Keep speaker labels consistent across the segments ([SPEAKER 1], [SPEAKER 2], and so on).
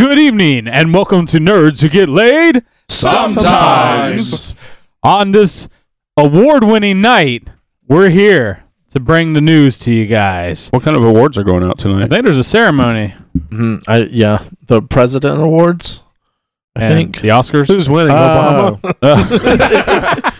[SPEAKER 1] evening, and welcome to Nerds Who Get Laid
[SPEAKER 2] Sometimes.
[SPEAKER 1] On this award winning night, we're here to bring the news to you guys.
[SPEAKER 2] What kind of awards are going out
[SPEAKER 1] I
[SPEAKER 2] tonight?
[SPEAKER 1] think there's a ceremony.
[SPEAKER 3] Mhm. I, yeah, the President Awards. I
[SPEAKER 1] and
[SPEAKER 3] think.
[SPEAKER 1] The Oscars.
[SPEAKER 4] Who's winning?
[SPEAKER 3] Uh,
[SPEAKER 4] Obama.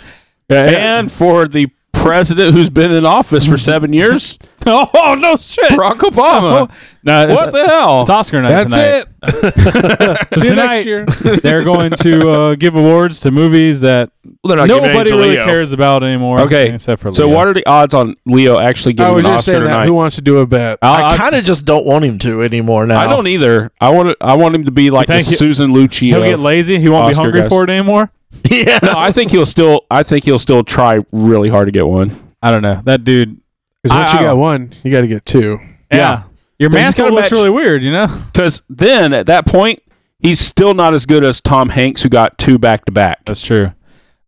[SPEAKER 1] Yeah, yeah.
[SPEAKER 2] And for the president who's been in office for seven years,
[SPEAKER 1] oh, no shit.
[SPEAKER 2] Barack Obama.
[SPEAKER 1] No, it's,
[SPEAKER 2] What the hell?
[SPEAKER 1] it's Oscar night
[SPEAKER 4] That's
[SPEAKER 1] tonight.
[SPEAKER 4] it.
[SPEAKER 1] So
[SPEAKER 4] See you
[SPEAKER 1] tonight,
[SPEAKER 4] next year.
[SPEAKER 1] they're going to uh, give awards to movies that
[SPEAKER 2] They're not giving it
[SPEAKER 1] nobody
[SPEAKER 2] to
[SPEAKER 1] really
[SPEAKER 2] Leo.
[SPEAKER 1] cares about anymore.
[SPEAKER 2] Okay,
[SPEAKER 1] except for
[SPEAKER 2] So,
[SPEAKER 1] Leo.
[SPEAKER 2] what are the odds on Leo actually
[SPEAKER 4] I
[SPEAKER 2] getting
[SPEAKER 4] was
[SPEAKER 2] an
[SPEAKER 4] just
[SPEAKER 2] Oscar
[SPEAKER 4] saying that.
[SPEAKER 2] tonight?
[SPEAKER 4] Who wants to do a bet?
[SPEAKER 1] I'll-
[SPEAKER 3] I
[SPEAKER 1] I'll-
[SPEAKER 3] kind of just don't want him to anymore now.
[SPEAKER 2] Uh, I don't either. I want to, I want him to be like the
[SPEAKER 1] think he-
[SPEAKER 2] Susan Lucci.
[SPEAKER 1] he'll
[SPEAKER 2] of-
[SPEAKER 1] get lazy. He won't be
[SPEAKER 2] Oscar
[SPEAKER 1] hungry
[SPEAKER 2] guys.
[SPEAKER 1] for it anymore.
[SPEAKER 3] yeah.
[SPEAKER 2] e- no, I think he'll still. I think he'll still try really hard to get one.
[SPEAKER 1] I don't know. That dude.
[SPEAKER 4] Because once
[SPEAKER 2] I-
[SPEAKER 4] you
[SPEAKER 2] I-
[SPEAKER 4] got one, you got to get two.
[SPEAKER 1] Yeah.
[SPEAKER 2] Yeah.
[SPEAKER 1] Your
[SPEAKER 2] But he's
[SPEAKER 1] mantle
[SPEAKER 2] gotta
[SPEAKER 1] looks
[SPEAKER 2] match-
[SPEAKER 1] really weird, you know?
[SPEAKER 2] Because then at that point, he's still not as good as Tom Hanks, who got two back to back.
[SPEAKER 1] That's true.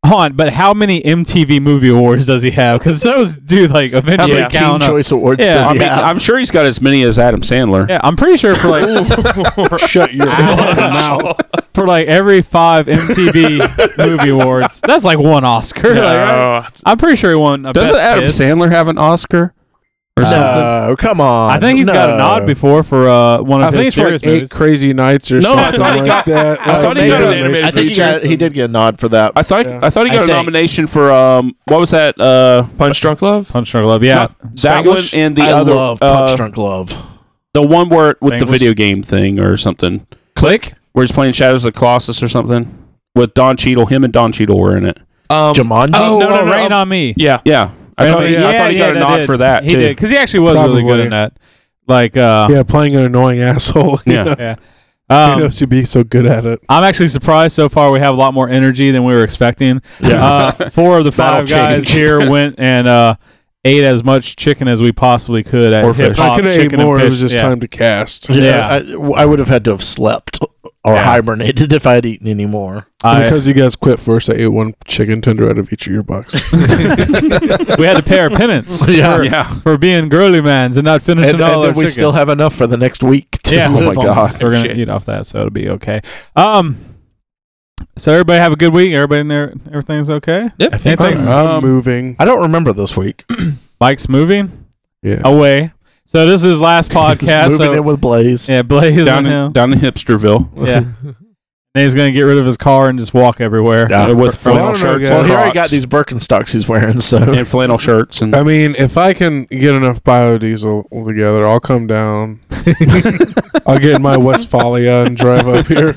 [SPEAKER 1] Hold on, but how many MTV Movie Awards does he have? Because those do like
[SPEAKER 3] How
[SPEAKER 1] eventually
[SPEAKER 3] many
[SPEAKER 2] Yeah.
[SPEAKER 3] Teen
[SPEAKER 1] count up.
[SPEAKER 3] Choice Awards
[SPEAKER 1] Yeah,
[SPEAKER 3] does
[SPEAKER 1] I
[SPEAKER 3] he
[SPEAKER 2] I mean,
[SPEAKER 3] have?
[SPEAKER 2] I'm sure he's got as many as Adam Sandler.
[SPEAKER 1] Yeah, I'm pretty sure for like
[SPEAKER 4] Shut your mouth.
[SPEAKER 1] for like every five MTV Movie Awards, that's like one Oscar. like, right? I'm pretty sure he won. A
[SPEAKER 2] Doesn't
[SPEAKER 1] Best
[SPEAKER 2] Adam
[SPEAKER 1] Kiss.
[SPEAKER 2] Sandler have an Oscar or something?
[SPEAKER 3] no, come on.
[SPEAKER 1] I think he's
[SPEAKER 3] he's
[SPEAKER 1] got a nod before for uh, one of
[SPEAKER 4] I think
[SPEAKER 1] his
[SPEAKER 4] it's like
[SPEAKER 1] serious
[SPEAKER 4] eight
[SPEAKER 1] movies.
[SPEAKER 4] crazy nights or
[SPEAKER 2] No, I
[SPEAKER 4] something
[SPEAKER 2] thought he
[SPEAKER 4] like
[SPEAKER 2] got-
[SPEAKER 4] that.
[SPEAKER 2] I thought he
[SPEAKER 4] Like,
[SPEAKER 2] got an
[SPEAKER 4] animated
[SPEAKER 2] animated
[SPEAKER 3] I think he,
[SPEAKER 2] feature.
[SPEAKER 3] got, he did get a nod for that.
[SPEAKER 2] I thought
[SPEAKER 4] Yeah.
[SPEAKER 2] I thought he
[SPEAKER 3] I
[SPEAKER 2] got a
[SPEAKER 3] think.
[SPEAKER 2] nomination for um what was that uh
[SPEAKER 4] Punch Drunk Love?
[SPEAKER 1] Punch Drunk Love, yeah.
[SPEAKER 2] that one
[SPEAKER 1] Spanglish?
[SPEAKER 2] and the
[SPEAKER 3] I
[SPEAKER 2] other
[SPEAKER 3] love
[SPEAKER 2] uh,
[SPEAKER 3] Punch Drunk Love.
[SPEAKER 2] the one where with the
[SPEAKER 1] Spanglish?
[SPEAKER 2] video game thing or something
[SPEAKER 4] Click?
[SPEAKER 2] where he's playing Shadows of the Colossus or something with Don Cheadle him and Don Cheadle were in it
[SPEAKER 4] Um,
[SPEAKER 3] Jumanji.
[SPEAKER 1] Oh,
[SPEAKER 2] Oh,
[SPEAKER 1] no,
[SPEAKER 2] no,
[SPEAKER 1] no,
[SPEAKER 2] no,
[SPEAKER 1] Rain
[SPEAKER 2] no.
[SPEAKER 1] on Me.
[SPEAKER 2] yeah yeah I
[SPEAKER 4] Rain
[SPEAKER 2] thought,
[SPEAKER 4] on
[SPEAKER 2] he-
[SPEAKER 4] Me.
[SPEAKER 2] I thought he
[SPEAKER 1] yeah,
[SPEAKER 2] got a
[SPEAKER 1] that
[SPEAKER 2] nod
[SPEAKER 1] did.
[SPEAKER 2] for that
[SPEAKER 1] He
[SPEAKER 2] too
[SPEAKER 1] did because he actually was really good
[SPEAKER 4] Uh, Probably.
[SPEAKER 1] in that. Like, uh,
[SPEAKER 4] yeah, playing an annoying asshole.
[SPEAKER 2] Yeah.
[SPEAKER 4] You
[SPEAKER 1] um,
[SPEAKER 4] know, she'd be so good at it.
[SPEAKER 1] I'm actually surprised so far. We have a lot more energy than we were expecting.
[SPEAKER 2] Yeah.
[SPEAKER 1] Uh, four of the
[SPEAKER 2] That'll
[SPEAKER 1] five guys
[SPEAKER 2] change.
[SPEAKER 1] here went and uh, ate as much chicken as we possibly could. At
[SPEAKER 2] Or
[SPEAKER 1] Hip
[SPEAKER 2] fish.
[SPEAKER 1] Hop
[SPEAKER 4] I could have ate
[SPEAKER 1] Chicken and
[SPEAKER 4] more. It
[SPEAKER 1] Fish.
[SPEAKER 4] was just
[SPEAKER 1] Yeah.
[SPEAKER 4] time to cast.
[SPEAKER 1] yeah.
[SPEAKER 3] yeah, I, I would have had to have slept or
[SPEAKER 1] Yeah.
[SPEAKER 3] hibernated if I had eaten any more.
[SPEAKER 1] I-
[SPEAKER 4] because you guys quit first, I ate one chicken tender out of each of your boxes.
[SPEAKER 1] we had to pay our penance
[SPEAKER 3] Yeah.
[SPEAKER 1] for,
[SPEAKER 2] yeah
[SPEAKER 1] for being girly mans and not finishing
[SPEAKER 3] And, and
[SPEAKER 1] all
[SPEAKER 3] then
[SPEAKER 1] our
[SPEAKER 3] we
[SPEAKER 1] chicken.
[SPEAKER 3] still have enough for the next week. To
[SPEAKER 1] Yeah. Oh my
[SPEAKER 3] live on.
[SPEAKER 2] God.
[SPEAKER 1] So we're gonna
[SPEAKER 2] Shit.
[SPEAKER 1] eat off that, so it'll be okay. Um, so everybody have a good week. Everybody in there, everything's okay.
[SPEAKER 3] I think
[SPEAKER 1] Anything-
[SPEAKER 3] so.
[SPEAKER 4] I'm
[SPEAKER 2] Um,
[SPEAKER 4] moving.
[SPEAKER 3] I don't remember this week.
[SPEAKER 1] Mike's moving
[SPEAKER 4] Yeah. away.
[SPEAKER 1] away. So this is last podcast.
[SPEAKER 3] Just moving
[SPEAKER 1] so,
[SPEAKER 3] in with Blaze.
[SPEAKER 1] yeah, Blaze
[SPEAKER 2] down
[SPEAKER 1] and
[SPEAKER 2] in,
[SPEAKER 1] him.
[SPEAKER 2] down in Hipsterville
[SPEAKER 1] Yeah. And he's gonna get rid of his car and just walk everywhere.
[SPEAKER 3] Yeah.
[SPEAKER 2] uh, with
[SPEAKER 4] Well, I
[SPEAKER 2] flannel
[SPEAKER 4] don't know,
[SPEAKER 2] shirts
[SPEAKER 4] guys.
[SPEAKER 3] Well,
[SPEAKER 2] and
[SPEAKER 3] here I
[SPEAKER 2] Crocs
[SPEAKER 3] got these Birkenstocks he's wearing. So
[SPEAKER 2] and flannel shirts and
[SPEAKER 4] I mean, if I can get enough biodiesel together, I'll come down. I'll get in my Westphalia and drive up here.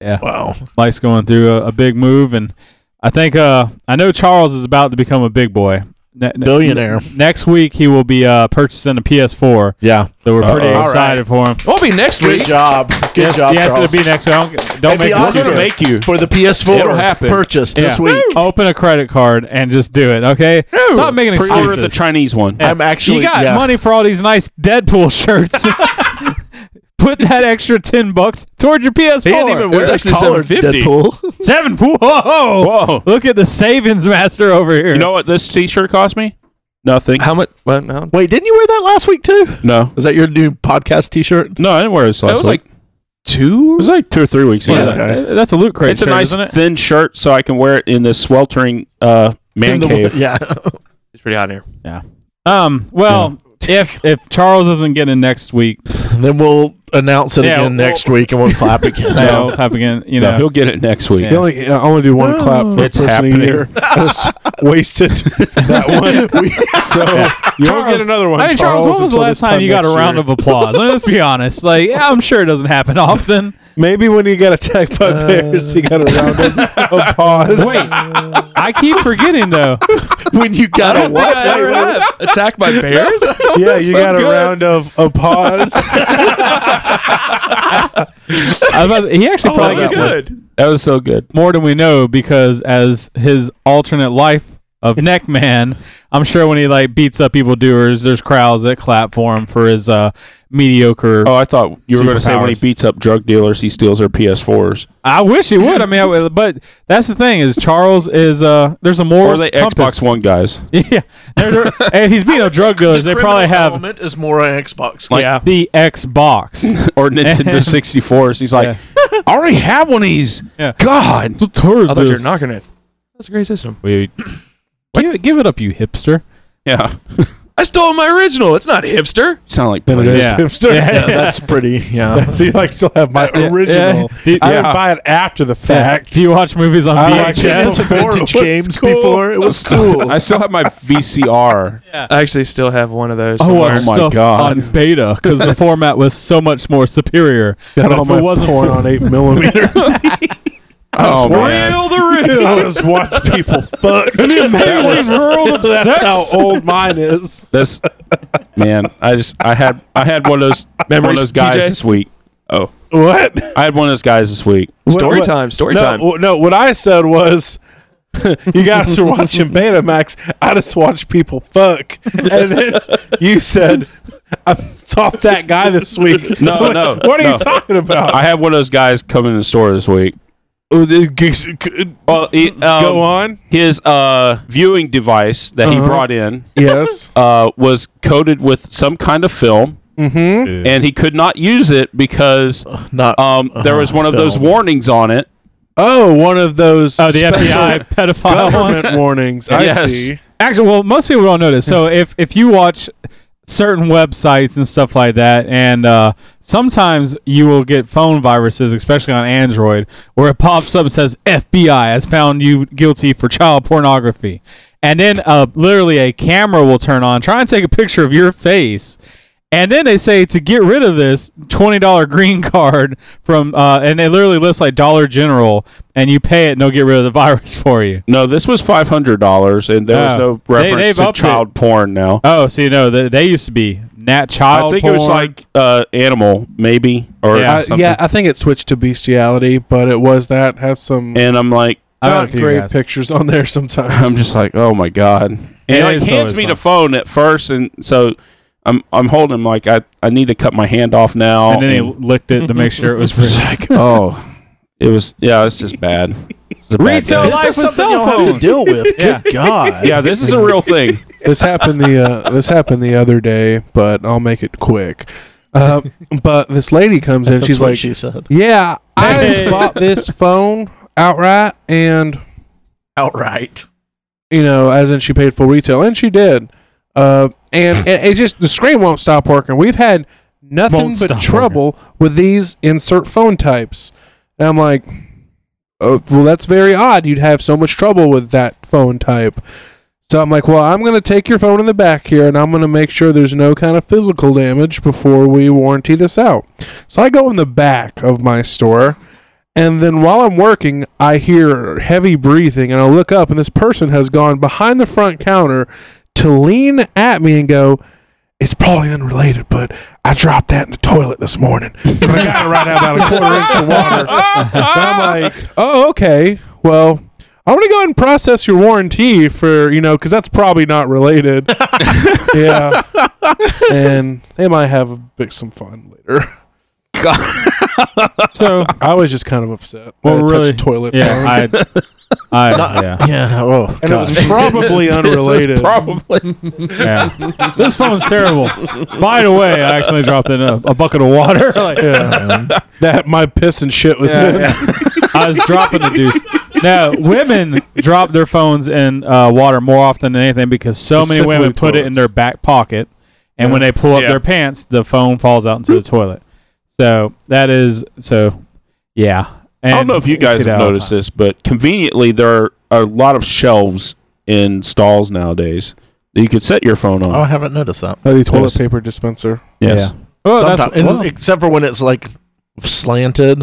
[SPEAKER 3] wow,
[SPEAKER 1] Mike's going through a, a big move, and I think uh, I know Charles is about to become a big boy. Ne- ne-
[SPEAKER 3] billionaire.
[SPEAKER 1] Next week he will be uh, purchasing a PS4,
[SPEAKER 3] Yeah,
[SPEAKER 1] so we're pretty
[SPEAKER 2] Uh-oh. All
[SPEAKER 1] excited for him.
[SPEAKER 2] it'll be next
[SPEAKER 3] good job. Good
[SPEAKER 1] yes,
[SPEAKER 3] job,
[SPEAKER 1] yes,
[SPEAKER 3] Charles.
[SPEAKER 1] it'll be next week. I Don't, don't
[SPEAKER 3] It'd be
[SPEAKER 1] make
[SPEAKER 3] awesome.
[SPEAKER 2] I'm
[SPEAKER 1] excuses.
[SPEAKER 2] gonna make you
[SPEAKER 3] for the PS4
[SPEAKER 2] It'll happen.
[SPEAKER 3] purchase this
[SPEAKER 1] Yeah.
[SPEAKER 3] week.
[SPEAKER 1] Open a credit card and just do it, okay? Stop making
[SPEAKER 2] pre-order
[SPEAKER 1] excuses.
[SPEAKER 2] the Chinese one
[SPEAKER 1] Yeah.
[SPEAKER 3] I'm actually
[SPEAKER 1] you got
[SPEAKER 3] yeah.
[SPEAKER 1] money for all these nice Deadpool shirts. Put that extra ten bucks toward your PS4.
[SPEAKER 3] He didn't even wear that
[SPEAKER 2] actually
[SPEAKER 3] collar,
[SPEAKER 2] 750.
[SPEAKER 3] Deadpool.
[SPEAKER 1] Seven. Whoa!
[SPEAKER 2] whoa
[SPEAKER 1] Look at the savings master over here.
[SPEAKER 2] you know what this T-shirt cost me nothing
[SPEAKER 5] How much? Well, no,
[SPEAKER 3] Wait, didn't you wear that last week too?
[SPEAKER 2] no
[SPEAKER 3] Is that your new podcast T-shirt?
[SPEAKER 2] no I didn't wear this last
[SPEAKER 5] that was
[SPEAKER 2] week.
[SPEAKER 5] like two.
[SPEAKER 2] It was like two or three weeks ago.
[SPEAKER 1] What is
[SPEAKER 3] Yeah.
[SPEAKER 1] that? That's a loot crate
[SPEAKER 2] It's a
[SPEAKER 1] shirt,
[SPEAKER 2] nice
[SPEAKER 1] isn't it?
[SPEAKER 2] thin shirt, so I can wear it in this sweltering uh, man
[SPEAKER 3] In the-
[SPEAKER 2] cave.
[SPEAKER 3] Yeah.
[SPEAKER 5] It's pretty hot in here.
[SPEAKER 1] Um. Well, if if Charles doesn't get in next week,
[SPEAKER 3] then we'll announce it
[SPEAKER 1] Yeah,
[SPEAKER 3] again
[SPEAKER 1] we'll-
[SPEAKER 3] next week and we'll clap again.
[SPEAKER 1] I'll have again. You know.
[SPEAKER 2] No, he'll get it next week.
[SPEAKER 1] Yeah.
[SPEAKER 4] You only- I only do one clap for
[SPEAKER 2] It's
[SPEAKER 4] a person
[SPEAKER 2] happening.
[SPEAKER 4] a year. Just wasted that one. so you won't
[SPEAKER 1] Charles-
[SPEAKER 4] get another one.
[SPEAKER 1] I mean, Charles, when was the
[SPEAKER 4] until
[SPEAKER 1] last
[SPEAKER 4] this
[SPEAKER 1] time you got a
[SPEAKER 4] next
[SPEAKER 1] round
[SPEAKER 4] year.
[SPEAKER 1] of applause? I mean, let's be honest. Like, yeah, I'm sure it doesn't happen often.
[SPEAKER 4] Maybe when you got attacked by bears, you got a round of applause.
[SPEAKER 1] Wait, I keep forgetting though.
[SPEAKER 3] when you got a what?
[SPEAKER 5] Attacked by bears?
[SPEAKER 4] yeah, you got a round of applause.
[SPEAKER 1] I was about to- he
[SPEAKER 2] Oh,
[SPEAKER 1] actually probably
[SPEAKER 5] that was
[SPEAKER 1] gets one.
[SPEAKER 5] good.
[SPEAKER 2] That was so good.
[SPEAKER 1] more than we know because as his alternate life of Neckman. I'm sure when he like beats up evildoers, there's crowds that clap for him for his uh, mediocre.
[SPEAKER 2] Oh, I thought you were going to say when he
[SPEAKER 1] Superpowers.
[SPEAKER 2] beats up drug dealers, he steals their PS4s.
[SPEAKER 1] I wish he would. I mean, I would, but that's the thing is Charles is uh, there's a moral
[SPEAKER 2] Or they
[SPEAKER 1] compass.
[SPEAKER 2] Xbox One guys.
[SPEAKER 1] Yeah, They're- they're- and if he's beating up drug dealers, they probably have
[SPEAKER 3] Element is more on Xbox.
[SPEAKER 2] Like,
[SPEAKER 5] yeah.
[SPEAKER 1] the Xbox.
[SPEAKER 2] or Nintendo 64s. He's like, I already have one of these.
[SPEAKER 1] Yeah.
[SPEAKER 2] God.
[SPEAKER 5] I thought you were knocking it. That's a great system.
[SPEAKER 1] Wait, give it, give it up, you hipster.
[SPEAKER 2] Yeah.
[SPEAKER 5] I stole my original. It's not hipster.
[SPEAKER 2] Sound like
[SPEAKER 4] Then it is
[SPEAKER 1] Yeah.
[SPEAKER 4] hipster.
[SPEAKER 3] yeah, that's pretty. Yeah.
[SPEAKER 4] See, I still have my
[SPEAKER 1] yeah.
[SPEAKER 4] original.
[SPEAKER 1] Do-
[SPEAKER 4] I
[SPEAKER 2] yeah.
[SPEAKER 4] didn't buy it after the fact.
[SPEAKER 1] Do you watch movies on
[SPEAKER 4] I like
[SPEAKER 1] VHS?
[SPEAKER 3] vintage
[SPEAKER 4] it. Before it was
[SPEAKER 3] games
[SPEAKER 4] cool.
[SPEAKER 3] before it was cool.
[SPEAKER 2] I still have my VCR.
[SPEAKER 5] I actually still have one of those.
[SPEAKER 1] I
[SPEAKER 5] somewhere.
[SPEAKER 4] Oh
[SPEAKER 1] watched
[SPEAKER 2] my
[SPEAKER 1] stuff
[SPEAKER 2] God.
[SPEAKER 1] on beta because the format was so much more superior.
[SPEAKER 4] Got
[SPEAKER 1] But
[SPEAKER 4] all
[SPEAKER 1] if it
[SPEAKER 4] my
[SPEAKER 1] wasn't
[SPEAKER 4] porn
[SPEAKER 1] for-
[SPEAKER 4] on eight millimeter.
[SPEAKER 2] Oh, man.
[SPEAKER 4] the real. I just watch people fuck.
[SPEAKER 1] Amazing world of sex.
[SPEAKER 4] That's how old mine is.
[SPEAKER 2] That's, man, I just, I had, I had one of those, one of
[SPEAKER 5] Memories,
[SPEAKER 2] those guys
[SPEAKER 5] TJ?
[SPEAKER 2] this week. Oh,
[SPEAKER 4] What?
[SPEAKER 2] I had one of those guys this week.
[SPEAKER 5] Story
[SPEAKER 4] What- what-
[SPEAKER 5] time. Story
[SPEAKER 4] no,
[SPEAKER 5] time.
[SPEAKER 4] w- no, what I said was, you guys are watching Betamax. I just watch people fuck, and then you said, I saw that guy this week.
[SPEAKER 2] No,
[SPEAKER 4] What-
[SPEAKER 2] no,
[SPEAKER 4] What are
[SPEAKER 2] no.
[SPEAKER 4] you talking about?
[SPEAKER 2] I had one of those guys come in the store this week.
[SPEAKER 4] Oh, the- g- g- g-
[SPEAKER 2] Well, he, um,
[SPEAKER 4] Go on.
[SPEAKER 2] His uh, viewing device that he
[SPEAKER 4] Uh-huh.
[SPEAKER 2] brought in
[SPEAKER 4] Yes.
[SPEAKER 2] uh, was coated with some kind of film,
[SPEAKER 4] Mm-hmm.
[SPEAKER 2] and he could not use it because
[SPEAKER 3] Not
[SPEAKER 2] um, there
[SPEAKER 4] Uh-huh.
[SPEAKER 2] was one of those
[SPEAKER 3] film.
[SPEAKER 2] warnings on it.
[SPEAKER 4] Oh, one of those.
[SPEAKER 1] Oh, the
[SPEAKER 4] special
[SPEAKER 1] FBI pedophile ones.
[SPEAKER 4] government warnings. I
[SPEAKER 2] Yes.
[SPEAKER 4] see.
[SPEAKER 1] Actually, well, most people don't notice. So if if you watch certain websites and stuff like that, and uh, sometimes you will get phone viruses, especially on Android, where it pops up and says FBI has found you guilty for child pornography, and then uh, literally a camera will turn on, try and take a picture of your face. And then they say to get rid of this twenty dollar green card from, uh, and they literally list like Dollar General, and you pay it, and they'll get rid of the virus for you.
[SPEAKER 2] No, this was five hundred dollars, and there was
[SPEAKER 1] Oh.
[SPEAKER 2] no
[SPEAKER 1] They-
[SPEAKER 2] reference
[SPEAKER 1] they've
[SPEAKER 2] to
[SPEAKER 1] upped it.
[SPEAKER 2] child porn. Now,
[SPEAKER 1] Oh, so you know, they, they used to be Nat Child.
[SPEAKER 2] I think it was
[SPEAKER 1] porn.
[SPEAKER 2] like uh, animal, maybe or
[SPEAKER 1] Yeah.
[SPEAKER 4] I,
[SPEAKER 2] something.
[SPEAKER 4] yeah, I think it switched to bestiality, but it was that had some
[SPEAKER 2] And I'm like,
[SPEAKER 1] I don't know
[SPEAKER 4] not
[SPEAKER 1] if you
[SPEAKER 4] great
[SPEAKER 1] guys-
[SPEAKER 4] pictures on there sometimes.
[SPEAKER 2] I'm just like, oh my god. And he
[SPEAKER 1] It
[SPEAKER 2] like,
[SPEAKER 1] is
[SPEAKER 2] hands
[SPEAKER 1] always
[SPEAKER 2] me
[SPEAKER 1] fun.
[SPEAKER 2] the phone at first, and so I'm I'm holding him like I I need to cut my hand off now.
[SPEAKER 1] And then he licked it to make sure it was real.
[SPEAKER 2] like, oh, it was yeah, it's just bad. It's a bad
[SPEAKER 1] Retail
[SPEAKER 2] day.
[SPEAKER 1] life with cell
[SPEAKER 3] have to
[SPEAKER 1] phones.
[SPEAKER 3] deal with.
[SPEAKER 1] Yeah.
[SPEAKER 3] Good God.
[SPEAKER 2] Yeah, this is a real thing.
[SPEAKER 4] this happened the uh, this happened the other day, but I'll make it quick. Uh, but this lady comes in,
[SPEAKER 3] That's
[SPEAKER 4] she's
[SPEAKER 3] what
[SPEAKER 4] like,
[SPEAKER 3] she said
[SPEAKER 4] "Yeah, I
[SPEAKER 1] Hey.
[SPEAKER 4] just bought this phone outright, and
[SPEAKER 3] outright.
[SPEAKER 4] you know, as in she paid full retail, and she did. Uh, and it, it just the screen won't stop working. We've had nothing
[SPEAKER 1] Won't
[SPEAKER 4] but
[SPEAKER 1] stop
[SPEAKER 4] trouble with these insert phone types." And I'm like, oh, well, that's very odd. You'd have so much trouble with that phone type. So I'm like, well, I'm going to take your phone in the back here and I'm going to make sure there's no kind of physical damage before we warranty this out. So I go in the back of my store. And then while I'm working, I hear heavy breathing and I look up and this person has gone behind the front counter to lean at me and go, it's probably unrelated, but I dropped that in the toilet this morning. And I got it right out about a quarter inch of water. And I'm like, oh, okay. Well, I want to go ahead and process your warranty for, you know, because that's probably not related. yeah. And they might have a bit, some fun later.
[SPEAKER 1] So,
[SPEAKER 4] I was just kind of upset.
[SPEAKER 1] Well,
[SPEAKER 4] that I touched
[SPEAKER 1] really,
[SPEAKER 4] toilet. phone.
[SPEAKER 1] yeah, I, I,
[SPEAKER 3] Not-
[SPEAKER 1] yeah,
[SPEAKER 3] Yeah. Oh,
[SPEAKER 4] and
[SPEAKER 3] God.
[SPEAKER 4] it was probably unrelated.
[SPEAKER 2] Probably.
[SPEAKER 1] yeah. This phone's terrible. By the way, I actually dropped in a, a bucket of water. like,
[SPEAKER 4] yeah. that my piss and shit was in.
[SPEAKER 1] I was dropping the deuce. Now, women drop their phones in uh, water more often than anything because so many
[SPEAKER 4] Specifically
[SPEAKER 1] women put it in
[SPEAKER 4] toilets.
[SPEAKER 1] their back pocket, and when they pull up
[SPEAKER 5] Yeah.
[SPEAKER 1] their pants, the phone falls out into the toilet. So that is so, yeah. And
[SPEAKER 2] I don't know if you guys
[SPEAKER 1] see
[SPEAKER 2] have
[SPEAKER 1] that all the
[SPEAKER 2] noticed
[SPEAKER 1] time.
[SPEAKER 2] this, but conveniently there are a lot of shelves in stalls nowadays that you could set your phone on.
[SPEAKER 3] Oh, I haven't noticed that.
[SPEAKER 4] Uh, the toilet
[SPEAKER 2] Yes.
[SPEAKER 4] paper dispenser.
[SPEAKER 2] yes.
[SPEAKER 3] Oh,
[SPEAKER 4] Oh,
[SPEAKER 1] Well, that's
[SPEAKER 3] Sometimes- and-
[SPEAKER 1] well,
[SPEAKER 3] except for when it's like slanted.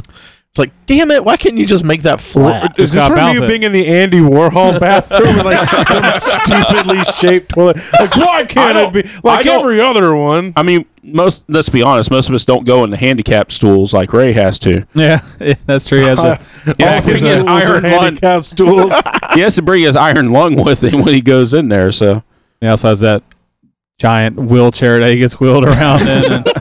[SPEAKER 3] It's like, damn it! Why couldn't you just make that flat?
[SPEAKER 1] Just
[SPEAKER 4] Is this
[SPEAKER 1] gotta
[SPEAKER 4] from
[SPEAKER 1] balance
[SPEAKER 4] you
[SPEAKER 1] it.
[SPEAKER 4] being in the Andy Warhol bathroom with like some stupidly shaped toilet? Like why can't
[SPEAKER 2] I
[SPEAKER 4] it
[SPEAKER 2] don't-
[SPEAKER 4] be
[SPEAKER 2] I
[SPEAKER 4] like
[SPEAKER 2] don't-
[SPEAKER 4] every other one?
[SPEAKER 2] I mean, most. Let's be honest. Most of us don't go in the handicap stools like Ray has to.
[SPEAKER 1] Yeah, that's true. He
[SPEAKER 4] Uh,
[SPEAKER 1] has a,
[SPEAKER 2] Yeah,
[SPEAKER 1] Back is a-
[SPEAKER 4] Stools or
[SPEAKER 2] iron lung.
[SPEAKER 4] handicap stools.
[SPEAKER 2] He has to bring his iron lung with him when he goes in there. So
[SPEAKER 1] he also has that giant wheelchair that he gets wheeled around in. And,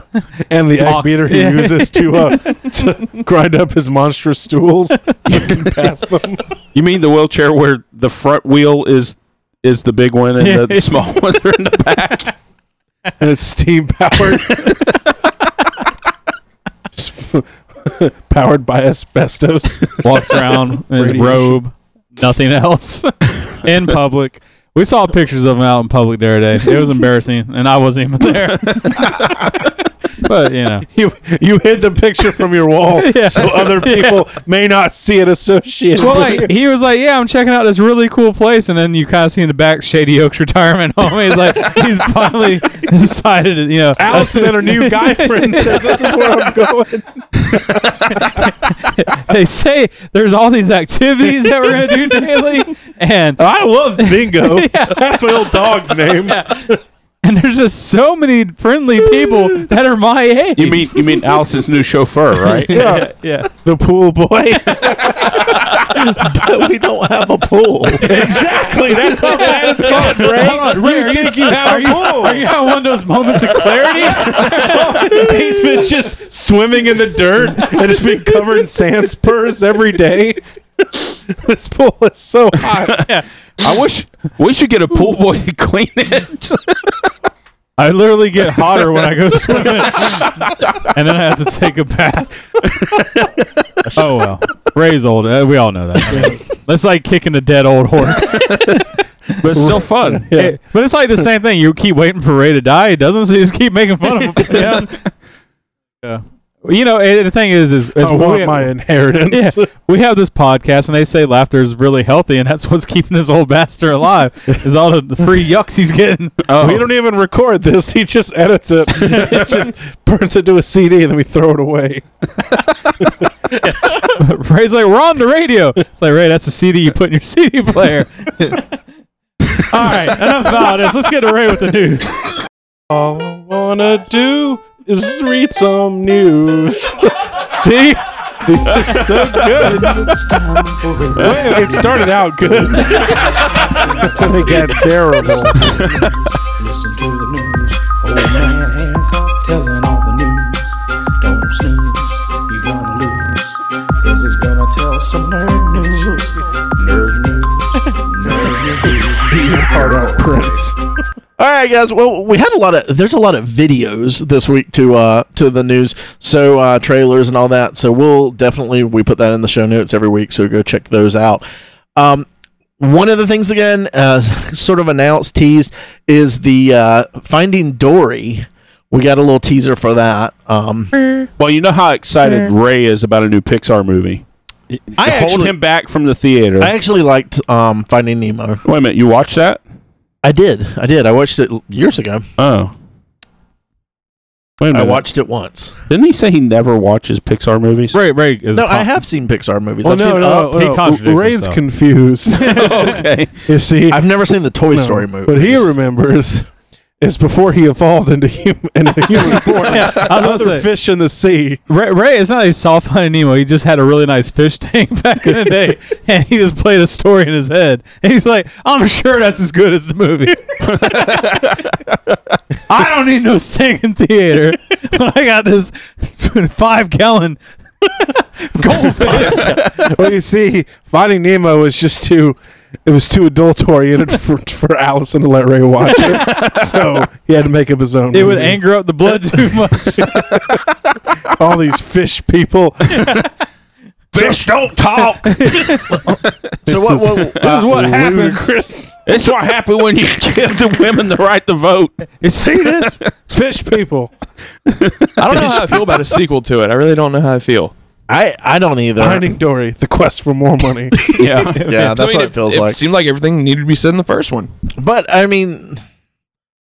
[SPEAKER 4] and the egg
[SPEAKER 1] Box.
[SPEAKER 4] beater he
[SPEAKER 1] Yeah.
[SPEAKER 4] uses to, uh, to grind up his monstrous stools. Looking past them.
[SPEAKER 2] you mean the wheelchair where the front wheel is is the big one and the small ones are in the back?
[SPEAKER 4] and it's steam powered. powered by asbestos.
[SPEAKER 1] walks around in his
[SPEAKER 4] Radiation.
[SPEAKER 1] robe, nothing else, in public. We saw pictures of him out in public the other day. It was embarrassing, and I wasn't even there. but you know,
[SPEAKER 4] You you hid the picture from your wall
[SPEAKER 1] Yeah.
[SPEAKER 4] so other people may not see it associated.
[SPEAKER 1] well,
[SPEAKER 4] with
[SPEAKER 1] like,
[SPEAKER 4] you.
[SPEAKER 1] he was like, "Yeah, I'm checking out this really cool place," and then you kind of see in the back Shady Oaks Retirement Home. He's like, he's finally decided, you know,
[SPEAKER 4] Allison and her new guy friend says this is where I'm going.
[SPEAKER 1] they say there's all these activities that we're gonna do daily, and
[SPEAKER 4] I love Bingo. That's my old dog's name.
[SPEAKER 1] and there's just so many friendly people that are my age.
[SPEAKER 2] You mean you mean Allison's new chauffeur, right?
[SPEAKER 4] Yeah.
[SPEAKER 1] yeah.
[SPEAKER 4] The pool boy.
[SPEAKER 3] But we don't have a pool.
[SPEAKER 4] exactly. That's how bad it's gotten, Ray.
[SPEAKER 1] Hold on, Ray, are
[SPEAKER 4] you
[SPEAKER 1] you-
[SPEAKER 4] think you, have a pool?
[SPEAKER 1] Are you having one of those moments of clarity?
[SPEAKER 4] He's been just swimming in the dirt and just being covered in sand spurs every day. this pool is so hot.
[SPEAKER 2] I wish wish you get a pool boy to clean it.
[SPEAKER 1] I literally get hotter when I go swimming, and then I have to take a bath. oh well, Ray's old. Uh, we all know that. I mean, That's like kicking a dead old horse.
[SPEAKER 2] But it's still fun.
[SPEAKER 4] Yeah.
[SPEAKER 1] It- but it's like the same thing. You keep waiting for Ray to die. He doesn't, so you just keep making fun of him. Yeah. yeah. You know, and the thing is, is, is
[SPEAKER 4] Oh, I want
[SPEAKER 1] we-
[SPEAKER 4] my inheritance.
[SPEAKER 1] Yeah. we have this podcast and they say laughter is really healthy and that's what's keeping this old bastard alive is all the free yucks he's getting
[SPEAKER 2] Oh.
[SPEAKER 4] We don't even record this. He just edits it. he just burns it to a CD and then we throw it away.
[SPEAKER 1] ray's like we're on the radio it's like ray that's the cd you put in your cd player all right enough about this let's get to ray with the news
[SPEAKER 4] All I wanna do is read some news. See? These are so good. Wait, it started out good. then it got terrible.
[SPEAKER 6] Listen to the news. Old man Hancock telling all the news. Don't snooze, you're gonna lose. Cause he's gonna tell some nerd news. Nerd news. Nerd news. Be a part of
[SPEAKER 4] Prince.
[SPEAKER 3] All right, guys. Well, we had a lot of there's a lot of videos this week to uh to the news, so uh, trailers and all that. So we'll definitely we put that in the show notes every week. So go check those out. Um, one of the things again, uh, sort of announced, teased, is the uh, Finding Dory. We got a little teaser for that. Um,
[SPEAKER 2] Well, you know how excited Ray is about a new Pixar movie.
[SPEAKER 3] I
[SPEAKER 2] Hold
[SPEAKER 3] actually,
[SPEAKER 2] him back from the theater.
[SPEAKER 3] I actually liked um, Finding Nemo.
[SPEAKER 2] Wait a minute, you watched that?
[SPEAKER 3] I did, I did. I watched it years ago.
[SPEAKER 2] Oh. Wait a
[SPEAKER 3] I
[SPEAKER 2] minute.
[SPEAKER 3] watched it once.
[SPEAKER 2] Didn't he say he never watches Pixar movies?
[SPEAKER 1] ray ray is
[SPEAKER 3] No, I have seen Pixar movies.
[SPEAKER 4] Well,
[SPEAKER 3] I've seen uh,
[SPEAKER 4] no,
[SPEAKER 3] Up.
[SPEAKER 4] no,
[SPEAKER 1] he
[SPEAKER 4] no, no.
[SPEAKER 1] contradicts
[SPEAKER 4] Ray's
[SPEAKER 1] himself.
[SPEAKER 4] confused.
[SPEAKER 2] okay.
[SPEAKER 4] you see?
[SPEAKER 3] I've never seen the Toy
[SPEAKER 4] No,
[SPEAKER 3] Story movie.
[SPEAKER 4] What he remembers is before he evolved into human, into human form.
[SPEAKER 1] yeah, I was
[SPEAKER 4] Another
[SPEAKER 1] gonna say,
[SPEAKER 4] fish in the sea.
[SPEAKER 1] Ray, Ray, it's not a soft Finding Nemo. He just had a really nice fish tank back in the day, and he just played a story in his head. And he's like, "I'm sure that's as good as the movie." I don't need no stinking theater when I got this five gallon goldfish.
[SPEAKER 4] well, Oh, you see, Finding Nemo was just too. It was too adult oriented for, for Allison to let Ray watch it, so he had to make up his own.
[SPEAKER 1] It would
[SPEAKER 4] movie.
[SPEAKER 1] anger up the blood too much.
[SPEAKER 4] all these fish people.
[SPEAKER 2] Fish don't talk.
[SPEAKER 3] so what? what
[SPEAKER 1] This is what happens.
[SPEAKER 4] Ludicrous
[SPEAKER 2] it's what happened when you give the women the right to vote.
[SPEAKER 1] You see this?
[SPEAKER 4] fish people.
[SPEAKER 5] I don't know how I feel about a sequel to it. I really don't know how I feel.
[SPEAKER 3] I I don't either.
[SPEAKER 4] Finding Dory, the quest for more money.
[SPEAKER 3] yeah,
[SPEAKER 2] Yeah.
[SPEAKER 3] Uh, that's
[SPEAKER 5] I mean,
[SPEAKER 3] what it feels like.
[SPEAKER 5] It seemed like everything needed to be said in the first one.
[SPEAKER 3] but I mean,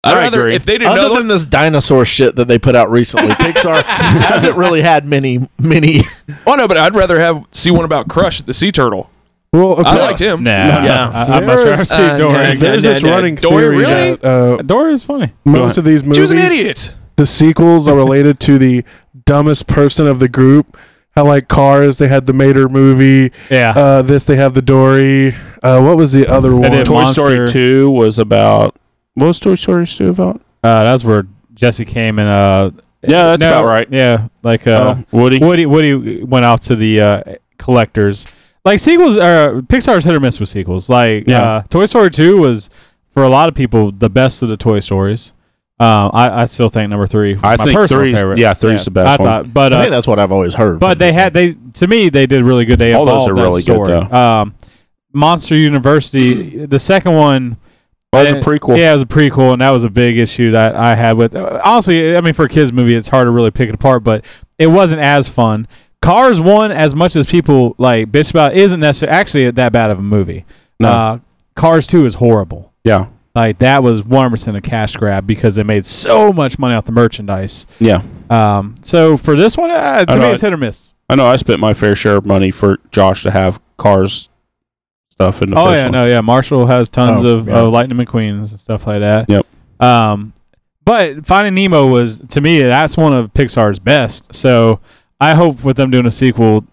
[SPEAKER 5] I'd
[SPEAKER 2] I
[SPEAKER 5] rather
[SPEAKER 2] agree.
[SPEAKER 5] if they did
[SPEAKER 3] Other
[SPEAKER 5] another
[SPEAKER 3] than this dinosaur shit that they put out recently, Pixar hasn't really had many many.
[SPEAKER 5] Oh no, but I'd rather have see one about Crush the sea turtle.
[SPEAKER 4] Well, okay.
[SPEAKER 5] I liked him.
[SPEAKER 1] Nah,
[SPEAKER 3] Yeah.
[SPEAKER 1] I, am not sure I've
[SPEAKER 4] There's-
[SPEAKER 1] seen
[SPEAKER 5] uh,
[SPEAKER 1] Dory.
[SPEAKER 5] yeah.
[SPEAKER 4] There's
[SPEAKER 5] Nah,
[SPEAKER 4] this
[SPEAKER 5] nah, nah.
[SPEAKER 4] running
[SPEAKER 5] Dory,
[SPEAKER 4] theory
[SPEAKER 5] really?
[SPEAKER 4] that uh,
[SPEAKER 1] Dory is funny.
[SPEAKER 4] most of these
[SPEAKER 5] She
[SPEAKER 4] movies,
[SPEAKER 5] was an idiot.
[SPEAKER 4] the sequels are related to the dumbest person of the group. How like Cars, they had the Mater movie.
[SPEAKER 1] Yeah.
[SPEAKER 4] Uh, this they have the Dory. Uh, what was the other one?
[SPEAKER 1] did
[SPEAKER 2] Toy
[SPEAKER 1] Monster.
[SPEAKER 2] Story Two was about. What was Toy Story Two about?
[SPEAKER 1] Uh, that's where Jesse came and uh.
[SPEAKER 2] Yeah, that's about right.
[SPEAKER 1] Yeah, like uh,
[SPEAKER 2] Oh, Woody.
[SPEAKER 1] Woody. Woody went off to the uh, collectors. Like sequels are Pixar's hit or miss with sequels. Like
[SPEAKER 2] Yeah.
[SPEAKER 1] uh, Toy Story Two was for a lot of people the best of the Toy Stories. Um, I, I still think number three. Was
[SPEAKER 2] I
[SPEAKER 1] my
[SPEAKER 2] think
[SPEAKER 1] personal
[SPEAKER 2] three's-
[SPEAKER 1] favorite.
[SPEAKER 2] yeah, three's the best
[SPEAKER 1] I thought, but
[SPEAKER 3] I
[SPEAKER 1] uh,
[SPEAKER 3] think that's what I've always heard.
[SPEAKER 1] but they had they to me they did really good. They
[SPEAKER 2] All those
[SPEAKER 1] evolved
[SPEAKER 2] are
[SPEAKER 1] that
[SPEAKER 2] really good,
[SPEAKER 1] story. Um, Monster University, the second one
[SPEAKER 2] That was a
[SPEAKER 1] I-
[SPEAKER 2] prequel.
[SPEAKER 1] Yeah, it was a prequel, and that was a big issue that I had with. Honestly, I mean, for a kids movie, it's hard to really pick it apart, but it wasn't as fun. Cars one, as much as people like bitch about, isn't necessarily actually that bad of a movie.
[SPEAKER 2] No.
[SPEAKER 1] Uh, Cars two is horrible.
[SPEAKER 2] Yeah.
[SPEAKER 1] Like that was one percent a cash grab because they made so much money off the merchandise.
[SPEAKER 2] Yeah.
[SPEAKER 1] Um, so for this one, uh, to
[SPEAKER 2] I
[SPEAKER 1] me,
[SPEAKER 2] know.
[SPEAKER 1] it's hit or miss.
[SPEAKER 2] I know I spent my fair share of money for Josh to have cars stuff in the
[SPEAKER 1] Oh
[SPEAKER 2] first
[SPEAKER 1] yeah,
[SPEAKER 2] one.
[SPEAKER 1] no, yeah. Marshall has tons
[SPEAKER 3] Oh,
[SPEAKER 1] of
[SPEAKER 3] yeah.
[SPEAKER 1] uh, Lightning McQueens and stuff like that.
[SPEAKER 2] Yep.
[SPEAKER 1] Um, but Finding Nemo was to me that's one of Pixar's best. So I hope with them doing a sequel,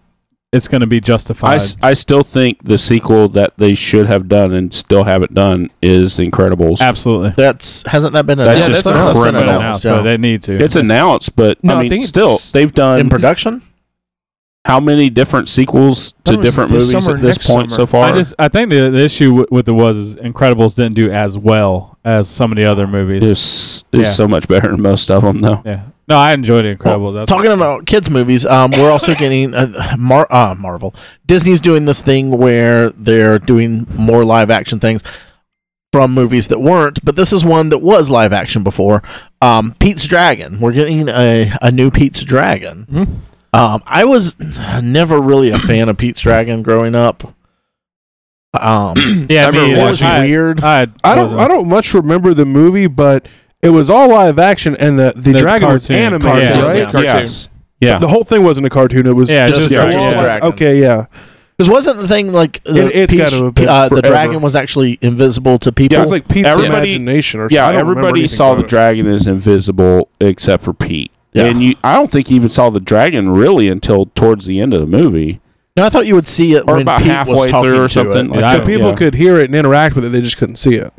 [SPEAKER 1] it's going to be
[SPEAKER 2] I,
[SPEAKER 1] justified.
[SPEAKER 2] s- I still think the sequel that they should have done and still haven't done is Incredibles.
[SPEAKER 1] Absolutely.
[SPEAKER 3] that's hasn't that been
[SPEAKER 2] That's
[SPEAKER 3] announced?
[SPEAKER 2] just
[SPEAKER 3] been
[SPEAKER 2] criminal.
[SPEAKER 1] But
[SPEAKER 3] announced,
[SPEAKER 1] announced, but
[SPEAKER 3] yeah.
[SPEAKER 1] they need to.
[SPEAKER 2] It's announced, but
[SPEAKER 5] No, I
[SPEAKER 2] I mean,
[SPEAKER 5] think
[SPEAKER 2] still
[SPEAKER 5] it's
[SPEAKER 2] they've done
[SPEAKER 3] in production.
[SPEAKER 2] how many different sequels
[SPEAKER 5] That
[SPEAKER 2] to
[SPEAKER 5] was
[SPEAKER 2] different
[SPEAKER 5] this
[SPEAKER 2] movies
[SPEAKER 5] summer,
[SPEAKER 2] at this
[SPEAKER 5] next
[SPEAKER 2] point
[SPEAKER 5] summer.
[SPEAKER 2] so far?
[SPEAKER 1] I just I think the, the issue w- with it was is Incredibles didn't do as well as some of the other movies.
[SPEAKER 2] is is
[SPEAKER 1] Yeah.
[SPEAKER 2] so much better than most of them, though.
[SPEAKER 1] Yeah. No, I enjoyed Incredibles. That's
[SPEAKER 3] Talking about kids movies, um, we're also getting uh, Mar- uh, Marvel. Disney's doing this thing where they're doing more live action things from movies that weren't, but this is one that was live action before. Um, Pete's Dragon. We're getting a, a new Pete's Dragon.
[SPEAKER 4] Mm-hmm.
[SPEAKER 3] Um, I was never really a fan of Pete's Dragon growing up. Um,
[SPEAKER 1] yeah,
[SPEAKER 5] I
[SPEAKER 1] me
[SPEAKER 5] remember
[SPEAKER 1] either.
[SPEAKER 3] it was
[SPEAKER 1] I-
[SPEAKER 3] weird.
[SPEAKER 1] I,
[SPEAKER 4] I don't.
[SPEAKER 1] wasn't-
[SPEAKER 4] I don't much remember the movie, but it was all live action, and the the,
[SPEAKER 1] The
[SPEAKER 4] dragon was
[SPEAKER 1] cartoon.
[SPEAKER 4] animated,
[SPEAKER 1] Cartoon,
[SPEAKER 4] right?
[SPEAKER 1] yeah.
[SPEAKER 5] Cartoons.
[SPEAKER 2] Yeah.
[SPEAKER 4] The whole thing wasn't a cartoon. It was
[SPEAKER 1] Yeah,
[SPEAKER 4] just,
[SPEAKER 1] just
[SPEAKER 4] a
[SPEAKER 1] the
[SPEAKER 4] full
[SPEAKER 1] dragon.
[SPEAKER 4] live- Okay, yeah.
[SPEAKER 3] Because wasn't the thing like the,
[SPEAKER 4] It- it's
[SPEAKER 3] Pete's-
[SPEAKER 4] gotta have been
[SPEAKER 3] uh, the
[SPEAKER 4] forever.
[SPEAKER 3] dragon was actually invisible to people?
[SPEAKER 4] It was like Pete's
[SPEAKER 2] Everybody-
[SPEAKER 4] imagination, or
[SPEAKER 2] Yeah,
[SPEAKER 4] something. I don't remember
[SPEAKER 2] everybody
[SPEAKER 4] anything
[SPEAKER 2] saw
[SPEAKER 4] about
[SPEAKER 2] the
[SPEAKER 4] it.
[SPEAKER 2] dragon as invisible except for Pete.
[SPEAKER 3] Yeah.
[SPEAKER 2] And you, I don't think you even saw the dragon really until towards the end of the movie,
[SPEAKER 3] no, I thought you would see it
[SPEAKER 2] or
[SPEAKER 3] when
[SPEAKER 2] about
[SPEAKER 3] Pete was
[SPEAKER 2] halfway
[SPEAKER 3] talking
[SPEAKER 2] through
[SPEAKER 3] to
[SPEAKER 2] or something.
[SPEAKER 3] It.
[SPEAKER 2] like
[SPEAKER 1] So
[SPEAKER 2] that.
[SPEAKER 4] People
[SPEAKER 2] Yeah.
[SPEAKER 4] could hear it and interact with it; they just couldn't see it.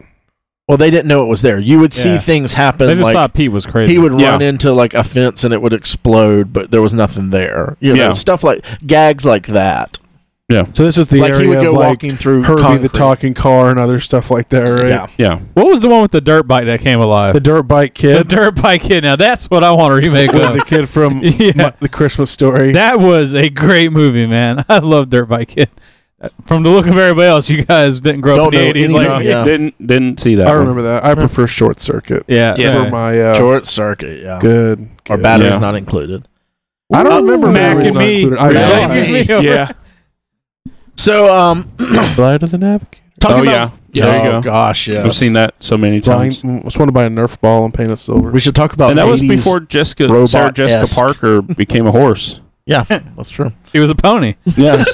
[SPEAKER 3] Well, they didn't know it was there. You would see
[SPEAKER 1] Yeah.
[SPEAKER 3] things happen.
[SPEAKER 1] They just
[SPEAKER 3] like
[SPEAKER 1] thought Pete was crazy.
[SPEAKER 3] he would
[SPEAKER 2] Yeah.
[SPEAKER 3] run into like a fence and it would explode, but there was nothing there. You know,
[SPEAKER 2] Yeah.
[SPEAKER 3] stuff like gags like that.
[SPEAKER 4] So this is the
[SPEAKER 3] like
[SPEAKER 4] area
[SPEAKER 3] he would go
[SPEAKER 4] of like
[SPEAKER 3] walking through
[SPEAKER 4] Herbie the
[SPEAKER 3] concrete.
[SPEAKER 4] talking car and other stuff like that, right?
[SPEAKER 3] Yeah.
[SPEAKER 2] Yeah.
[SPEAKER 1] What was the one with the dirt bike that came alive?
[SPEAKER 4] The dirt bike
[SPEAKER 1] The,
[SPEAKER 4] kid,
[SPEAKER 1] dirt bike kid. Now that's what I want to remake
[SPEAKER 4] with
[SPEAKER 1] of.
[SPEAKER 4] the kid from
[SPEAKER 1] Yeah.
[SPEAKER 4] Mu- the Christmas story.
[SPEAKER 1] That was a great movie, man. I love Dirt Bike Kid. From the look of everybody else, you guys didn't grow
[SPEAKER 3] Don't
[SPEAKER 1] up in the
[SPEAKER 3] know
[SPEAKER 1] eighties.
[SPEAKER 3] any-
[SPEAKER 1] Like,
[SPEAKER 3] No.
[SPEAKER 1] yeah,
[SPEAKER 3] Yeah.
[SPEAKER 2] Didn't didn't see that.
[SPEAKER 4] I
[SPEAKER 2] one.
[SPEAKER 4] remember that. I prefer Short Circuit
[SPEAKER 1] yeah.
[SPEAKER 5] Yeah.
[SPEAKER 4] for my uh,
[SPEAKER 3] Short circuit, yeah.
[SPEAKER 4] good.
[SPEAKER 3] Or
[SPEAKER 4] good.
[SPEAKER 3] batteries
[SPEAKER 2] Yeah.
[SPEAKER 3] not included.
[SPEAKER 4] I
[SPEAKER 1] Ooh,
[SPEAKER 4] don't remember
[SPEAKER 1] Mac
[SPEAKER 4] Memories
[SPEAKER 1] and
[SPEAKER 4] Not
[SPEAKER 1] me.
[SPEAKER 4] Included. I
[SPEAKER 3] Mac
[SPEAKER 4] saw
[SPEAKER 3] and
[SPEAKER 4] it.
[SPEAKER 3] Me.
[SPEAKER 1] yeah.
[SPEAKER 3] So um
[SPEAKER 4] Flight of the Navigator.
[SPEAKER 3] talking
[SPEAKER 2] Oh,
[SPEAKER 3] about
[SPEAKER 2] yeah. There you
[SPEAKER 3] oh,
[SPEAKER 2] go.
[SPEAKER 3] gosh, yeah.
[SPEAKER 2] I've seen that so many
[SPEAKER 4] Blind, mm,
[SPEAKER 2] times.
[SPEAKER 4] I just want to buy a Nerf ball and paint it silver.
[SPEAKER 3] We should talk about
[SPEAKER 2] and that was
[SPEAKER 3] 80s
[SPEAKER 2] before Jessica Sarah Jessica
[SPEAKER 3] uh, robot-esque.
[SPEAKER 2] Parker became a horse.
[SPEAKER 3] Yeah, that's true.
[SPEAKER 1] He was a pony.
[SPEAKER 2] Yes.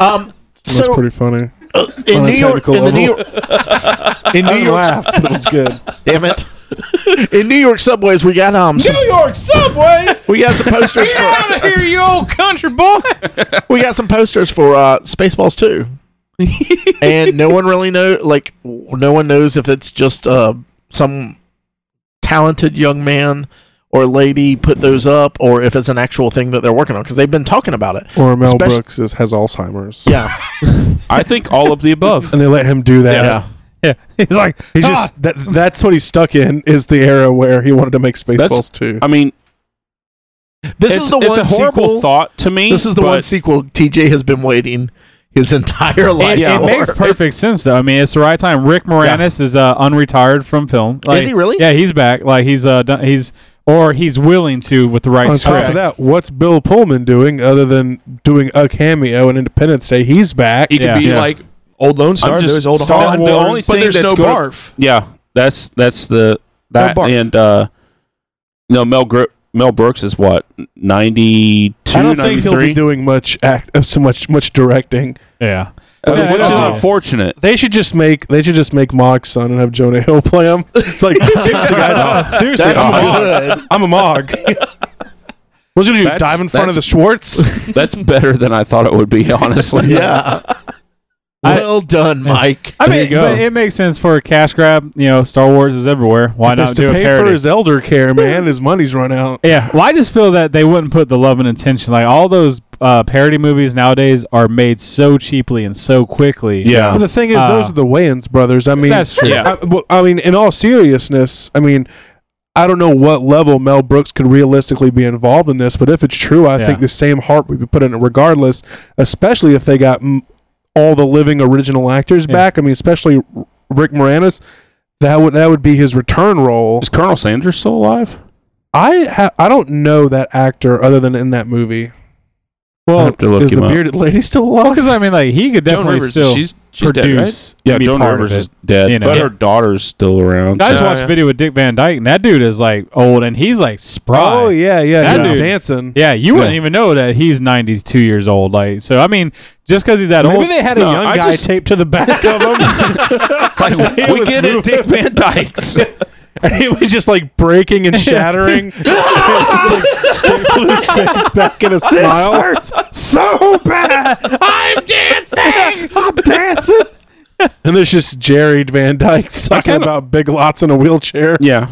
[SPEAKER 3] Um
[SPEAKER 4] That's
[SPEAKER 3] so
[SPEAKER 4] pretty funny.
[SPEAKER 3] uh, in
[SPEAKER 4] on a
[SPEAKER 3] New York
[SPEAKER 4] technical
[SPEAKER 3] in the New
[SPEAKER 4] level.
[SPEAKER 3] York in New York
[SPEAKER 4] laugh, but it was good.
[SPEAKER 3] Damn it. In New York subways, we got um, some,
[SPEAKER 1] York subways.
[SPEAKER 3] we got some posters for
[SPEAKER 1] here, you old country boy.
[SPEAKER 3] we got some posters for uh, Spaceballs two, and no one really know like w- no one knows if it's just uh, some talented young man or lady put those up, or if it's an actual thing that they're working on because they've been talking about it.
[SPEAKER 4] Or Mel
[SPEAKER 3] Especially-
[SPEAKER 4] Brooks is, has Alzheimer's.
[SPEAKER 3] Yeah,
[SPEAKER 2] I think all of the above.
[SPEAKER 4] And they let him do that.
[SPEAKER 3] yeah.
[SPEAKER 1] Yeah, he's like "Ah."
[SPEAKER 4] He just that, that's what he's stuck in is the era where he wanted to make Spaceballs too.
[SPEAKER 2] I mean,
[SPEAKER 3] This
[SPEAKER 2] it's,
[SPEAKER 3] is the
[SPEAKER 2] it's
[SPEAKER 3] one
[SPEAKER 2] a horrible
[SPEAKER 3] sequel.
[SPEAKER 2] thought to me.
[SPEAKER 3] this is the
[SPEAKER 2] but
[SPEAKER 3] one sequel TJ has been waiting his entire
[SPEAKER 1] It,
[SPEAKER 3] life.
[SPEAKER 2] Yeah.
[SPEAKER 1] it makes
[SPEAKER 3] for.
[SPEAKER 1] perfect sense though. I mean, it's the right time. Rick Moranis is uh, unretired from film. Like,
[SPEAKER 3] he really?
[SPEAKER 1] Yeah, he's back. Like he's uh done, he's or he's willing to with the right
[SPEAKER 4] On
[SPEAKER 1] script.
[SPEAKER 4] top of that, what's Bill Pullman doing other than doing a cameo in Independence Day? He's back.
[SPEAKER 5] He could
[SPEAKER 1] Yeah.
[SPEAKER 5] be
[SPEAKER 2] Yeah.
[SPEAKER 5] like old Lone Star.
[SPEAKER 2] just-
[SPEAKER 5] There's old
[SPEAKER 2] Star
[SPEAKER 5] Holland.
[SPEAKER 2] Wars-
[SPEAKER 5] but there's
[SPEAKER 2] thing
[SPEAKER 5] no
[SPEAKER 2] that's gonna-
[SPEAKER 5] barf.
[SPEAKER 2] Yeah. That's that's the that
[SPEAKER 5] Mel Brooks.
[SPEAKER 2] and uh, no Mel Gro- Mel Brooks is what 92,
[SPEAKER 4] I don't think he'll
[SPEAKER 2] 93?
[SPEAKER 4] be doing much act, uh, so much much directing.
[SPEAKER 1] Yeah.
[SPEAKER 2] Uh,
[SPEAKER 1] Yeah,
[SPEAKER 2] which is
[SPEAKER 1] yeah.
[SPEAKER 2] unfortunate.
[SPEAKER 4] They should just make they should just make Mog's son and have Jonah Hill play him. It's like seriously, guys, seriously,
[SPEAKER 3] That's
[SPEAKER 4] I'm, a Mog.
[SPEAKER 3] good.
[SPEAKER 4] I'm a Mog. What's he gonna do?
[SPEAKER 2] That's-
[SPEAKER 4] dive in front of the
[SPEAKER 2] that's-
[SPEAKER 4] Schwartz?
[SPEAKER 2] That's better than I thought it would be. Honestly,
[SPEAKER 3] yeah.
[SPEAKER 1] I-
[SPEAKER 3] well done, Mike.
[SPEAKER 1] I
[SPEAKER 2] There
[SPEAKER 1] mean,
[SPEAKER 2] you go.
[SPEAKER 1] but it makes sense for a cash grab. You know, Star Wars is everywhere. Why
[SPEAKER 4] It's
[SPEAKER 1] not
[SPEAKER 4] to
[SPEAKER 1] do a
[SPEAKER 4] pay for
[SPEAKER 1] parody?
[SPEAKER 4] his elder care, man. His money's run out.
[SPEAKER 1] yeah. Well, I just feel that they wouldn't put the love and intention. Like all those uh, parody movies nowadays are made so cheaply and so quickly.
[SPEAKER 4] But
[SPEAKER 2] yeah,
[SPEAKER 4] the thing is,
[SPEAKER 1] Uh,
[SPEAKER 4] those are the Wayans brothers. I mean,
[SPEAKER 1] That's true.
[SPEAKER 2] Yeah.
[SPEAKER 4] I, well, I mean, in all seriousness, I mean, I don't know what level Mel Brooks could realistically be involved in this, but if it's true, I
[SPEAKER 1] Yeah.
[SPEAKER 4] think the same heart would be put in it, regardless. Especially if they got m- all the living original actors
[SPEAKER 1] Yeah.
[SPEAKER 4] back. I mean, especially R- Rick Moranis. That would that would be his return role.
[SPEAKER 2] is Colonel Sanders still alive?
[SPEAKER 4] I ha- I don't know that actor other than in that movie.
[SPEAKER 2] I
[SPEAKER 1] Well,
[SPEAKER 2] have to look
[SPEAKER 4] Is
[SPEAKER 2] him
[SPEAKER 4] the
[SPEAKER 2] up.
[SPEAKER 4] bearded lady still alive?
[SPEAKER 1] because I mean, like he could
[SPEAKER 5] Joan
[SPEAKER 1] definitely
[SPEAKER 5] Rivers,
[SPEAKER 1] still
[SPEAKER 5] she's, she's dead, right?
[SPEAKER 1] produce.
[SPEAKER 2] yeah,
[SPEAKER 1] and be
[SPEAKER 2] Joan
[SPEAKER 1] part of
[SPEAKER 2] Rivers
[SPEAKER 1] it.
[SPEAKER 2] is dead,
[SPEAKER 1] you know.
[SPEAKER 2] but
[SPEAKER 1] Yeah.
[SPEAKER 2] her daughter's still around.
[SPEAKER 1] I just
[SPEAKER 5] Yeah,
[SPEAKER 1] watched
[SPEAKER 5] yeah.
[SPEAKER 1] a video with Dick Van Dyke, and that dude is like old, and he's like spry.
[SPEAKER 4] Oh yeah, yeah,
[SPEAKER 1] That
[SPEAKER 4] he was
[SPEAKER 1] dude-
[SPEAKER 4] dancing.
[SPEAKER 1] Yeah, you wouldn't
[SPEAKER 2] Yeah.
[SPEAKER 1] even know that he's 92 years old. Like, so I mean, just because he's that
[SPEAKER 4] Maybe
[SPEAKER 1] old,
[SPEAKER 4] they had a
[SPEAKER 2] No,
[SPEAKER 4] young
[SPEAKER 2] I
[SPEAKER 4] guy
[SPEAKER 2] just-
[SPEAKER 4] taped to the back of him.
[SPEAKER 2] It's like, we get it, Dick Van Dyke's.
[SPEAKER 4] and he was just like breaking and shattering. It was, like, stapled his face back in a smile.
[SPEAKER 1] so bad. I'm dancing. I'm dancing.
[SPEAKER 4] And there's just Jerry Van Dyke talking
[SPEAKER 2] kinda-
[SPEAKER 4] about big lots in a wheelchair.
[SPEAKER 2] Yeah.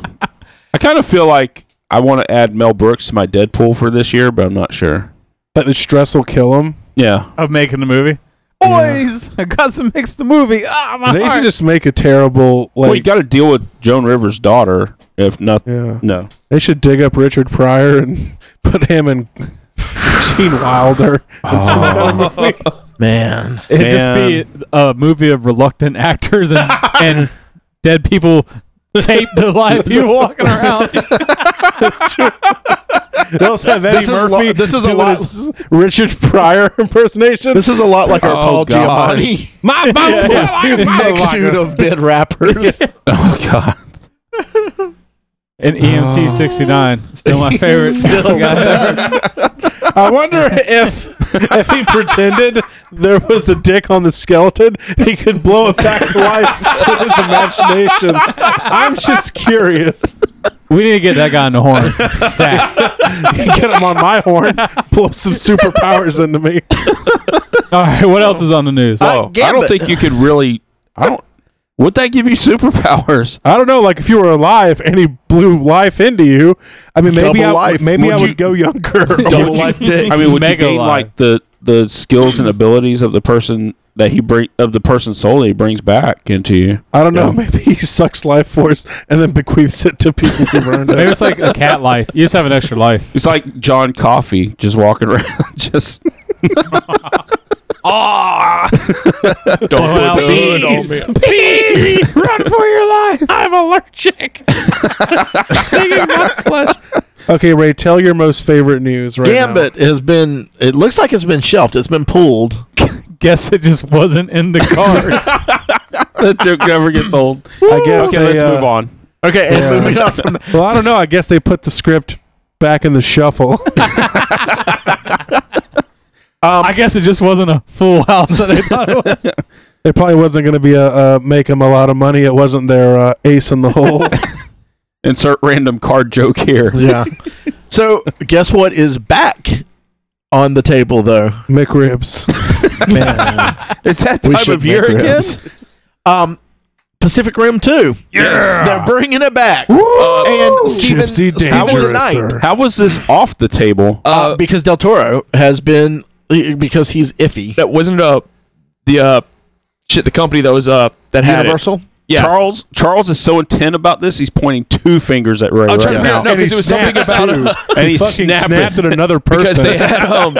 [SPEAKER 2] I kind of feel like I want to add Mel Brooks to my Deadpool for this year, but I'm not sure.
[SPEAKER 4] That the stress will kill him.
[SPEAKER 2] Yeah.
[SPEAKER 1] Of making the movie. Boys, I got some mixed the movie. Ah, my
[SPEAKER 4] They should
[SPEAKER 1] heart.
[SPEAKER 4] just make a terrible like.
[SPEAKER 2] well, you got to deal with Joan Rivers' daughter, if nothing.
[SPEAKER 4] yeah,
[SPEAKER 2] No.
[SPEAKER 4] they should dig up Richard Pryor and put him in Gene Wilder. and some other movie.
[SPEAKER 3] Man.
[SPEAKER 1] It'd just be a movie of reluctant actors and, and dead people taped to live people walking around.
[SPEAKER 4] They also have Eddie
[SPEAKER 3] This is
[SPEAKER 4] Murphy.
[SPEAKER 3] lo- this is a
[SPEAKER 4] doing
[SPEAKER 3] lot-
[SPEAKER 4] his Richard Pryor impersonation.
[SPEAKER 3] This is a lot like our
[SPEAKER 5] Oh,
[SPEAKER 3] Paul
[SPEAKER 5] God.
[SPEAKER 3] Giamatti
[SPEAKER 4] my
[SPEAKER 1] Yeah,
[SPEAKER 3] mixude of dead rappers.
[SPEAKER 2] Oh, God.
[SPEAKER 1] And E EMT 69, Oh. still my favorite.
[SPEAKER 3] Still
[SPEAKER 1] guy.
[SPEAKER 4] I wonder if if he pretended there was a dick on the skeleton, he could blow it back to life with his imagination. I'm just curious.
[SPEAKER 1] We need to get that guy on the horn. Stat.
[SPEAKER 4] Get him on my horn, blow some superpowers into me.
[SPEAKER 1] All right, what else is on the news?
[SPEAKER 2] Oh, I don't
[SPEAKER 3] Gambit.
[SPEAKER 2] think you could really. I don't. Would that give you superpowers?
[SPEAKER 4] I don't know, like if you were alive and he blew life into you. I mean, maybe
[SPEAKER 3] Double
[SPEAKER 4] I
[SPEAKER 3] life.
[SPEAKER 4] maybe I
[SPEAKER 2] Would
[SPEAKER 4] would
[SPEAKER 2] you-
[SPEAKER 4] go younger.
[SPEAKER 3] Double life dick.
[SPEAKER 2] I mean, would you
[SPEAKER 1] Mega
[SPEAKER 2] gain
[SPEAKER 1] lie.
[SPEAKER 2] like the the skills and abilities of the person that he bring of the person's soul that he brings back into you?
[SPEAKER 4] I don't know. Maybe he sucks life force and then bequeaths it to people who earned
[SPEAKER 1] Maybe
[SPEAKER 4] it.
[SPEAKER 1] it's like a cat life. You just have an extra life.
[SPEAKER 2] It's like John Coffey just walking around, just ah. don't
[SPEAKER 1] Blowing out
[SPEAKER 2] put
[SPEAKER 1] bees.
[SPEAKER 2] on me.
[SPEAKER 1] Run for your life. I'm allergic.
[SPEAKER 4] Okay, Ray, tell your most favorite news right now.
[SPEAKER 3] Gambit has been. It looks like it's been shelved. It's been pulled.
[SPEAKER 1] Guess it just wasn't in the cards.
[SPEAKER 2] that joke never gets old.
[SPEAKER 4] I guess
[SPEAKER 2] Okay,
[SPEAKER 4] they,
[SPEAKER 2] let's
[SPEAKER 4] uh,
[SPEAKER 2] move on.
[SPEAKER 3] Okay, and
[SPEAKER 4] Yeah.
[SPEAKER 3] moving on from that.
[SPEAKER 4] Well, I don't know. I guess they put the script back in the shuffle.
[SPEAKER 3] Um,
[SPEAKER 1] I guess it just wasn't a full house that I thought it was.
[SPEAKER 4] it probably wasn't going to be a uh, make them a lot of money. It wasn't their uh, ace in the hole.
[SPEAKER 2] Insert random card joke here.
[SPEAKER 3] Yeah. so guess what is back on the table though?
[SPEAKER 4] McRibs.
[SPEAKER 3] Man,
[SPEAKER 2] It's that
[SPEAKER 3] we
[SPEAKER 2] time
[SPEAKER 3] should
[SPEAKER 2] of year
[SPEAKER 3] make
[SPEAKER 2] again.
[SPEAKER 3] ribs. Um, Pacific Rim Two.
[SPEAKER 2] Yes.
[SPEAKER 3] They're bringing it back. and Steven, Steven
[SPEAKER 4] Gypsy Dangerous,
[SPEAKER 3] Knight,
[SPEAKER 4] sir.
[SPEAKER 2] How was this off the table?
[SPEAKER 3] uh,
[SPEAKER 5] Uh,
[SPEAKER 3] because Del Toro has been because he's iffy.
[SPEAKER 5] that wasn't uh the uh shit the company that was uh that had it.
[SPEAKER 3] Universal.
[SPEAKER 5] Yeah.
[SPEAKER 2] Charles Charles is so intent about this. He's pointing two fingers at Ray
[SPEAKER 5] I'm
[SPEAKER 2] right
[SPEAKER 5] trying to figure
[SPEAKER 2] now,
[SPEAKER 5] out no,
[SPEAKER 4] And he
[SPEAKER 5] because it was something
[SPEAKER 4] snapped,
[SPEAKER 5] about
[SPEAKER 4] too.
[SPEAKER 2] and he
[SPEAKER 4] Fucking
[SPEAKER 2] snapped
[SPEAKER 4] snapped
[SPEAKER 2] it.
[SPEAKER 4] at another
[SPEAKER 5] because
[SPEAKER 4] person.
[SPEAKER 5] they had um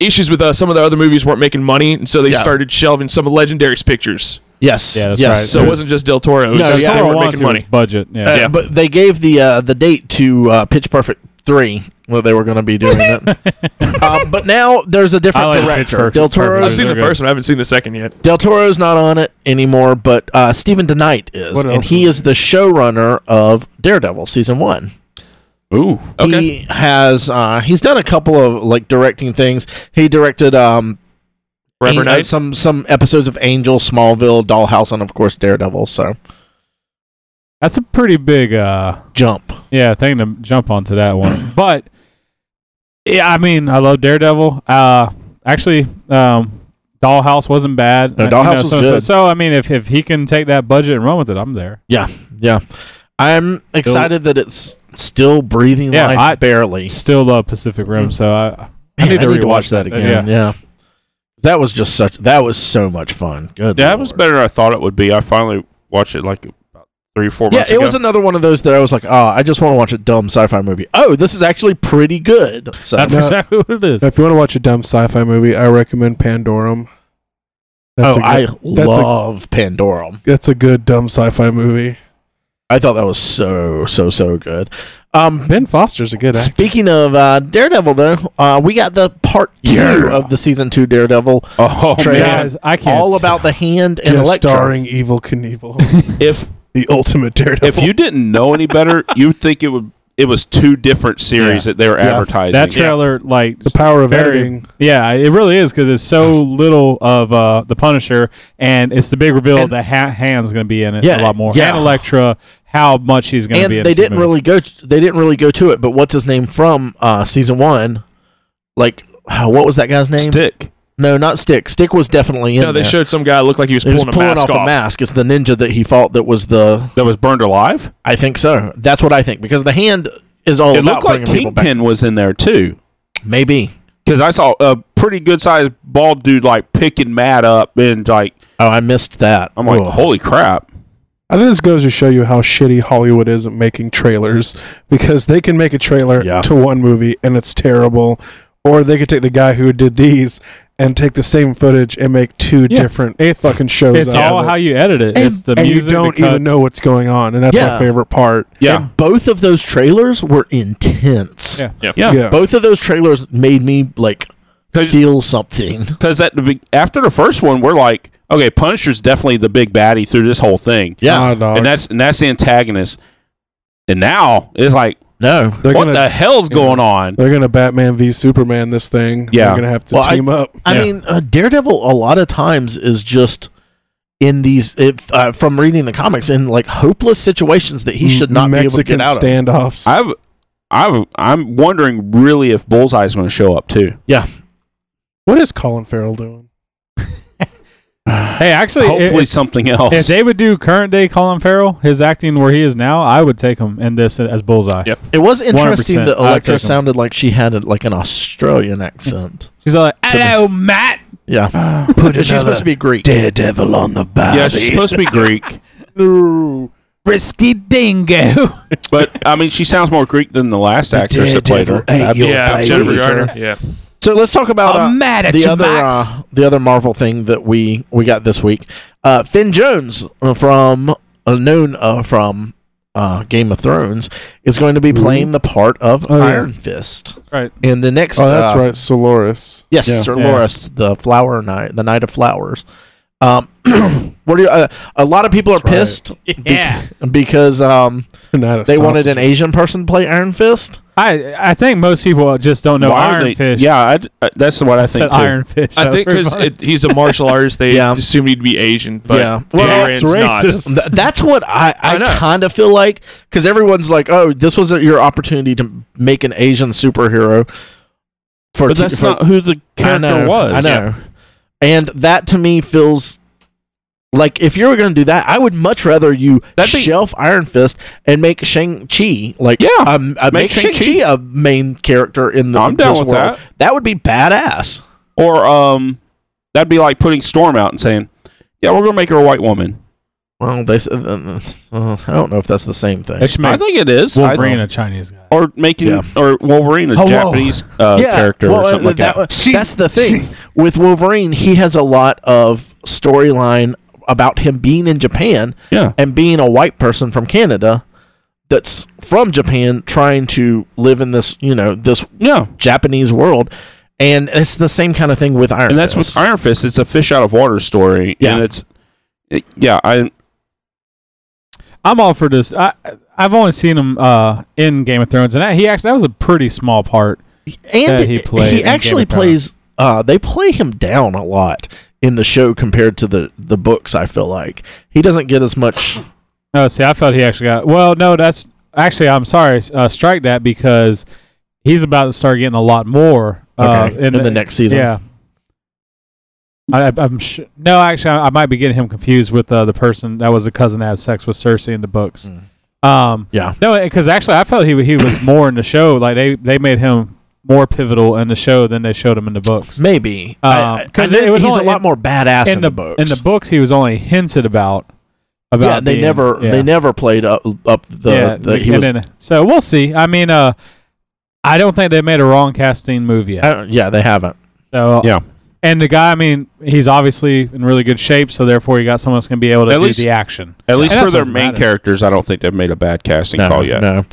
[SPEAKER 5] issues with uh, some of the other movies weren't making money, and so they
[SPEAKER 3] Yeah.
[SPEAKER 5] started shelving some of Legendary's pictures.
[SPEAKER 3] Yes.
[SPEAKER 1] Yeah, that's
[SPEAKER 3] yes.
[SPEAKER 1] right.
[SPEAKER 5] So it wasn't just Del Toro. It was
[SPEAKER 3] No,
[SPEAKER 5] just
[SPEAKER 3] yeah.
[SPEAKER 5] they
[SPEAKER 1] Toro
[SPEAKER 5] weren't
[SPEAKER 1] wants
[SPEAKER 5] making
[SPEAKER 1] to, it's
[SPEAKER 5] money.
[SPEAKER 1] budget. Yeah.
[SPEAKER 3] Uh, But they gave the uh, the date to uh, Pitch Perfect three that they were going to be doing it. uh, but now there's a different
[SPEAKER 1] I like
[SPEAKER 3] director.
[SPEAKER 1] Pitchfork.
[SPEAKER 3] Del
[SPEAKER 1] It's perfect.
[SPEAKER 3] Toro's
[SPEAKER 1] Those
[SPEAKER 5] I've seen
[SPEAKER 1] are
[SPEAKER 5] the
[SPEAKER 1] good.
[SPEAKER 5] first one. I haven't seen the second yet.
[SPEAKER 3] Del Toro's not on it anymore, but uh, Stephen DeKnight is,
[SPEAKER 4] What
[SPEAKER 3] and
[SPEAKER 4] else
[SPEAKER 3] he
[SPEAKER 4] is
[SPEAKER 3] is the showrunner of Daredevil season one.
[SPEAKER 2] Ooh.
[SPEAKER 5] Okay.
[SPEAKER 3] He has uh, he's done a couple of like directing things. He directed um
[SPEAKER 5] Forever
[SPEAKER 3] An- uh,
[SPEAKER 5] Night.
[SPEAKER 3] some some episodes of Angel, Smallville, Dollhouse, and of course Daredevil. So
[SPEAKER 1] That's a pretty big uh
[SPEAKER 3] jump.
[SPEAKER 1] yeah thing to jump onto that one. But yeah, I mean, I love Daredevil. Uh, actually, um, Dollhouse wasn't bad.
[SPEAKER 3] No,
[SPEAKER 1] Uh,
[SPEAKER 3] Dollhouse was
[SPEAKER 1] so, So,
[SPEAKER 3] good.
[SPEAKER 1] so, I mean, if if he can take that budget and run with it, I'm there.
[SPEAKER 3] Yeah, I'm excited that it's still breathing
[SPEAKER 1] Yeah,
[SPEAKER 3] life
[SPEAKER 1] I-
[SPEAKER 3] barely.
[SPEAKER 1] Still love Pacific Rim, so I
[SPEAKER 3] Man, I need,
[SPEAKER 1] need to rewatch
[SPEAKER 3] to watch that
[SPEAKER 1] that,
[SPEAKER 3] again. Yeah. that was just such. That was so much fun. Good.
[SPEAKER 2] That
[SPEAKER 3] lord.
[SPEAKER 2] was better than I thought it would be. I finally watched it like about three or four
[SPEAKER 3] Yeah,
[SPEAKER 2] months
[SPEAKER 3] it
[SPEAKER 2] ago.
[SPEAKER 3] was another one of those that I was like, oh, I just want to watch a dumb sci-fi movie. Oh, this is actually pretty good. So
[SPEAKER 1] that's
[SPEAKER 4] No.
[SPEAKER 1] exactly what it is.
[SPEAKER 4] If you want to watch a dumb sci-fi movie, I recommend Pandorum.
[SPEAKER 3] oh,
[SPEAKER 4] a
[SPEAKER 3] I
[SPEAKER 4] good, that's a-
[SPEAKER 3] love Pandorum.
[SPEAKER 4] that's a good dumb sci-fi movie.
[SPEAKER 3] I thought that was so so so good. Um,
[SPEAKER 4] Ben Foster's a good actor.
[SPEAKER 3] Speaking of uh, Daredevil, though, uh, we got the part two
[SPEAKER 2] Yeah.
[SPEAKER 3] of the season two Daredevil,
[SPEAKER 2] oh,
[SPEAKER 3] Trey-
[SPEAKER 2] man.
[SPEAKER 1] Guys, I can't.
[SPEAKER 3] all about the hand and
[SPEAKER 4] Yeah,
[SPEAKER 3] Electro.
[SPEAKER 4] starring Evil Knievel,
[SPEAKER 2] If
[SPEAKER 4] the ultimate Daredevil.
[SPEAKER 2] if you didn't know any better, you'd think it would. It was two different series that they were advertising.
[SPEAKER 1] that trailer. Like
[SPEAKER 4] the power of
[SPEAKER 1] very-
[SPEAKER 4] editing.
[SPEAKER 1] Yeah, it really is because it's so little of uh, the Punisher, and it's the big reveal
[SPEAKER 3] And-
[SPEAKER 1] that ha- Han's going to be in it
[SPEAKER 3] Yeah,
[SPEAKER 1] a lot more.
[SPEAKER 3] yeah.
[SPEAKER 1] And Elektra, how much she's going to
[SPEAKER 3] and
[SPEAKER 1] be in
[SPEAKER 3] they
[SPEAKER 1] this
[SPEAKER 3] didn't
[SPEAKER 1] movie.
[SPEAKER 3] really go. t- They didn't really go to it. But what's his name from uh, season one? Like, uh, what was that guy's name?
[SPEAKER 2] stick.
[SPEAKER 3] No, not Stick. Stick was definitely in.
[SPEAKER 5] No, they
[SPEAKER 3] there.
[SPEAKER 5] showed some guy looked like he was
[SPEAKER 3] He
[SPEAKER 5] pulling,
[SPEAKER 3] was pulling,
[SPEAKER 5] a mask
[SPEAKER 3] off,
[SPEAKER 5] off.
[SPEAKER 3] a mask. It's the ninja that he fought. That was the.
[SPEAKER 2] That was burned alive.
[SPEAKER 3] I think so. That's what I think because the hand is all
[SPEAKER 2] It
[SPEAKER 3] about
[SPEAKER 2] looked like
[SPEAKER 3] bringing people back.
[SPEAKER 2] Kingpin was in there too,
[SPEAKER 3] Maybe.
[SPEAKER 2] because I saw a pretty good sized bald dude like picking Matt up and like
[SPEAKER 3] Oh, I missed that.
[SPEAKER 2] I'm like,
[SPEAKER 3] Ugh.
[SPEAKER 2] holy crap!
[SPEAKER 4] I think this goes to show you how shitty Hollywood is at making trailers because they can make a trailer
[SPEAKER 3] Yeah.
[SPEAKER 4] to one movie and it's terrible, or they could take the guy who did these and take the same footage and make two
[SPEAKER 1] Yeah,
[SPEAKER 4] different
[SPEAKER 1] it's-
[SPEAKER 4] fucking shows.
[SPEAKER 1] It's
[SPEAKER 4] out
[SPEAKER 1] all
[SPEAKER 4] of it.
[SPEAKER 1] how you edit it.
[SPEAKER 4] and,
[SPEAKER 1] it's the
[SPEAKER 4] and
[SPEAKER 1] music.
[SPEAKER 4] you don't
[SPEAKER 1] the cuts.
[SPEAKER 4] even know what's going on, and that's
[SPEAKER 3] Yeah.
[SPEAKER 4] my favorite part.
[SPEAKER 2] Yeah,
[SPEAKER 3] And both of those trailers were intense.
[SPEAKER 1] Yeah.
[SPEAKER 2] yeah.
[SPEAKER 4] Yeah,
[SPEAKER 3] Both of those trailers made me like
[SPEAKER 2] 'Cause-
[SPEAKER 3] feel something.
[SPEAKER 2] because at the be- after the first one, we're like, okay, Punisher's definitely the big baddie through this whole thing,
[SPEAKER 4] Nah,
[SPEAKER 3] Yeah.
[SPEAKER 4] dog.
[SPEAKER 2] and that's and that's the antagonist. And now it's like,
[SPEAKER 3] No.
[SPEAKER 4] they're
[SPEAKER 2] what
[SPEAKER 4] gonna
[SPEAKER 2] the hell's going on?
[SPEAKER 4] they're gonna Batman v Superman this thing.
[SPEAKER 2] Yeah.
[SPEAKER 4] they're gonna have to
[SPEAKER 3] Well, I-
[SPEAKER 4] team up.
[SPEAKER 3] I
[SPEAKER 1] Yeah.
[SPEAKER 3] mean, uh, Daredevil a lot of times is just in these if, uh, from reading the comics in like hopeless situations that he should not be
[SPEAKER 4] Mexican
[SPEAKER 3] able to get out of.
[SPEAKER 4] standoffs.
[SPEAKER 2] I've I've I'm wondering really if Bullseye's going to show up too.
[SPEAKER 4] what is Colin Farrell doing?
[SPEAKER 1] Hey, actually, i-
[SPEAKER 2] Hopefully
[SPEAKER 1] if,
[SPEAKER 2] something
[SPEAKER 1] if
[SPEAKER 2] else.
[SPEAKER 1] eh, they would do current day Colin Farrell, his acting where he is now, I would take him in this as Bullseye.
[SPEAKER 5] Yep.
[SPEAKER 3] It was interesting
[SPEAKER 1] 100%.
[SPEAKER 3] that
[SPEAKER 1] I'd take
[SPEAKER 3] Electra
[SPEAKER 1] 'em.
[SPEAKER 3] sounded like she had a, like an Australian accent.
[SPEAKER 1] She's like, "Hello, Matt."
[SPEAKER 3] Yeah.
[SPEAKER 4] Put
[SPEAKER 3] She's supposed to be Greek.
[SPEAKER 4] Daredevil on the body.
[SPEAKER 2] yeah, she's supposed to be Greek,
[SPEAKER 1] Risky dingo.
[SPEAKER 2] but I mean, she sounds more Greek than the last actress that played her.
[SPEAKER 4] Daredevil ate
[SPEAKER 2] Absolutely.
[SPEAKER 4] your
[SPEAKER 5] Yeah,
[SPEAKER 4] Baby.
[SPEAKER 5] Jennifer Garner. Yeah.
[SPEAKER 3] So let's talk about uh,
[SPEAKER 1] mad
[SPEAKER 3] the other uh, the other Marvel thing that we we got this week. Uh, Finn Jones uh, from uh, known uh, from uh, Game of Thrones is going to be playing the part of
[SPEAKER 1] Oh, yeah.
[SPEAKER 3] Iron Fist
[SPEAKER 1] Right.
[SPEAKER 3] in the next.
[SPEAKER 4] Oh, that's
[SPEAKER 3] uh,
[SPEAKER 4] right, Solaris.
[SPEAKER 3] Yes,
[SPEAKER 4] Yeah.
[SPEAKER 3] Sir
[SPEAKER 1] Yeah.
[SPEAKER 3] Loras, the flower night, the night of flowers. Um, what do you? Uh, a lot of people are
[SPEAKER 4] right.
[SPEAKER 3] pissed.
[SPEAKER 1] Yeah.
[SPEAKER 3] bec- because um,
[SPEAKER 4] Not a
[SPEAKER 3] they wanted an
[SPEAKER 4] sausage.
[SPEAKER 3] Asian person to play Iron Fist.
[SPEAKER 1] I I think most people just don't know
[SPEAKER 2] Why are
[SPEAKER 1] Iron
[SPEAKER 2] they-
[SPEAKER 1] Fish.
[SPEAKER 2] Yeah, I'd- uh, that's what I,
[SPEAKER 1] I
[SPEAKER 2] think
[SPEAKER 1] said
[SPEAKER 2] too.
[SPEAKER 1] Iron Fish.
[SPEAKER 5] I
[SPEAKER 1] That's
[SPEAKER 5] think
[SPEAKER 1] pretty
[SPEAKER 5] because
[SPEAKER 1] funny.
[SPEAKER 5] he's a martial artist, they
[SPEAKER 3] Yeah.
[SPEAKER 5] assumed he'd be Asian. But
[SPEAKER 3] Yeah.
[SPEAKER 5] yeah.
[SPEAKER 3] Well,
[SPEAKER 5] Aaron's
[SPEAKER 4] that's racist.
[SPEAKER 5] not.
[SPEAKER 3] Th- that's what I, I,
[SPEAKER 5] I know.
[SPEAKER 3] kind of feel like because everyone's like, oh, this was your opportunity to make an Asian superhero for.
[SPEAKER 2] But
[SPEAKER 3] t-
[SPEAKER 2] that's
[SPEAKER 3] for-
[SPEAKER 2] not who the
[SPEAKER 3] I
[SPEAKER 2] character
[SPEAKER 3] know,
[SPEAKER 2] was.
[SPEAKER 3] I know, and that to me feels like if you were going to do that, I would much rather you
[SPEAKER 2] That'd be-
[SPEAKER 3] shelf Iron Fist and make Shang Chi like
[SPEAKER 2] Yeah.
[SPEAKER 3] um, uh, make,
[SPEAKER 2] Make
[SPEAKER 3] Shang
[SPEAKER 2] Shang-Chi.
[SPEAKER 3] Chi a main character in the
[SPEAKER 2] I'm
[SPEAKER 3] this
[SPEAKER 2] down with
[SPEAKER 3] world.
[SPEAKER 2] that.
[SPEAKER 3] would be badass.
[SPEAKER 2] Or um, that'd be like putting Storm out and saying, "Yeah, we're gonna make her a white woman."
[SPEAKER 3] Well, they said, uh, uh, I don't know if that's the same thing.
[SPEAKER 1] They should make
[SPEAKER 2] I think it is. I-
[SPEAKER 1] Wolverine a Chinese guy.
[SPEAKER 2] or making
[SPEAKER 3] Yeah.
[SPEAKER 2] or Wolverine a
[SPEAKER 3] Oh, whoa.
[SPEAKER 2] Japanese uh, character
[SPEAKER 3] well,
[SPEAKER 2] or something
[SPEAKER 3] uh,
[SPEAKER 2] like that.
[SPEAKER 3] wa- that's the thing with Wolverine. He has a lot of storyline about him being in Japan
[SPEAKER 2] Yeah,
[SPEAKER 3] and being a white person from Canada that's from Japan trying to live in this, you know, this
[SPEAKER 2] Yeah.
[SPEAKER 3] Japanese world. And it's the same kind of thing with Iron
[SPEAKER 2] and that's
[SPEAKER 3] Fist.
[SPEAKER 2] with Iron Fist. It's a fish out of water story,
[SPEAKER 3] Yeah.
[SPEAKER 2] and it's it- yeah. I
[SPEAKER 1] I'm all for this. I I've only seen him uh, in Game of Thrones, and that, he actually that was a pretty small part.
[SPEAKER 3] and
[SPEAKER 1] that he played in Game
[SPEAKER 3] actually
[SPEAKER 1] of Thrones.
[SPEAKER 3] plays uh they play him down a lot in the show compared to the the books i feel like he doesn't get as much
[SPEAKER 1] No, see, I felt he actually got. Well, no, that's actually. I'm sorry. Uh, strike that because he's about to start getting a lot more uh,
[SPEAKER 3] okay, in, the, next season
[SPEAKER 1] Yeah. I, I- I'm sh- no, actually, I, I might be getting him confused with uh, the person that was the cousin that had sex with Cersei in the books.
[SPEAKER 3] Mm.
[SPEAKER 1] Um,
[SPEAKER 3] Yeah.
[SPEAKER 1] no, because actually, I felt he he was more in the show. Like they they made him more pivotal in the show than they showed him in the books.
[SPEAKER 3] maybe
[SPEAKER 1] Um, 'cause it- it was
[SPEAKER 3] he's
[SPEAKER 1] only
[SPEAKER 3] a lot
[SPEAKER 1] in-
[SPEAKER 3] more badass in, the, books
[SPEAKER 1] in the books, he was only hinted about. About
[SPEAKER 3] yeah they
[SPEAKER 1] being-
[SPEAKER 3] never
[SPEAKER 1] yeah.
[SPEAKER 3] they never played up up the, the he
[SPEAKER 1] and
[SPEAKER 3] was
[SPEAKER 1] then- so we'll see. I mean, uh, I don't think they made a wrong casting move yet.
[SPEAKER 3] I don't- yeah they haven't
[SPEAKER 1] So
[SPEAKER 2] Yeah.
[SPEAKER 1] and the guy, I mean, he's obviously in really good shape, so therefore you got someone that's going to be able to
[SPEAKER 2] At
[SPEAKER 1] do
[SPEAKER 2] least-
[SPEAKER 1] the action.
[SPEAKER 2] at least
[SPEAKER 1] And
[SPEAKER 2] for
[SPEAKER 1] that's
[SPEAKER 2] their
[SPEAKER 1] what
[SPEAKER 2] main
[SPEAKER 1] matters.
[SPEAKER 2] characters, I don't think they've made a bad casting
[SPEAKER 3] no,
[SPEAKER 2] call yet.
[SPEAKER 3] no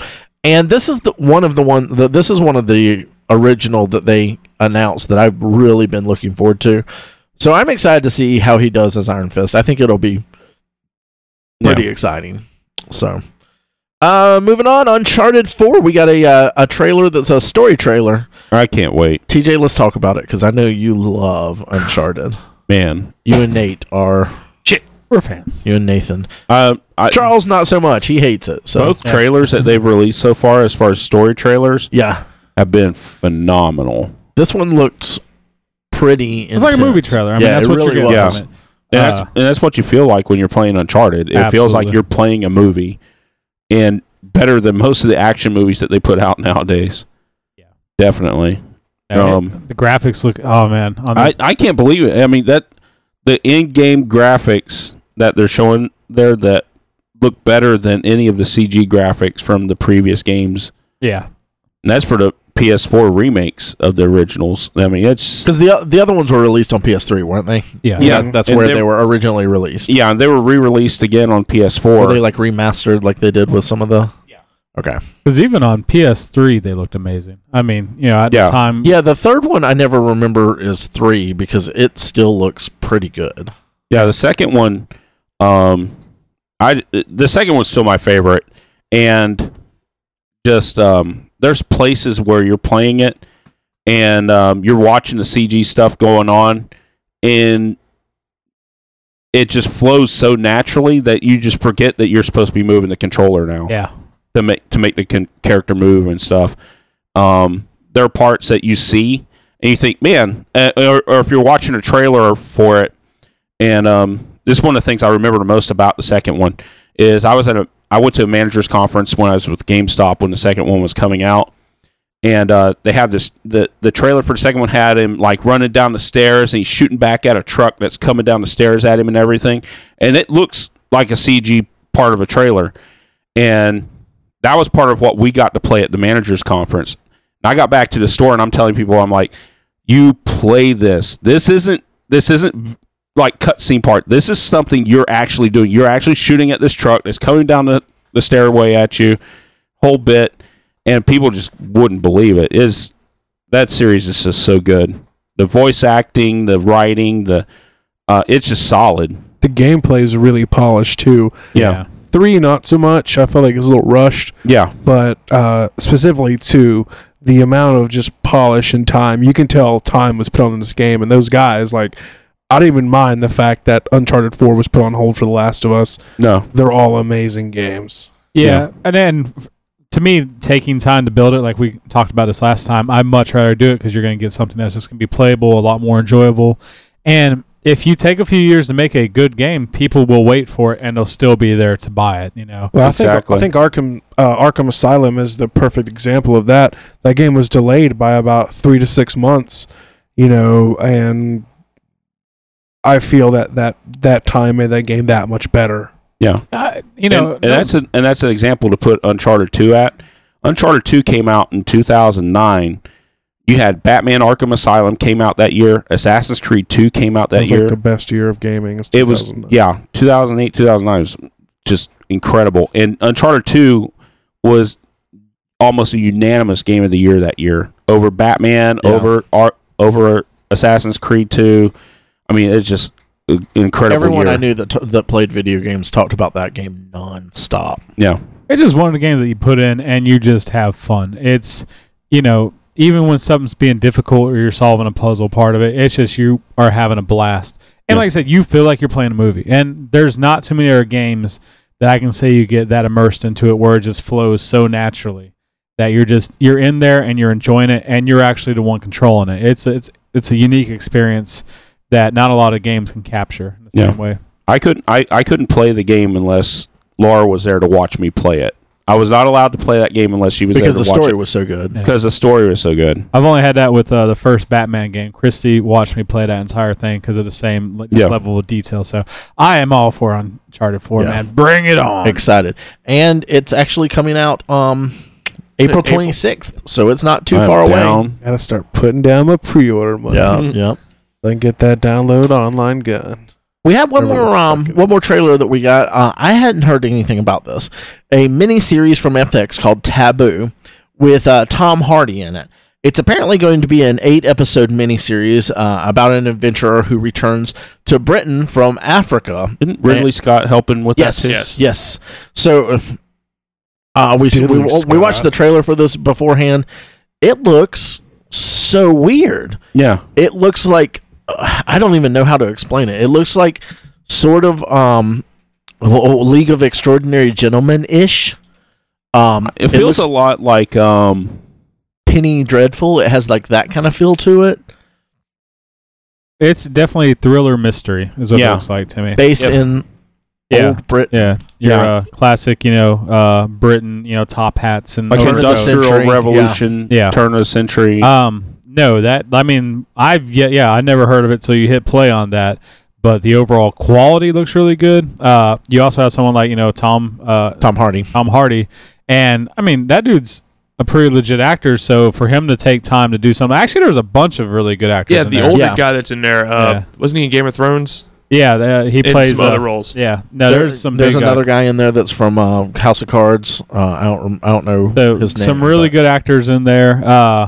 [SPEAKER 3] and this is the one of the one the, this is one of the original that they announced that i've really been looking forward to so i'm excited to see how he does as iron fist i think it'll be pretty exciting. So, uh, moving on, Uncharted Four, we got a uh, a trailer that's a story trailer.
[SPEAKER 2] I can't wait,
[SPEAKER 3] TJ, let's talk about it because I know you love Uncharted.
[SPEAKER 2] man.
[SPEAKER 3] You and Nate are
[SPEAKER 1] We're fans.
[SPEAKER 3] you and Nathan.
[SPEAKER 2] Uh, I,
[SPEAKER 3] Charles, not so much. He hates it. So
[SPEAKER 2] both trailers that they've released so far, as far as story trailers,
[SPEAKER 3] yeah,
[SPEAKER 2] have been phenomenal.
[SPEAKER 3] this one looks pretty.
[SPEAKER 1] It's like a movie
[SPEAKER 3] intense.
[SPEAKER 1] trailer. I mean,
[SPEAKER 3] yeah,
[SPEAKER 1] that's
[SPEAKER 3] it
[SPEAKER 1] what
[SPEAKER 3] really
[SPEAKER 1] you're getting
[SPEAKER 3] was.
[SPEAKER 1] from it.
[SPEAKER 2] And, that's,
[SPEAKER 1] Uh,
[SPEAKER 2] and that's what you feel like when you're playing Uncharted. It feels like
[SPEAKER 1] Absolutely.
[SPEAKER 2] you're playing a movie, and better than most of the action movies that they put out nowadays.
[SPEAKER 1] Yeah.
[SPEAKER 2] definitely.
[SPEAKER 1] Yeah,
[SPEAKER 2] Um,
[SPEAKER 1] it- the graphics look. Oh man, on the,
[SPEAKER 2] I, I can't believe it. I mean that the in-game graphics that they're showing there that look better than any of the CG graphics from the previous games.
[SPEAKER 1] yeah,
[SPEAKER 2] And that's for the PS4 remakes of the originals. I mean, it's
[SPEAKER 3] Because the the other ones were released on PS3, weren't they?
[SPEAKER 1] yeah,
[SPEAKER 2] yeah,
[SPEAKER 3] That's
[SPEAKER 2] and
[SPEAKER 3] where
[SPEAKER 2] they-
[SPEAKER 3] they were originally released.
[SPEAKER 2] yeah, and they were re-released again on PS4.
[SPEAKER 3] Were they like remastered, like they did with some of the? Yeah. Okay.
[SPEAKER 1] Because even on PS3, they looked amazing. I mean, you know, at
[SPEAKER 2] Yeah.
[SPEAKER 1] the time,
[SPEAKER 3] Yeah, the third one I never remember is three because it still looks pretty good.
[SPEAKER 2] yeah, the second one, um, I the second one's still my favorite, and just um, there's places where you're playing it and um, you're watching the CG stuff going on, and it just flows so naturally that you just forget that you're supposed to be moving the controller now
[SPEAKER 1] yeah,
[SPEAKER 2] to make to make the con- character move and stuff. Um, there are parts that you see and you think, man, uh, or, or if you're watching a trailer for it, and um, this is one of the things I remember the most about the second one is I was at a I went to a managers conference when I was with GameStop when the second one was coming out, and uh, they had this the the trailer for the second one had him like running down the stairs and he's shooting back at a truck that's coming down the stairs at him and everything, and it looks like a CG part of a trailer, and that was part of what we got to play at the managers conference. And I got back to the store and I'm telling people, I'm like, you play this. This isn't this isn't like cutscene part. This is something you're actually doing. You're actually shooting at this truck that's coming down the, the stairway at you, whole bit, and people just wouldn't believe it. Is that series is just so good. The voice acting, the writing, the uh, it's just solid.
[SPEAKER 4] The gameplay is really polished too.
[SPEAKER 2] Yeah.
[SPEAKER 4] Three, not so much. I felt like it was a little rushed,
[SPEAKER 2] Yeah.
[SPEAKER 4] but uh, specifically to the amount of just polish and time, you can tell time was put on this game. And those guys, like, I don't even mind the fact that Uncharted Four was put on hold for The Last of Us.
[SPEAKER 2] No.
[SPEAKER 4] They're all amazing games.
[SPEAKER 1] yeah, And then f- to me, taking time to build it, like we talked about this last time, I would much rather do it because you're going to get something that's just going to be playable, a lot more enjoyable, and if you take a few years to make a good game, people will wait for it and they'll still be there to buy it. You know.
[SPEAKER 4] Well,
[SPEAKER 2] Exactly.
[SPEAKER 4] I think I think Arkham uh, Arkham Asylum is the perfect example of that. That game was delayed by about three to six months, you know, and I feel that that that time made that game that much better.
[SPEAKER 1] Uh, you
[SPEAKER 2] And-
[SPEAKER 1] know,
[SPEAKER 2] and, that's an and that's an example to put Uncharted two at. Uncharted two came out in two thousand nine. You had Batman Arkham Asylum came out that year. Assassin's Creed two came out
[SPEAKER 4] It
[SPEAKER 2] that
[SPEAKER 4] was
[SPEAKER 2] year.
[SPEAKER 4] like the best year of gaming. is
[SPEAKER 2] it was
[SPEAKER 4] 2009.
[SPEAKER 2] yeah, two thousand eight, two thousand nine was just incredible. And Uncharted two was almost a unanimous game of the year that year over Batman,
[SPEAKER 5] Yeah.
[SPEAKER 2] over Ar- over Assassin's Creed 2. I mean, it's just an incredible.
[SPEAKER 3] Everyone
[SPEAKER 2] year.
[SPEAKER 3] I knew that t- that played video games talked about that game nonstop.
[SPEAKER 2] Yeah.
[SPEAKER 1] It's just one of the games that you put in and you just have fun. It's, you know, even when something's being difficult or you're solving a puzzle part of it, it's just you are having a blast. And
[SPEAKER 2] Yeah.
[SPEAKER 1] like I said, you feel like you're playing a movie. And there's not too many other games that I can say you get that immersed into it where it just flows so naturally that you're just you're in there and you're enjoying it and you're actually the one controlling it. It's it's it's a unique experience that not a lot of games can capture in the
[SPEAKER 2] Yeah.
[SPEAKER 1] same way.
[SPEAKER 2] I couldn't I, I couldn't play the game unless Laura was there to watch me play it. I was not allowed to play that game unless she was
[SPEAKER 3] Because the
[SPEAKER 2] there to watch
[SPEAKER 3] story
[SPEAKER 2] it.
[SPEAKER 3] was so good.
[SPEAKER 2] Because the story was so good.
[SPEAKER 1] I've only had that with uh, the first Batman game. Christy watched me play that entire thing because of the same like, just
[SPEAKER 2] Yeah.
[SPEAKER 1] level of detail. So I am all for Uncharted 4,
[SPEAKER 3] Yeah.
[SPEAKER 1] man. Bring it on.
[SPEAKER 3] Excited. And it's actually coming out um April
[SPEAKER 5] April.
[SPEAKER 3] 26th, so it's not too
[SPEAKER 2] I'm
[SPEAKER 3] far away.
[SPEAKER 2] down.
[SPEAKER 4] Gotta start putting down my pre-order money.
[SPEAKER 3] Yeah, yeah.
[SPEAKER 4] Then get that download online gun.
[SPEAKER 3] We have one
[SPEAKER 4] Or
[SPEAKER 3] more um one more trailer that we got. Uh, I hadn't heard anything about this. A mini series from FX called Taboo with uh, Tom Hardy in it. It's apparently going to be an eight episode miniseries uh, about an adventurer who returns to Britain from Africa.
[SPEAKER 2] Didn't Ridley
[SPEAKER 3] Man.
[SPEAKER 2] Scott helping with
[SPEAKER 3] Yes,
[SPEAKER 2] that too?
[SPEAKER 3] yes, So uh, we
[SPEAKER 4] Diddly
[SPEAKER 3] we, we watched
[SPEAKER 4] Scott.
[SPEAKER 3] the trailer for this beforehand. It looks so weird
[SPEAKER 2] Yeah.
[SPEAKER 3] it looks like uh, I don't even know how to explain it. It looks like sort of um L- League of Extraordinary Gentlemen ish. Um,
[SPEAKER 2] It feels
[SPEAKER 3] looks
[SPEAKER 2] a lot like um
[SPEAKER 3] penny dreadful. It has like that kind of feel to it,
[SPEAKER 1] It's definitely thriller mystery is what it
[SPEAKER 2] Yeah.
[SPEAKER 1] looks like to me.
[SPEAKER 3] based
[SPEAKER 2] Yeah.
[SPEAKER 3] in
[SPEAKER 1] Yeah.
[SPEAKER 3] old Britain.
[SPEAKER 1] Yeah. Your
[SPEAKER 2] Yeah.
[SPEAKER 1] Uh, classic, you know, uh, Britain, you know, top hats and
[SPEAKER 2] like
[SPEAKER 3] Turn of the
[SPEAKER 2] industrial
[SPEAKER 3] century, yeah. Oh.
[SPEAKER 2] revolution,
[SPEAKER 1] Yeah.
[SPEAKER 2] turn of the century.
[SPEAKER 1] Um, no, that I mean, I've yeah, yeah, I never heard of it. So you hit play on that, but the overall quality looks really good. Uh, you also have someone like you know Tom uh,
[SPEAKER 3] Tom Hardy.
[SPEAKER 1] Tom Hardy. And I mean, that dude's a pretty legit actor. So for him to take time to do something, actually, there's a bunch of really good actors.
[SPEAKER 5] Yeah,
[SPEAKER 1] in
[SPEAKER 5] the
[SPEAKER 1] there.
[SPEAKER 5] older
[SPEAKER 3] Yeah.
[SPEAKER 5] guy that's in there. Uh,
[SPEAKER 1] Yeah.
[SPEAKER 5] Wasn't he in Game of Thrones?
[SPEAKER 1] yeah, the- he
[SPEAKER 5] In
[SPEAKER 1] plays
[SPEAKER 5] some
[SPEAKER 1] uh,
[SPEAKER 5] other roles.
[SPEAKER 1] Yeah, no,
[SPEAKER 3] There-
[SPEAKER 1] there's some.
[SPEAKER 3] There's
[SPEAKER 1] big
[SPEAKER 3] another
[SPEAKER 1] guys.
[SPEAKER 3] guy in there that's from uh, House of Cards. Uh, I don't. rem- I don't know
[SPEAKER 1] So
[SPEAKER 3] his name.
[SPEAKER 1] some really
[SPEAKER 3] but-
[SPEAKER 1] good actors in there. Uh,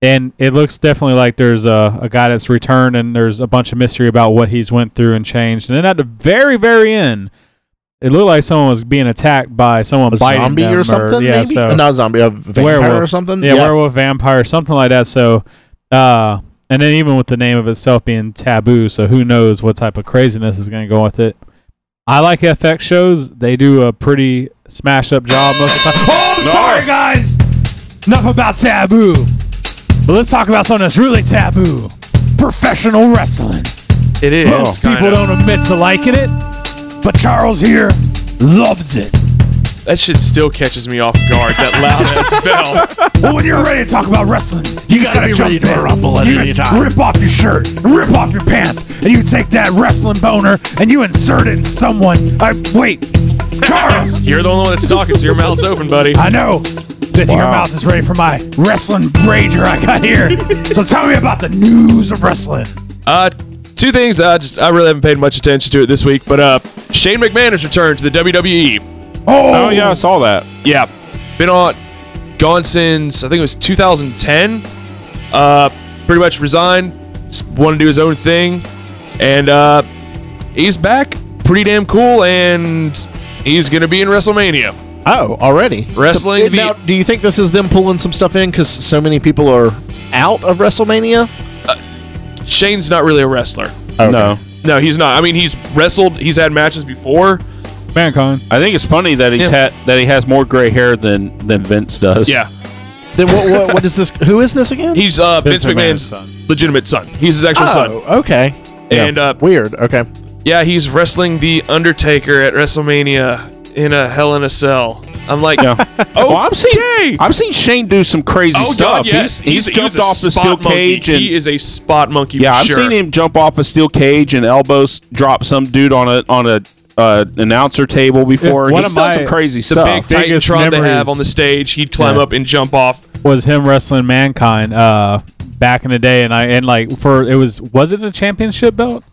[SPEAKER 1] and it looks definitely like there's a, a guy that's returned and there's a bunch of mystery about what he's went through and changed. And then at the very, very end, it looked like someone was being attacked by someone
[SPEAKER 3] A
[SPEAKER 1] biting
[SPEAKER 3] zombie
[SPEAKER 1] them
[SPEAKER 3] or something.
[SPEAKER 1] yeah,
[SPEAKER 3] maybe
[SPEAKER 1] so
[SPEAKER 3] Uh, not a zombie, a vampire or
[SPEAKER 1] Werewolf.
[SPEAKER 3] something.
[SPEAKER 1] yeah, werewolf vampire something like that so uh and then even with the name of itself being taboo so who knows what type of craziness is going to go with it i like fx shows they do a pretty smash up job most of the time oh i'm sorry guys enough about taboo but let's talk about something that's really taboo professional wrestling
[SPEAKER 5] It is.
[SPEAKER 1] most people don't admit to liking it but charles here loves it
[SPEAKER 5] That shit still catches me off guard. That loud ass bell.
[SPEAKER 1] Well, when you're ready to talk about wrestling, you, just gotta,
[SPEAKER 3] be
[SPEAKER 1] jump
[SPEAKER 3] ready to
[SPEAKER 1] in.
[SPEAKER 3] rumble at
[SPEAKER 1] you
[SPEAKER 3] any
[SPEAKER 1] just
[SPEAKER 3] time.
[SPEAKER 1] rip off your shirt, rip off your pants, and you take that wrestling boner and you insert it in someone. I, wait, Charles,
[SPEAKER 5] You're the only one that's talking, so your mouth's open, buddy.
[SPEAKER 1] I know that your mouth is ready for my wrestling rager I got here. so tell me about the news of wrestling.
[SPEAKER 5] Uh, two things. I just I really haven't paid much attention to it this week, but uh, Shane McMahon has returned to the WWE.
[SPEAKER 2] oh, yeah, I saw that.
[SPEAKER 5] Yeah, been on, gone since I think it was 2010. Uh, pretty much resigned, want to do his own thing, and uh, he's back. Pretty damn cool, and he's gonna be in WrestleMania.
[SPEAKER 3] Oh, already
[SPEAKER 5] Wrestling
[SPEAKER 3] So, eh,
[SPEAKER 5] the-
[SPEAKER 3] now, do you think this is them pulling some stuff in because so many people are out of WrestleMania?
[SPEAKER 5] Shane's not really a wrestler.
[SPEAKER 2] No.
[SPEAKER 5] No, he's not. I mean, he's wrestled. He's had matches before.
[SPEAKER 1] Mankind.
[SPEAKER 2] I think it's funny that he's
[SPEAKER 5] Yeah.
[SPEAKER 2] had that he has more gray hair than than Vince does.
[SPEAKER 5] Yeah,
[SPEAKER 3] Then what, what, what is this? Who is this again?
[SPEAKER 5] he's uh, Vince,
[SPEAKER 1] Vince
[SPEAKER 5] McMahon's
[SPEAKER 1] McMahon's son.
[SPEAKER 5] legitimate son. He's his actual son,
[SPEAKER 3] oh, okay.
[SPEAKER 5] and uh,
[SPEAKER 3] Weird. Okay.
[SPEAKER 5] Yeah, he's wrestling the Undertaker at WrestleMania in a Hell in a Cell. I'm like,
[SPEAKER 2] Yeah. Oh, I've seen I've seen Shane do some crazy
[SPEAKER 5] oh
[SPEAKER 2] stuff.
[SPEAKER 5] god, yes,
[SPEAKER 2] he's, he's,
[SPEAKER 5] he was
[SPEAKER 2] jumped
[SPEAKER 5] a
[SPEAKER 2] off the
[SPEAKER 5] spot
[SPEAKER 2] steel
[SPEAKER 5] monkey.
[SPEAKER 2] cage and
[SPEAKER 5] he is a spot monkey.
[SPEAKER 2] yeah,
[SPEAKER 5] for
[SPEAKER 2] I've
[SPEAKER 5] sure.
[SPEAKER 2] seen him jump off a steel cage and elbows drop some dude on a on a uh, announcer table before.
[SPEAKER 1] Yeah, one
[SPEAKER 2] he's
[SPEAKER 1] of
[SPEAKER 2] done
[SPEAKER 1] my-
[SPEAKER 2] some crazy
[SPEAKER 5] The
[SPEAKER 2] stuff.
[SPEAKER 5] big
[SPEAKER 1] biggest
[SPEAKER 5] Titantron they
[SPEAKER 1] memories.
[SPEAKER 5] have on the stage. He'd climb
[SPEAKER 1] Yeah.
[SPEAKER 5] up and jump off.
[SPEAKER 1] was him wrestling mankind uh back in the day and i and like for it was was it a championship belt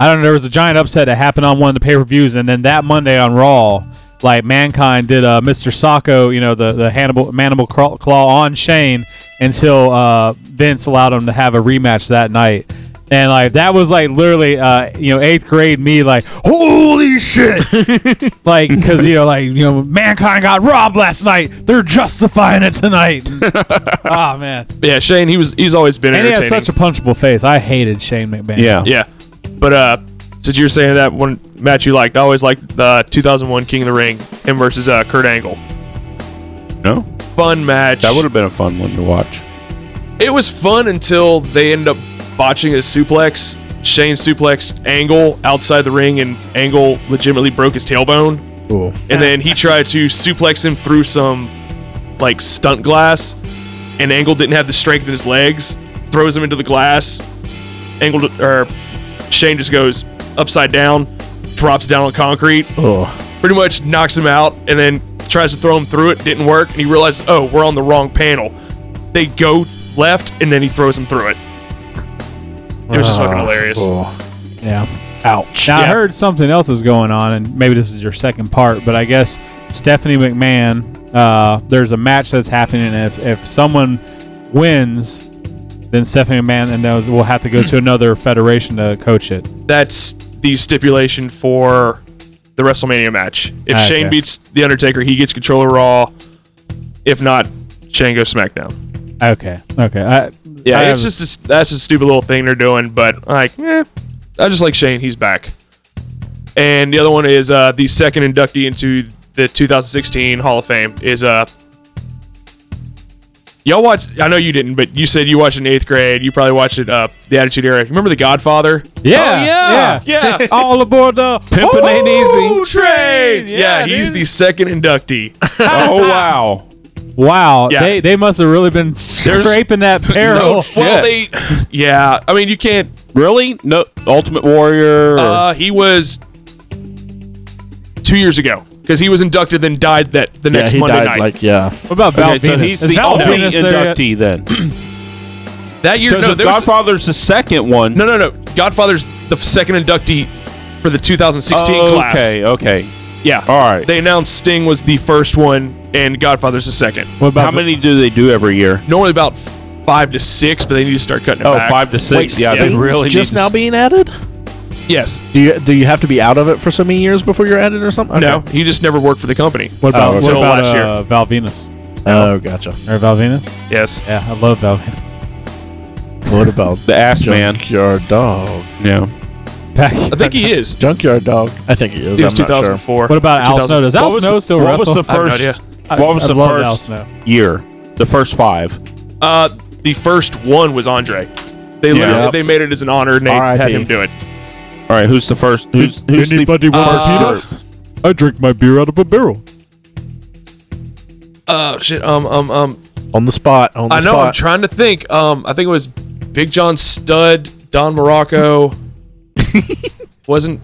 [SPEAKER 1] i don't know there was a giant upset that happened on one of the pay-per-views and then that monday on raw like Mankind did uh, Mr. Sacco, you know, the, the Hannibal, Manimal Claw Claw on Shane until uh, Vince allowed him to have a rematch that night. And like that was like literally, uh, you know, eighth grade me, like holy shit, like because you know, like you know, mankind got robbed last night. They're justifying it tonight. Ah man,
[SPEAKER 5] Yeah, Shane, he was he's always been
[SPEAKER 1] and he
[SPEAKER 5] entertaining.
[SPEAKER 1] had such a punchable face. I hated Shane McMahon.
[SPEAKER 2] Yeah.
[SPEAKER 5] yeah, but uh, since you were saying that one match you liked, I always liked the 2001 King of the Ring, him versus uh, Kurt Angle.
[SPEAKER 2] No,
[SPEAKER 5] Fun match.
[SPEAKER 2] that would have been a fun one to watch.
[SPEAKER 5] It was fun until they ended up botching a suplex. Shane suplexed Angle outside the ring, and Angle legitimately broke his tailbone.
[SPEAKER 4] Cool.
[SPEAKER 5] And then he tried to suplex him through some like stunt glass, and Angle didn't have the strength in his legs. Throws him into the glass. Angle or Shane just goes upside down, drops down on concrete. Pretty much knocks him out, and then tries to throw him through it. Didn't work, and he realizes, oh, we're on the wrong panel. They go left, and then he throws him through it. It was just
[SPEAKER 1] Ah,
[SPEAKER 5] fucking hilarious.
[SPEAKER 1] yeah.
[SPEAKER 3] Ouch.
[SPEAKER 1] Now I
[SPEAKER 5] Yeah.
[SPEAKER 1] heard something else is going on, and maybe this is your second part, but I guess Stephanie McMahon. Uh, there's a match that's happening, and if if someone wins, then Stephanie McMahon and those will have to go to another federation to coach it.
[SPEAKER 5] that's the stipulation for the WrestleMania match. If
[SPEAKER 1] Ah,
[SPEAKER 5] Shane
[SPEAKER 1] okay.
[SPEAKER 5] beats The Undertaker, he gets control of Raw. If not, Shane goes SmackDown.
[SPEAKER 1] Okay, okay. I,
[SPEAKER 5] Yeah,
[SPEAKER 1] I
[SPEAKER 5] it's
[SPEAKER 1] have-
[SPEAKER 5] just it's- that's a stupid little thing they're doing, but like, eh, I just like Shane. He's back. And the other one is uh, the second inductee into the 2016 Hall of Fame is uh. Y'all watch? I know you didn't, but you said you watched it in eighth grade. You probably watched it, uh, the Attitude Era. Remember The Godfather?
[SPEAKER 1] Oh, yeah,
[SPEAKER 5] yeah, Oh, yeah.
[SPEAKER 1] All aboard the pimpin' ain't easy.
[SPEAKER 5] Train. Yeah, he's the second inductee.
[SPEAKER 2] oh wow.
[SPEAKER 1] Wow,
[SPEAKER 5] Yeah.
[SPEAKER 1] they they must have really been scraping that barrel.
[SPEAKER 5] well, they, yeah. I mean, you can't.
[SPEAKER 2] Really? No, Ultimate Warrior. or-
[SPEAKER 5] Uh, he was two years ago because he was inducted, then died that the
[SPEAKER 3] Yeah,
[SPEAKER 5] next
[SPEAKER 3] he
[SPEAKER 5] Monday
[SPEAKER 3] died
[SPEAKER 5] night.
[SPEAKER 3] like yeah.
[SPEAKER 1] what about Val
[SPEAKER 2] okay, so
[SPEAKER 1] Venus?
[SPEAKER 2] he's
[SPEAKER 1] Is
[SPEAKER 2] the
[SPEAKER 1] Val
[SPEAKER 2] only
[SPEAKER 1] Venus there yet?
[SPEAKER 2] inductee then.
[SPEAKER 5] that year,
[SPEAKER 2] Because
[SPEAKER 5] no,
[SPEAKER 2] if
[SPEAKER 5] there was-
[SPEAKER 2] Godfather's the second one.
[SPEAKER 5] no, no, no. Godfather's the second inductee for the 2016
[SPEAKER 2] Oh,
[SPEAKER 5] class.
[SPEAKER 2] Okay, okay.
[SPEAKER 5] Yeah.
[SPEAKER 2] All right.
[SPEAKER 5] They announced Sting was the first one, and Godfather's the second.
[SPEAKER 1] What about
[SPEAKER 2] How many do they do every year?
[SPEAKER 5] Normally about five to six, but they need to start cutting it
[SPEAKER 2] Oh,
[SPEAKER 5] back.
[SPEAKER 2] five to six. yeah, they
[SPEAKER 3] Sting's
[SPEAKER 2] really
[SPEAKER 3] just
[SPEAKER 2] need
[SPEAKER 3] now
[SPEAKER 2] to,
[SPEAKER 3] being added.
[SPEAKER 5] Yes.
[SPEAKER 3] Do you do you have to be out of it for so many years before you're added or something?
[SPEAKER 5] No, he just never worked for the company.
[SPEAKER 1] What about,
[SPEAKER 3] Oh,
[SPEAKER 1] what
[SPEAKER 5] so
[SPEAKER 1] about
[SPEAKER 5] last year.
[SPEAKER 1] uh, Val Venus
[SPEAKER 3] Oh, gotcha.
[SPEAKER 1] or Val Venus?
[SPEAKER 5] Yes.
[SPEAKER 1] Yeah, I love Val Venus.
[SPEAKER 3] What about
[SPEAKER 2] the ass man.
[SPEAKER 3] junkyard dog?
[SPEAKER 2] Yeah.
[SPEAKER 1] Back
[SPEAKER 5] I think he is.
[SPEAKER 3] Junkyard dog. I think he is.
[SPEAKER 5] It was
[SPEAKER 3] I'm not sure.
[SPEAKER 5] 2004.
[SPEAKER 1] What about Al
[SPEAKER 5] 2000
[SPEAKER 1] Snow? Does Al
[SPEAKER 2] What was
[SPEAKER 1] Snow
[SPEAKER 2] the-
[SPEAKER 1] still
[SPEAKER 2] what was
[SPEAKER 1] wrestle?
[SPEAKER 2] the
[SPEAKER 5] I have no
[SPEAKER 2] first-
[SPEAKER 5] idea.
[SPEAKER 1] I-
[SPEAKER 2] what was
[SPEAKER 1] I
[SPEAKER 2] the
[SPEAKER 1] loved
[SPEAKER 2] first-
[SPEAKER 1] Al Snow?
[SPEAKER 2] Year. The first five.
[SPEAKER 5] Uh, the first one was Andre. They
[SPEAKER 2] Yeah.
[SPEAKER 5] literally- they made it as an honor and they had
[SPEAKER 3] R.I.P..
[SPEAKER 5] him do it.
[SPEAKER 2] All right. Who's the first? Who's who's the
[SPEAKER 5] Uh,
[SPEAKER 1] I drink my beer out of a barrel.
[SPEAKER 5] uh, shit. Um, um, um.
[SPEAKER 3] On the spot. On the
[SPEAKER 5] I know. I'm
[SPEAKER 3] spot.
[SPEAKER 5] trying to think. Um, I think it was Big John Stud, Don Morocco. wasn't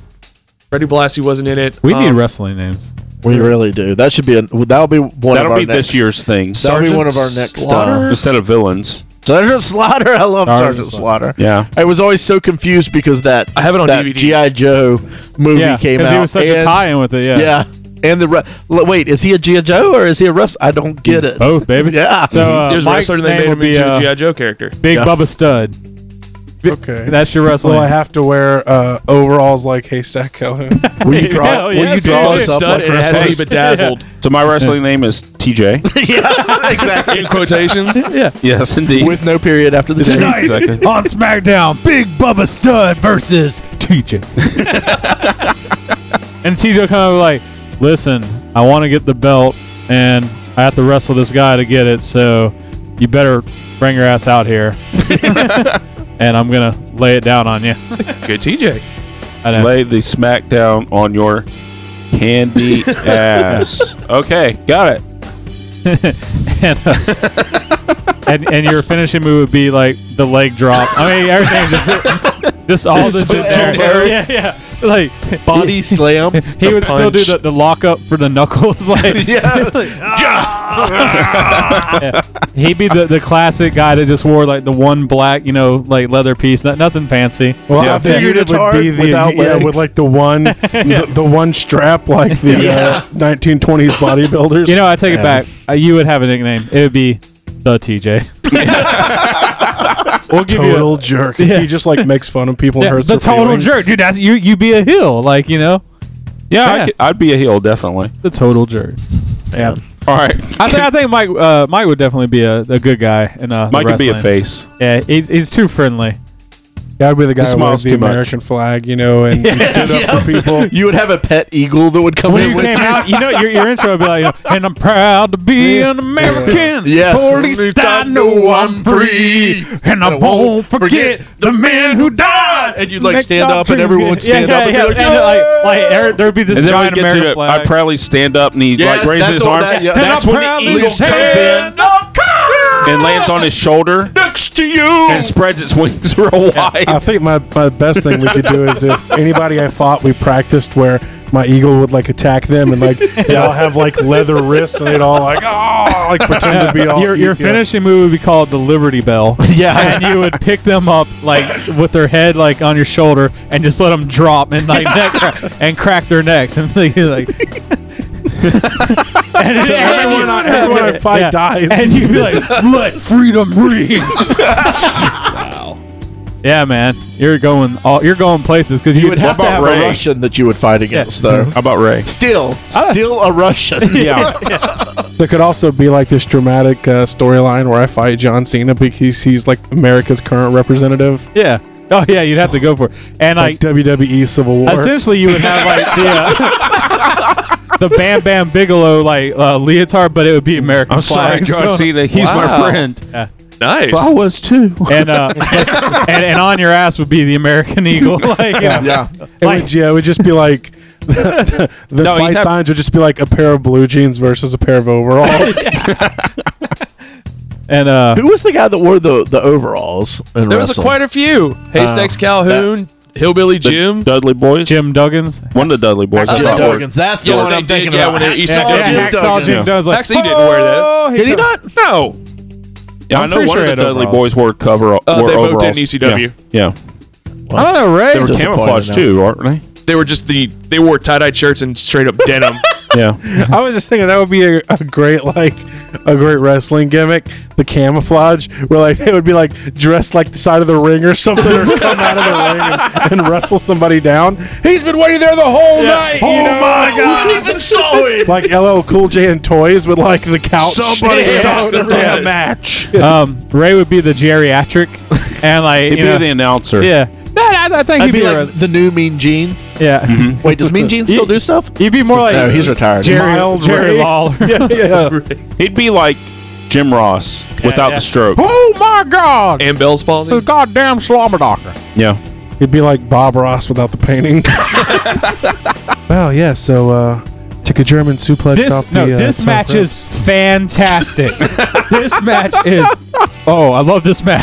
[SPEAKER 5] Freddie Blassie wasn't in it.
[SPEAKER 1] We need
[SPEAKER 5] Um,
[SPEAKER 1] wrestling names.
[SPEAKER 3] we really do. That should be. A, that'll be one of
[SPEAKER 2] That'll
[SPEAKER 3] our
[SPEAKER 2] be
[SPEAKER 3] next
[SPEAKER 2] this year's thing.
[SPEAKER 3] That'll be
[SPEAKER 5] Sergeant
[SPEAKER 3] one of our next.
[SPEAKER 5] Slaughter?
[SPEAKER 3] Uh,
[SPEAKER 2] Instead of villains.
[SPEAKER 3] Sergeant Slaughter. I love
[SPEAKER 1] Sergeant
[SPEAKER 3] Sergeant, Slaughter.
[SPEAKER 2] Yeah.
[SPEAKER 3] I was always so confused because that
[SPEAKER 5] I have it on
[SPEAKER 3] that
[SPEAKER 5] DVD.
[SPEAKER 3] GI Joe movie
[SPEAKER 1] Yeah,
[SPEAKER 3] came out.
[SPEAKER 1] because he was such a
[SPEAKER 3] and-
[SPEAKER 1] tie-in with it. Yeah,
[SPEAKER 3] Yeah. And the re- l- wait, is he a GI Joe or is he a Russ? I don't get it.
[SPEAKER 1] both baby.
[SPEAKER 3] Yeah.
[SPEAKER 1] So uh,
[SPEAKER 5] There's a
[SPEAKER 1] Mike's
[SPEAKER 5] wrestler they
[SPEAKER 1] name
[SPEAKER 5] made
[SPEAKER 1] would
[SPEAKER 5] him
[SPEAKER 1] be
[SPEAKER 5] into a
[SPEAKER 1] uh,
[SPEAKER 5] GI Joe character.
[SPEAKER 1] Big Bubba Stud.
[SPEAKER 4] Okay.
[SPEAKER 1] That's your wrestling.
[SPEAKER 4] Will I have to wear uh, overalls like Haystack Calhoun?
[SPEAKER 3] Will you draw?
[SPEAKER 1] Hell
[SPEAKER 3] will
[SPEAKER 1] yes,
[SPEAKER 3] you draw
[SPEAKER 1] dude.
[SPEAKER 3] us up
[SPEAKER 5] Stud
[SPEAKER 3] like
[SPEAKER 5] and it has to be
[SPEAKER 3] wrestlers?
[SPEAKER 5] bedazzled
[SPEAKER 2] So my wrestling name is TJ.
[SPEAKER 3] yeah, exactly.
[SPEAKER 5] in quotations.
[SPEAKER 1] yeah.
[SPEAKER 2] yes, indeed.
[SPEAKER 3] With no period after the name.
[SPEAKER 1] Tonight
[SPEAKER 2] Exactly.
[SPEAKER 1] on SmackDown, Big Bubba Stud versus TJ. and TJ kind of like, listen, I want to get the belt, and I have to wrestle this guy to get it, so you better bring your ass out here. and I'm going to lay it down on you.
[SPEAKER 5] Good TJ.
[SPEAKER 1] I know.
[SPEAKER 2] Lay the smackdown on your candy ass. Okay, got it.
[SPEAKER 1] and, uh, and and your finishing move would be like the leg drop. I mean, everything just just all the
[SPEAKER 3] so
[SPEAKER 1] generic.
[SPEAKER 3] generic.
[SPEAKER 1] Yeah, yeah. Like
[SPEAKER 3] Body slam.
[SPEAKER 1] he would still do
[SPEAKER 5] punch.
[SPEAKER 1] the, the lockup for the knuckles. Like
[SPEAKER 3] yeah.
[SPEAKER 1] He'd be the, the classic guy that just wore like the one black, you know, like leather piece, not, nothing fancy.
[SPEAKER 4] Well,
[SPEAKER 2] Yeah.
[SPEAKER 4] I figured it would be
[SPEAKER 3] Unitard
[SPEAKER 4] the
[SPEAKER 3] without
[SPEAKER 4] yeah,
[SPEAKER 3] legs.
[SPEAKER 4] with like the one the, the one strap like the uh, 1920s bodybuilders.
[SPEAKER 1] You know, I take it back. Uh, you would have a nickname. It would be the TJ. we'll give you a-
[SPEAKER 4] total jerk.
[SPEAKER 1] Yeah.
[SPEAKER 4] He just like makes fun of people
[SPEAKER 1] Yeah,
[SPEAKER 4] and hurts
[SPEAKER 1] the
[SPEAKER 4] their
[SPEAKER 1] total
[SPEAKER 4] feelings.
[SPEAKER 1] jerk, dude. That's you. You be a heel, like you know,
[SPEAKER 2] Yeah, I
[SPEAKER 1] Yeah.
[SPEAKER 2] could- I'd be a heel definitely.
[SPEAKER 1] the total jerk.
[SPEAKER 4] Yeah.
[SPEAKER 2] All right,
[SPEAKER 1] I think I think Mike uh, Mike would definitely be a, a good guy in uh, the
[SPEAKER 2] Mike could be a
[SPEAKER 1] wrestling.
[SPEAKER 2] face.
[SPEAKER 1] Yeah, he's, he's too friendly.
[SPEAKER 4] Yeah, I'd be the guy who
[SPEAKER 2] smile's
[SPEAKER 4] wears the
[SPEAKER 2] too much.
[SPEAKER 4] American flag, you know, and, and stood up for people.
[SPEAKER 3] You would have a pet eagle that would come
[SPEAKER 1] When
[SPEAKER 3] in
[SPEAKER 1] you
[SPEAKER 3] with
[SPEAKER 1] came
[SPEAKER 3] you.
[SPEAKER 1] out, you know your, your intro would be like, you know, and I'm proud to be an American.
[SPEAKER 3] Yes.
[SPEAKER 1] or at least I know I'm free, and I won't forget the men who died.
[SPEAKER 3] And you'd like stand up and
[SPEAKER 1] Yeah,
[SPEAKER 3] everyone would stand
[SPEAKER 1] yeah,
[SPEAKER 3] up and
[SPEAKER 1] yeah,
[SPEAKER 3] be like,
[SPEAKER 1] and, uh, like, like, there- there'd be this
[SPEAKER 2] And then
[SPEAKER 1] giant
[SPEAKER 2] we get
[SPEAKER 1] American
[SPEAKER 2] to the,
[SPEAKER 1] flag.
[SPEAKER 2] I proudly stand up and he
[SPEAKER 3] Yes,
[SPEAKER 2] like raises
[SPEAKER 3] that's
[SPEAKER 2] his
[SPEAKER 3] all
[SPEAKER 2] arm.
[SPEAKER 3] that- yeah.
[SPEAKER 1] And I
[SPEAKER 2] That's when the
[SPEAKER 1] proudly
[SPEAKER 2] eagle comes in
[SPEAKER 1] stand
[SPEAKER 2] and lands on his shoulder
[SPEAKER 3] next to you.
[SPEAKER 2] and spreads its wings real wide.
[SPEAKER 4] I think my, my best thing we could do is if anybody I fought, we practiced where my eagle would like attack them and like they all have like leather wrists and they'd all like oh like pretend to be all
[SPEAKER 1] your your
[SPEAKER 4] yeah.
[SPEAKER 1] finishing move would be called the Liberty Bell.
[SPEAKER 3] Yeah.
[SPEAKER 1] and you would pick them up like with their head like on your shoulder and just let them drop and like neck cra- and crack their necks and they like. and it's-
[SPEAKER 4] Everyone, I, everyone I fight
[SPEAKER 1] Yeah.
[SPEAKER 4] dies.
[SPEAKER 1] and you'd be like, "Let freedom ring." wow. Yeah, man, you're going all you're going places because you,
[SPEAKER 3] You would have to
[SPEAKER 2] about
[SPEAKER 3] have
[SPEAKER 2] Ray?
[SPEAKER 3] a Russian that you would fight against, though.
[SPEAKER 2] How about Ray?
[SPEAKER 3] Still, still a Russian.
[SPEAKER 2] Yeah.
[SPEAKER 4] There could also be like this dramatic uh, storyline where I fight John Cena because he's like America's current representative,
[SPEAKER 1] yeah. Oh yeah, you'd have to go for it. And
[SPEAKER 4] like
[SPEAKER 1] like
[SPEAKER 4] WWE E Civil War.
[SPEAKER 1] Essentially, you would have like the uh, the Bam Bam Bigelow like uh, leotard, but it would be American
[SPEAKER 2] I'm sorry,
[SPEAKER 1] flags.
[SPEAKER 2] John Cena. He's
[SPEAKER 5] Wow.
[SPEAKER 2] my friend.
[SPEAKER 5] Nice.
[SPEAKER 7] I was too.
[SPEAKER 1] and, uh, but- and and on your ass would be the American eagle. like, yeah.
[SPEAKER 3] Yeah.
[SPEAKER 4] It
[SPEAKER 1] like-
[SPEAKER 4] would, yeah, it would just be like the,
[SPEAKER 2] No, he'd
[SPEAKER 4] fight
[SPEAKER 2] have-
[SPEAKER 4] signs would just be like a pair of blue jeans versus a pair of overalls.
[SPEAKER 1] and uh,
[SPEAKER 3] Who was the guy that wore the, the overalls? In
[SPEAKER 5] There was a,
[SPEAKER 3] wrestling?
[SPEAKER 5] quite a few. Haystacks Calhoun, Hillbilly Jim.
[SPEAKER 2] Dudley boys.
[SPEAKER 1] Jim Duggins.
[SPEAKER 2] One of the Dudley boys. I
[SPEAKER 3] Jim
[SPEAKER 2] saw it.
[SPEAKER 3] Duggins. That's the
[SPEAKER 5] Yeah,
[SPEAKER 3] one
[SPEAKER 5] they
[SPEAKER 3] I'm
[SPEAKER 5] did,
[SPEAKER 3] thinking
[SPEAKER 5] yeah,
[SPEAKER 3] about.
[SPEAKER 5] when they- he
[SPEAKER 3] Hacksaw
[SPEAKER 5] saw
[SPEAKER 1] yeah,
[SPEAKER 3] Jim
[SPEAKER 1] Hacksaw
[SPEAKER 3] Duggins.
[SPEAKER 1] Jim Duggins. Like,
[SPEAKER 5] Actually, he didn't wear that.
[SPEAKER 1] "Oh,
[SPEAKER 5] Did
[SPEAKER 1] he
[SPEAKER 5] not? No.
[SPEAKER 2] Yeah, I
[SPEAKER 1] I'm
[SPEAKER 2] know
[SPEAKER 1] pretty
[SPEAKER 2] one
[SPEAKER 1] sure
[SPEAKER 2] of
[SPEAKER 1] he
[SPEAKER 2] the
[SPEAKER 1] had
[SPEAKER 2] Dudley
[SPEAKER 1] overalls.
[SPEAKER 2] boys wore cover.
[SPEAKER 5] Uh,
[SPEAKER 2] wore
[SPEAKER 5] they both did
[SPEAKER 2] overalls.
[SPEAKER 5] in ECW.
[SPEAKER 2] Yeah, yeah.
[SPEAKER 1] I don't know,
[SPEAKER 2] they
[SPEAKER 1] Ray.
[SPEAKER 2] were
[SPEAKER 3] disappointed
[SPEAKER 2] camouflage
[SPEAKER 3] now.
[SPEAKER 2] too, aren't they?
[SPEAKER 5] They were just the they wore tie dye shirts and straight up denim.
[SPEAKER 2] Yeah,
[SPEAKER 4] I was just thinking that would be a, a great like a great wrestling gimmick, the camouflage, where like they would be like dressed like the side of the ring or something, or come out of the ring and, and wrestle somebody down. He's been waiting there the whole night. you
[SPEAKER 1] Oh
[SPEAKER 4] know? uh,
[SPEAKER 3] even saw it.
[SPEAKER 4] Like LL Cool J and toys with like the couch.
[SPEAKER 3] Oh,
[SPEAKER 2] Somebody stop the damn
[SPEAKER 4] match.
[SPEAKER 1] Um, Ray would be the geriatric, and like
[SPEAKER 2] he'd
[SPEAKER 1] you know,
[SPEAKER 2] be the announcer.
[SPEAKER 1] yeah. No, I, I think
[SPEAKER 3] I'd
[SPEAKER 1] he'd
[SPEAKER 3] be
[SPEAKER 1] be,
[SPEAKER 3] like
[SPEAKER 5] Uh,
[SPEAKER 3] the new Mean Gene.
[SPEAKER 1] a- yeah.
[SPEAKER 3] Wait, does Mean Gene still do stuff?
[SPEAKER 1] He'd be more like
[SPEAKER 3] No, he's retired.
[SPEAKER 1] Jerry,
[SPEAKER 4] Mild
[SPEAKER 1] Jerry
[SPEAKER 4] Ray.
[SPEAKER 1] Lawler.
[SPEAKER 2] He'd be like Jim Ross without
[SPEAKER 1] yeah.
[SPEAKER 2] the stroke.
[SPEAKER 1] Oh my God!
[SPEAKER 5] and Bell's palsy.
[SPEAKER 1] goddamn slumber doctor.
[SPEAKER 2] Yeah,
[SPEAKER 4] It'd be like Bob Ross without the painting. well, yeah. So uh, took a German suplex
[SPEAKER 1] This
[SPEAKER 4] off the.
[SPEAKER 1] no,
[SPEAKER 4] uh,
[SPEAKER 1] this
[SPEAKER 4] top
[SPEAKER 1] match
[SPEAKER 4] rope.
[SPEAKER 1] is fantastic. this match is oh, I love this match.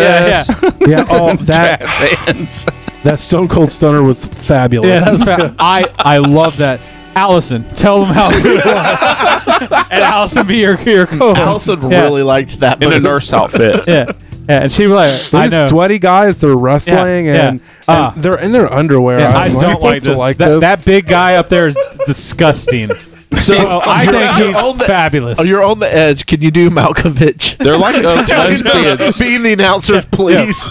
[SPEAKER 1] Yeah, yeah.
[SPEAKER 4] Yeah. Oh, that
[SPEAKER 2] hands.
[SPEAKER 4] that Stone Cold Stunner was fabulous.
[SPEAKER 1] yeah that was fa- I I love that. Allison, tell them how good it was. and Allison be your, your co
[SPEAKER 3] Allison
[SPEAKER 1] Yeah.
[SPEAKER 3] really liked that.
[SPEAKER 2] in a
[SPEAKER 3] move.
[SPEAKER 2] nurse outfit.
[SPEAKER 1] Yeah. yeah, and she was like, I
[SPEAKER 4] These
[SPEAKER 1] know.
[SPEAKER 4] sweaty guys, they're wrestling
[SPEAKER 1] yeah.
[SPEAKER 4] and,
[SPEAKER 1] Ah.
[SPEAKER 4] and they're in their underwear.
[SPEAKER 1] Yeah, I
[SPEAKER 4] I'm
[SPEAKER 1] don't like
[SPEAKER 4] supposed to
[SPEAKER 1] this. that,
[SPEAKER 4] this.
[SPEAKER 1] that big guy up there is disgusting. So
[SPEAKER 5] uh,
[SPEAKER 1] I think he's
[SPEAKER 3] on the-
[SPEAKER 1] fabulous.
[SPEAKER 3] Oh, you're on the edge. Can you do Malkovich?
[SPEAKER 2] They're like uh, lesbians.
[SPEAKER 3] Being the announcer, please.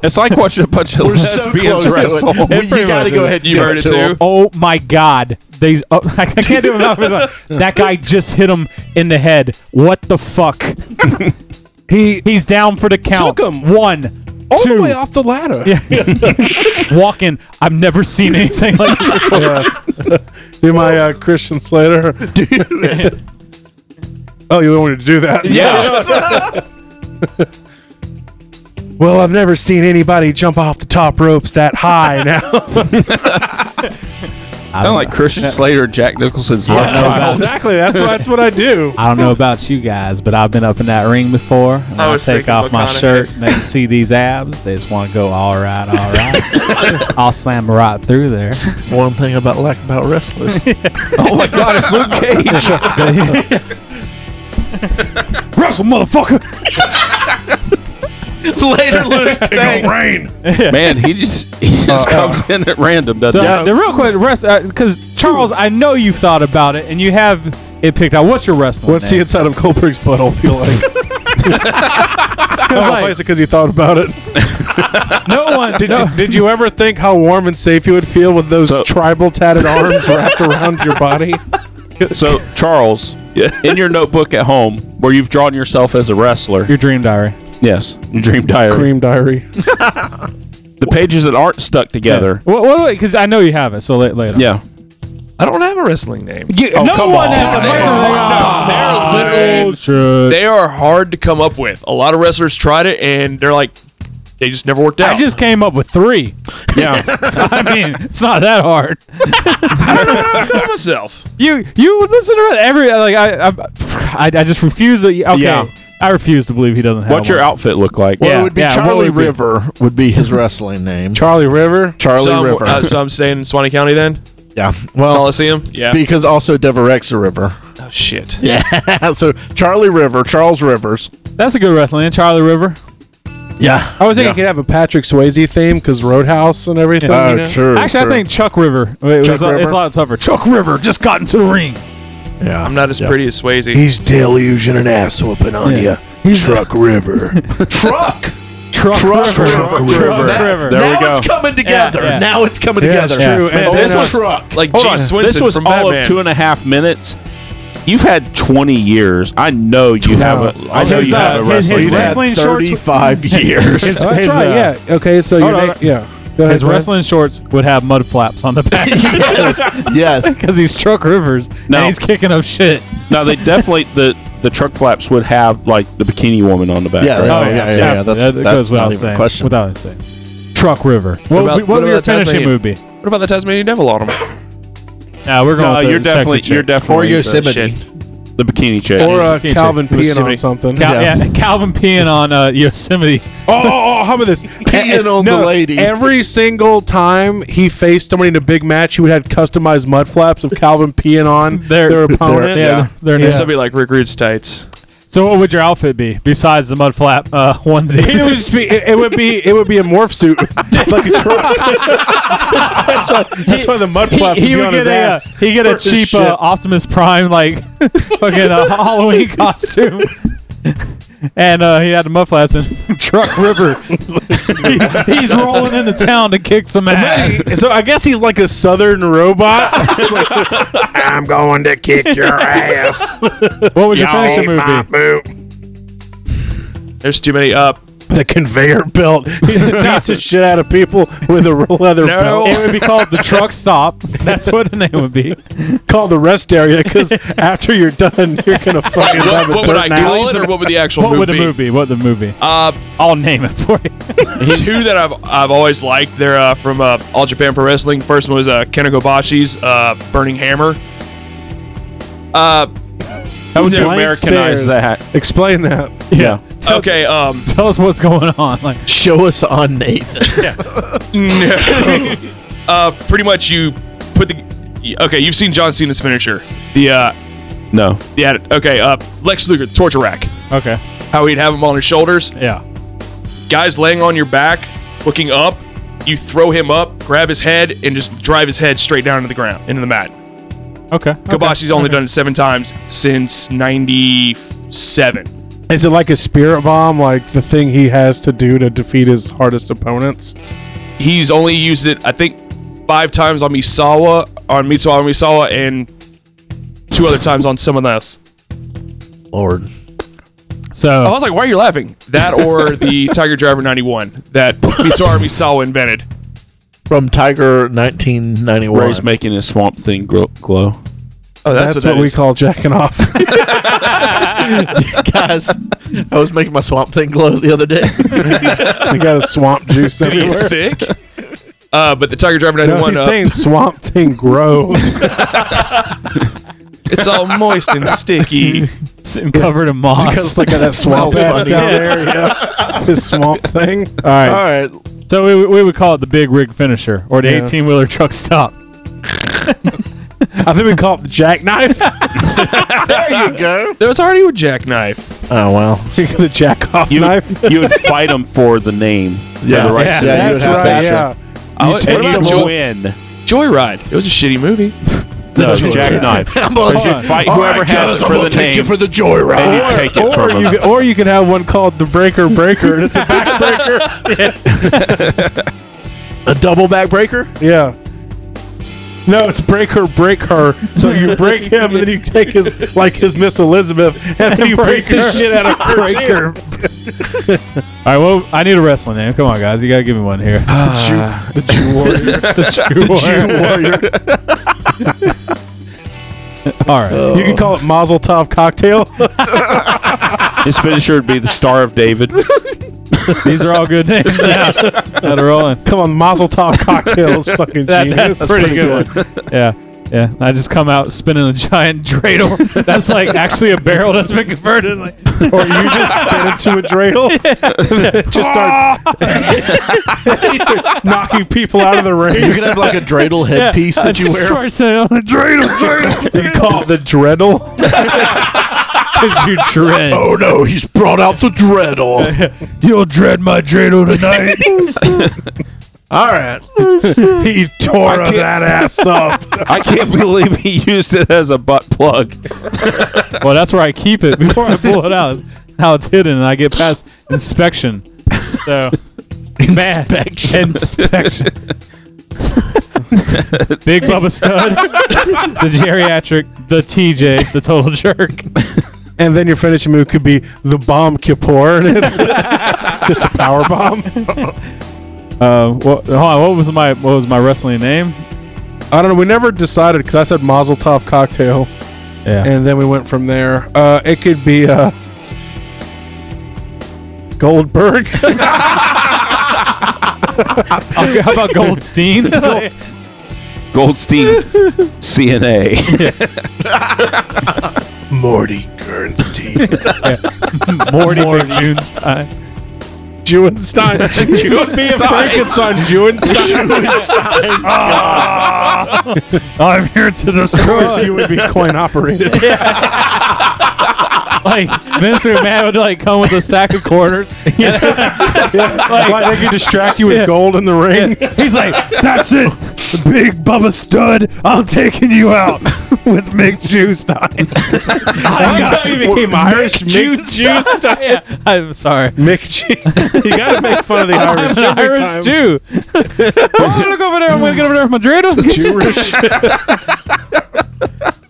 [SPEAKER 2] It's like watching a bunch of
[SPEAKER 3] We're so
[SPEAKER 2] lesbians
[SPEAKER 3] close to
[SPEAKER 2] wrestle.
[SPEAKER 3] it. We- you got to go ahead. and
[SPEAKER 5] You
[SPEAKER 3] give
[SPEAKER 5] heard it
[SPEAKER 3] to
[SPEAKER 5] too?
[SPEAKER 3] him.
[SPEAKER 1] Oh my God! These oh, I can't do it enough. That guy just hit him in the head. What the fuck?
[SPEAKER 4] he
[SPEAKER 1] He's down for the count.
[SPEAKER 4] Took him.
[SPEAKER 1] One,
[SPEAKER 4] all
[SPEAKER 1] two,
[SPEAKER 4] the way off the ladder.
[SPEAKER 1] walking. I've never seen anything like this. before.
[SPEAKER 4] Do my uh, Christian Slater. oh, you wanted to do that?
[SPEAKER 2] Yeah,
[SPEAKER 4] Well, I've never seen anybody jump off the top ropes that high. Now,
[SPEAKER 1] I,
[SPEAKER 2] kind
[SPEAKER 1] don't
[SPEAKER 2] of like
[SPEAKER 1] know.
[SPEAKER 2] Christian Slater, and Jack Nicholson's love
[SPEAKER 1] know about-
[SPEAKER 2] child.
[SPEAKER 4] exactly. That's that's what I do.
[SPEAKER 1] I don't know about you guys, but I've been up in that ring before. And
[SPEAKER 5] I
[SPEAKER 1] I,
[SPEAKER 5] was
[SPEAKER 1] take
[SPEAKER 5] thinking
[SPEAKER 1] off my
[SPEAKER 5] McConaughey.
[SPEAKER 1] shirt and they can see these abs. They just want to go all right, all right. I'll slam right through there.
[SPEAKER 3] One thing about lack about wrestlers.
[SPEAKER 2] Oh my God, it's Luke Cage.
[SPEAKER 1] Wrestle, motherfucker!
[SPEAKER 3] Later, Luke. Thanks.
[SPEAKER 4] Rain.
[SPEAKER 2] Man, he just he just comes in at random, doesn't
[SPEAKER 1] So
[SPEAKER 2] he?
[SPEAKER 1] the real quick rest because Charles, I know you've thought about it and you have it picked out. What's your wrestling?
[SPEAKER 4] What's the
[SPEAKER 1] name?
[SPEAKER 4] inside of Goldberg's butthole feel like?
[SPEAKER 1] Because,
[SPEAKER 4] Oh,
[SPEAKER 1] like,
[SPEAKER 4] because he thought about it.
[SPEAKER 1] no one.
[SPEAKER 4] Did,
[SPEAKER 1] no-
[SPEAKER 4] you, did you ever think how warm and safe you would feel with those
[SPEAKER 2] So-
[SPEAKER 4] tribal tatted arms wrapped around your body?
[SPEAKER 2] So Charles, in your notebook at home where you've drawn yourself as a wrestler,
[SPEAKER 1] your dream diary.
[SPEAKER 2] yes, your dream diary,
[SPEAKER 4] Cream diary.
[SPEAKER 2] the pages that aren't stuck together.
[SPEAKER 1] Well, wait, wait, because I know you have it. So late, later.
[SPEAKER 2] Yeah. Oh,
[SPEAKER 5] I don't have a wrestling name.
[SPEAKER 1] no
[SPEAKER 2] come
[SPEAKER 1] one
[SPEAKER 2] on.
[SPEAKER 1] has a wrestling
[SPEAKER 5] No, they're
[SPEAKER 1] They,
[SPEAKER 5] literal. They are hard to come up with. A lot of wrestlers tried it and they're like, they just never worked out.
[SPEAKER 1] I just came up with three.
[SPEAKER 2] Yeah.
[SPEAKER 1] I mean, it's not that hard.
[SPEAKER 5] got myself.
[SPEAKER 1] You you listen to every like I I, I, I just refuse to. Okay,
[SPEAKER 2] Yeah.
[SPEAKER 1] I refuse to believe he doesn't have.
[SPEAKER 2] What's your
[SPEAKER 1] one.
[SPEAKER 2] outfit look like?
[SPEAKER 1] Yeah,
[SPEAKER 3] it would be
[SPEAKER 1] yeah, what
[SPEAKER 3] Charlie
[SPEAKER 1] would it be?
[SPEAKER 3] River would be his wrestling name.
[SPEAKER 4] Charlie River.
[SPEAKER 3] Charlie
[SPEAKER 5] So I'm,
[SPEAKER 3] River. Oh.
[SPEAKER 5] uh, so I'm staying in Swanee County then?
[SPEAKER 3] yeah. Well,
[SPEAKER 5] Coliseum? Yeah.
[SPEAKER 3] because also Deverex a river.
[SPEAKER 5] oh, shit.
[SPEAKER 3] Yeah. so Charlie River, Charles Rivers.
[SPEAKER 1] That's a good wrestling. name, Charlie River.
[SPEAKER 3] Yeah.
[SPEAKER 4] I was thinking it could have a Patrick Swayze theme because Roadhouse and everything.
[SPEAKER 3] Oh,
[SPEAKER 4] you know?
[SPEAKER 3] true.
[SPEAKER 1] Actually,
[SPEAKER 3] true.
[SPEAKER 1] I think Chuck River. Wait,
[SPEAKER 3] Chuck
[SPEAKER 1] it's, a, it's
[SPEAKER 3] River?
[SPEAKER 1] a lot tougher. Chuck River just got into the ring.
[SPEAKER 3] yeah.
[SPEAKER 5] I'm not as
[SPEAKER 3] Yeah.
[SPEAKER 5] pretty as Swayze.
[SPEAKER 3] He's deluging an ass whooping on
[SPEAKER 1] Yeah.
[SPEAKER 3] you. Truck River. Truck.
[SPEAKER 1] Truck,
[SPEAKER 3] Truck River.
[SPEAKER 1] River.
[SPEAKER 3] That-
[SPEAKER 1] River.
[SPEAKER 2] There
[SPEAKER 3] now
[SPEAKER 2] we go.
[SPEAKER 3] it's coming together.
[SPEAKER 1] Yeah, yeah.
[SPEAKER 3] Now it's coming
[SPEAKER 4] Yeah, it's
[SPEAKER 3] together.
[SPEAKER 4] true.
[SPEAKER 3] Man,
[SPEAKER 4] And uh, oh,
[SPEAKER 3] this
[SPEAKER 2] this was-
[SPEAKER 3] truck.
[SPEAKER 5] like
[SPEAKER 2] Hold
[SPEAKER 5] Gene
[SPEAKER 2] on.
[SPEAKER 5] Swinson
[SPEAKER 2] this was
[SPEAKER 5] from
[SPEAKER 2] all
[SPEAKER 5] Batman.
[SPEAKER 2] of two and a half minutes. You've had 20 years. I know you have a. I know
[SPEAKER 1] His,
[SPEAKER 2] you
[SPEAKER 1] uh,
[SPEAKER 2] have a
[SPEAKER 1] his- his
[SPEAKER 2] wrestling.
[SPEAKER 3] He's
[SPEAKER 2] name.
[SPEAKER 3] had
[SPEAKER 1] wrestling shorts-
[SPEAKER 3] 35 years.
[SPEAKER 4] Oh, that's
[SPEAKER 1] His,
[SPEAKER 4] right.
[SPEAKER 1] uh,
[SPEAKER 4] yeah. Okay. So your
[SPEAKER 1] hold on,
[SPEAKER 4] na-
[SPEAKER 1] hold on.
[SPEAKER 4] yeah. Go ahead,
[SPEAKER 1] His
[SPEAKER 4] go ahead.
[SPEAKER 1] wrestling shorts would have mud flaps on the back
[SPEAKER 3] yes. Yes.
[SPEAKER 1] because he's Chuck Rivers
[SPEAKER 2] No.
[SPEAKER 1] and he's kicking up shit.
[SPEAKER 2] Now they definitely the the truck flaps would have like the bikini woman on the back.
[SPEAKER 3] Yeah,
[SPEAKER 2] right?
[SPEAKER 3] Oh, yeah, yeah, yeah,
[SPEAKER 1] absolutely.
[SPEAKER 3] that's-
[SPEAKER 1] that
[SPEAKER 3] that's
[SPEAKER 1] goes
[SPEAKER 3] not
[SPEAKER 1] without
[SPEAKER 3] even a
[SPEAKER 1] saying.
[SPEAKER 3] question.
[SPEAKER 1] Without saying. Truck River. What, would
[SPEAKER 5] about-
[SPEAKER 1] be- what
[SPEAKER 5] what
[SPEAKER 1] would
[SPEAKER 5] about
[SPEAKER 1] your
[SPEAKER 5] the Tasmanian?
[SPEAKER 1] finishing move be?
[SPEAKER 5] What about the Tasmanian Devil on him?
[SPEAKER 1] Nah, we're going
[SPEAKER 2] No,
[SPEAKER 1] with
[SPEAKER 2] you're
[SPEAKER 1] the sexy
[SPEAKER 2] definitely
[SPEAKER 1] chick.
[SPEAKER 2] you're definitely
[SPEAKER 3] Or Yosemite.
[SPEAKER 2] the, the bikini chick.
[SPEAKER 4] Or uh,
[SPEAKER 1] Can't
[SPEAKER 4] Calvin
[SPEAKER 1] say.
[SPEAKER 4] peeing on
[SPEAKER 5] Yosemite.
[SPEAKER 4] something.
[SPEAKER 1] Cal-
[SPEAKER 3] Yeah.
[SPEAKER 1] yeah. Calvin peeing on uh, Yosemite.
[SPEAKER 4] Oh, oh, oh, how about this?
[SPEAKER 3] Peeing
[SPEAKER 4] Eh, eh,
[SPEAKER 3] on the lady.
[SPEAKER 4] Every single time he faced somebody in a big match, he would have customized mud flaps of Calvin peeing on
[SPEAKER 1] Their-
[SPEAKER 4] their, opponent.
[SPEAKER 1] Yeah, they're, they're
[SPEAKER 5] This would be like Rick Rude's tights.
[SPEAKER 1] So, what would your outfit be besides the mud flap uh,
[SPEAKER 4] It
[SPEAKER 1] onesie?
[SPEAKER 4] would just be it, it would be it would be a morph suit like a truck. that's why that's why the mud flaps would be on his
[SPEAKER 1] a uh,
[SPEAKER 4] ass.
[SPEAKER 1] he get a
[SPEAKER 4] Or his
[SPEAKER 1] cheap
[SPEAKER 4] shit.
[SPEAKER 1] uh, Optimus Prime like fucking uh, Halloween costume, and uh, he had a mufflats and Truck River. He- he's rolling into town to kick some ass.
[SPEAKER 4] so I guess he's like a southern robot. I'm going to kick your ass.
[SPEAKER 1] What would your finishing move be?
[SPEAKER 5] There's too many uh, up.
[SPEAKER 4] The conveyor belt. He just beats the shit out of people with a leather belt.
[SPEAKER 1] It would be called the truck stop. That's what the name would be.
[SPEAKER 4] Call the rest area because after you're done, you're gonna fucking
[SPEAKER 5] What,
[SPEAKER 4] have a
[SPEAKER 5] what would
[SPEAKER 4] dirt
[SPEAKER 5] I
[SPEAKER 4] nap.
[SPEAKER 5] call it, or what would the actual
[SPEAKER 1] What
[SPEAKER 5] move
[SPEAKER 1] would the
[SPEAKER 5] be?
[SPEAKER 1] movie? What the movie?
[SPEAKER 5] Uh,
[SPEAKER 1] I'll name it for you.
[SPEAKER 5] two that I've I've always liked. They're uh, from uh, All Japan Pro Wrestling. First one was uh, Ken Obashi's uh, Burning Hammer. Uh,
[SPEAKER 2] How would you
[SPEAKER 4] Blank
[SPEAKER 2] Americanize
[SPEAKER 4] stares.
[SPEAKER 2] that?
[SPEAKER 4] Explain that.
[SPEAKER 2] Yeah.
[SPEAKER 1] Tell,
[SPEAKER 5] okay, um,
[SPEAKER 1] tell us what's going on. Like
[SPEAKER 3] Show us on Nathan.
[SPEAKER 5] uh, pretty much you put the. Okay, you've seen John Cena's finisher. The uh,
[SPEAKER 2] No.
[SPEAKER 5] the atti- okay, uh, Lex Luger, the torture rack.
[SPEAKER 1] okay,
[SPEAKER 5] How he'd have him on his shoulders,
[SPEAKER 1] yeah.
[SPEAKER 5] guys laying on your back, looking up. You throw him up, grab his head, and just drive his head straight down to the ground, into the mat.
[SPEAKER 1] Okay.
[SPEAKER 5] Kabashi's only done it seven times since '97.
[SPEAKER 4] Is it like a spirit bomb, like the thing he has to do to defeat his hardest opponents?
[SPEAKER 5] He's only used it, I think, five times on Misawa, on Mitsuwa Misawa, and two other times on someone else.
[SPEAKER 3] Lord.
[SPEAKER 1] So
[SPEAKER 5] Oh,
[SPEAKER 4] Oh.
[SPEAKER 5] I was like, "Why are you laughing?" That or the Tiger Driver '91 that Mitsuwa Misawa invented.
[SPEAKER 3] From Tiger 1991.
[SPEAKER 2] Ray's making his swamp thing gl- glow.
[SPEAKER 5] Oh,
[SPEAKER 4] That's, what, we call jacking off.
[SPEAKER 3] Guys, I was making my swamp thing glow the other day.
[SPEAKER 4] we got a swamp juice
[SPEAKER 5] Are you
[SPEAKER 4] everywhere.
[SPEAKER 5] sick? Uh, but the Tiger Driver
[SPEAKER 4] No,
[SPEAKER 5] 91,
[SPEAKER 4] he's
[SPEAKER 5] uh,
[SPEAKER 4] saying swamp thing grow.
[SPEAKER 5] it's all moist and sticky.
[SPEAKER 1] sitting covered in moss.
[SPEAKER 4] because look at that swamp
[SPEAKER 3] Smells funny.
[SPEAKER 4] ass down there. Yeah. His swamp thing.
[SPEAKER 1] All right.
[SPEAKER 3] All right.
[SPEAKER 1] So we, we would call it the big rig finisher or the
[SPEAKER 4] Yeah.
[SPEAKER 1] 18 wheeler truck stop.
[SPEAKER 4] I think we call it the jackknife.
[SPEAKER 3] there you go.
[SPEAKER 5] There was already a jackknife.
[SPEAKER 3] Oh well.
[SPEAKER 4] the jack off
[SPEAKER 2] You
[SPEAKER 4] knife.
[SPEAKER 2] you would fight them for the name.
[SPEAKER 3] Yeah.
[SPEAKER 2] for the
[SPEAKER 1] Yeah,
[SPEAKER 2] rights to the
[SPEAKER 3] yeah,
[SPEAKER 2] name.
[SPEAKER 3] you would have
[SPEAKER 4] That's right.
[SPEAKER 3] that.
[SPEAKER 4] Yeah.
[SPEAKER 2] I would
[SPEAKER 5] take
[SPEAKER 2] take
[SPEAKER 5] some-
[SPEAKER 2] you win.
[SPEAKER 5] Joyride. It was a shitty movie.
[SPEAKER 2] No, jackknife.
[SPEAKER 3] I'm gonna
[SPEAKER 2] you fight
[SPEAKER 3] All right,
[SPEAKER 2] whoever has
[SPEAKER 3] guys,
[SPEAKER 2] it
[SPEAKER 3] I'm
[SPEAKER 2] for
[SPEAKER 3] gonna
[SPEAKER 2] the
[SPEAKER 3] take
[SPEAKER 2] name.
[SPEAKER 3] you for the
[SPEAKER 2] and
[SPEAKER 3] joyride.
[SPEAKER 2] you take it
[SPEAKER 4] Or
[SPEAKER 2] from
[SPEAKER 4] you,
[SPEAKER 2] them.
[SPEAKER 4] could, or you could have one called the Breaker Breaker, and it's a backbreaker.
[SPEAKER 3] A double backbreaker.
[SPEAKER 4] yeah. No, it's Breaker Break Her. So you break him, and then you take his like his Miss Elizabeth, and then you break the shit out of Breaker.
[SPEAKER 1] All right, well, I need a wrestling name. Come on, guys, you gotta give me one here.
[SPEAKER 3] the Jew warrior. Jew warrior.
[SPEAKER 1] All right,
[SPEAKER 4] You could call it Mazel Tov Cocktail.
[SPEAKER 2] His finisher would be the Star of David.
[SPEAKER 1] these are all good names now that are rolling.
[SPEAKER 4] Come on, Mazel Tov Cocktail is fucking
[SPEAKER 1] That-
[SPEAKER 4] genius.
[SPEAKER 1] that's, pretty, good. One. Yeah. Yeah, I just come out spinning a giant dreidel. That's like actually a barrel that's been converted. Like,
[SPEAKER 4] or you just spin into a dreidel. just start You start knocking people out of the
[SPEAKER 3] You
[SPEAKER 4] ring.
[SPEAKER 3] could have like a dreidel headpiece that you wear.
[SPEAKER 1] Start saying, "Oh, dreidel,
[SPEAKER 4] You
[SPEAKER 1] dreidel.
[SPEAKER 4] can call it the dreidel.
[SPEAKER 1] Did you dread?
[SPEAKER 3] Oh no, he's brought out the dreidel.
[SPEAKER 4] You'll dread my dreidel tonight.
[SPEAKER 3] All right.
[SPEAKER 4] he tore that ass up.
[SPEAKER 2] I can't believe he used it as a butt plug.
[SPEAKER 1] Well, that's where I keep it before I pull it out. Is how it's hidden, and I get past inspection. So man,
[SPEAKER 3] Inspection.
[SPEAKER 1] inspection. Big Bubba Stud, the geriatric, the TJ, the total jerk.
[SPEAKER 4] And then your finishing move could be the bomb Kippur, and it's just a power bomb.
[SPEAKER 1] Uh, what, hold on, what was my what was my wrestling name?
[SPEAKER 4] I don't know. We never decided because I said Mazel Tov cocktail,
[SPEAKER 1] Yeah,
[SPEAKER 4] and then we went from there. Uh, it could be uh, Goldberg.
[SPEAKER 1] Okay, how about Goldstein?
[SPEAKER 2] Goldstein, CNA.
[SPEAKER 3] Morty Gernstein.
[SPEAKER 1] Morty Junestein.
[SPEAKER 4] Jewenstein. Jewenstein. be a Frankenstein Jewenstein.
[SPEAKER 1] I'm here to
[SPEAKER 4] of
[SPEAKER 1] destroy
[SPEAKER 4] course, you would be coin operated.
[SPEAKER 1] like Vince McMahon would like come with a sack of quarters.
[SPEAKER 4] like, they could distract you with gold in the ring
[SPEAKER 1] He's like, "That's it, Big Bubba Stud. I'm taking you out with Mick Jewstein." I got
[SPEAKER 4] you became Irish. Mick
[SPEAKER 1] Jewstein. I'm sorry,
[SPEAKER 4] Mick G. you gotta make fun of the Irish.
[SPEAKER 1] I'm an
[SPEAKER 4] every
[SPEAKER 1] Irish
[SPEAKER 4] time.
[SPEAKER 1] Jew. I'm gonna go over there. I'm gonna get over there with my dreidel.
[SPEAKER 4] Jewish.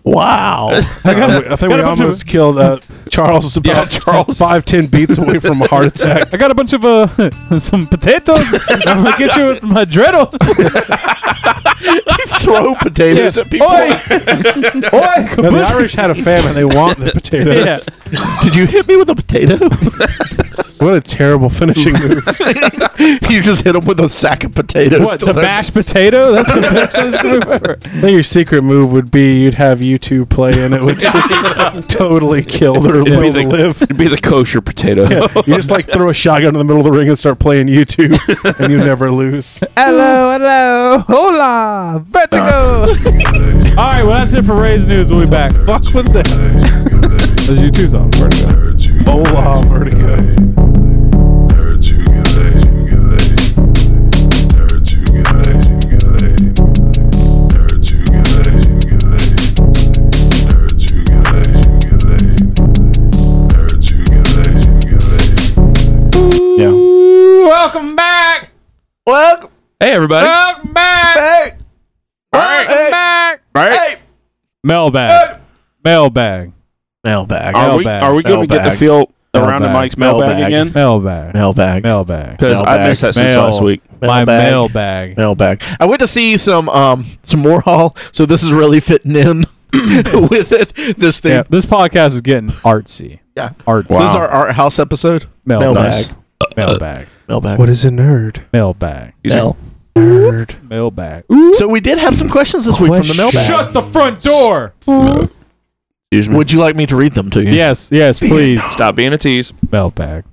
[SPEAKER 3] wow.
[SPEAKER 4] I, got I think
[SPEAKER 1] got
[SPEAKER 4] we
[SPEAKER 1] a bunch
[SPEAKER 4] almost killed uh, Charles about
[SPEAKER 2] Charles.
[SPEAKER 4] five ten beats away from a heart attack.
[SPEAKER 1] I got a bunch of uh, some potatoes. I'm gonna get you with my dreidel.
[SPEAKER 3] Throw potatoes at people.
[SPEAKER 1] Oi, oi,
[SPEAKER 4] Now, the
[SPEAKER 1] kabush.
[SPEAKER 4] Irish had a famine; they want the potatoes.
[SPEAKER 1] Yeah.
[SPEAKER 3] Did you hit me with a potato?
[SPEAKER 4] What a terrible finishing move!
[SPEAKER 3] you just hit him with a sack of potatoes.
[SPEAKER 1] What the mashed potato? That's the best finish move ever.
[SPEAKER 4] I think your secret move would be you'd have you two play, and it would just totally kill their
[SPEAKER 2] It'd be
[SPEAKER 4] will to
[SPEAKER 2] the-
[SPEAKER 4] live.
[SPEAKER 2] It'd be the kosher potato.
[SPEAKER 4] You just like throw a shotgun in the middle of the ring and start playing YouTube, and you never lose.
[SPEAKER 1] Hello, hello, hola, vertigo. All right, well that's it for Ray's news. We'll be back.
[SPEAKER 4] Fuck was that?
[SPEAKER 1] That's your two song. Vertigo.
[SPEAKER 4] Hola, vertigo.
[SPEAKER 2] Yeah.
[SPEAKER 1] Welcome back.
[SPEAKER 3] Welcome
[SPEAKER 5] Hey, everybody.
[SPEAKER 1] Welcome back.
[SPEAKER 3] back.
[SPEAKER 1] Welcome back.
[SPEAKER 2] Right?
[SPEAKER 3] Hey.
[SPEAKER 1] Mailbag. Mailbag.
[SPEAKER 3] Mailbag.
[SPEAKER 2] Are we
[SPEAKER 1] Mailbag.
[SPEAKER 2] are we going to get the
[SPEAKER 3] Mailbag.
[SPEAKER 2] feel around the
[SPEAKER 1] Mailbag.
[SPEAKER 2] Mike's mailbag,
[SPEAKER 3] Mailbag.
[SPEAKER 2] again?
[SPEAKER 1] Mailbag.
[SPEAKER 3] Mailbag.
[SPEAKER 1] Mailbag.
[SPEAKER 2] Because I
[SPEAKER 3] Mailbag.
[SPEAKER 2] missed that since
[SPEAKER 1] Mail.
[SPEAKER 2] last week.
[SPEAKER 1] My mailbag.
[SPEAKER 3] Mailbag. Mailbag. I went to see some um some more hall, so this is really fitting in with it. This thing.
[SPEAKER 1] Yeah, this podcast is getting artsy.
[SPEAKER 3] Yeah.
[SPEAKER 1] Artsy.
[SPEAKER 3] So This is our art house episode.
[SPEAKER 1] mailbag. Mailbag.
[SPEAKER 3] Mailbag.
[SPEAKER 4] What is a nerd?
[SPEAKER 1] Mailbag.
[SPEAKER 3] Mail.
[SPEAKER 4] Nerd.
[SPEAKER 1] Mailbag.
[SPEAKER 3] So we did have some questions this week from the mailbag.
[SPEAKER 1] Shut the front door.
[SPEAKER 2] Excuse me.
[SPEAKER 3] Would you like me to read them to you?
[SPEAKER 1] Yes, yes, please.
[SPEAKER 5] Stop being a tease.
[SPEAKER 1] Mailbag.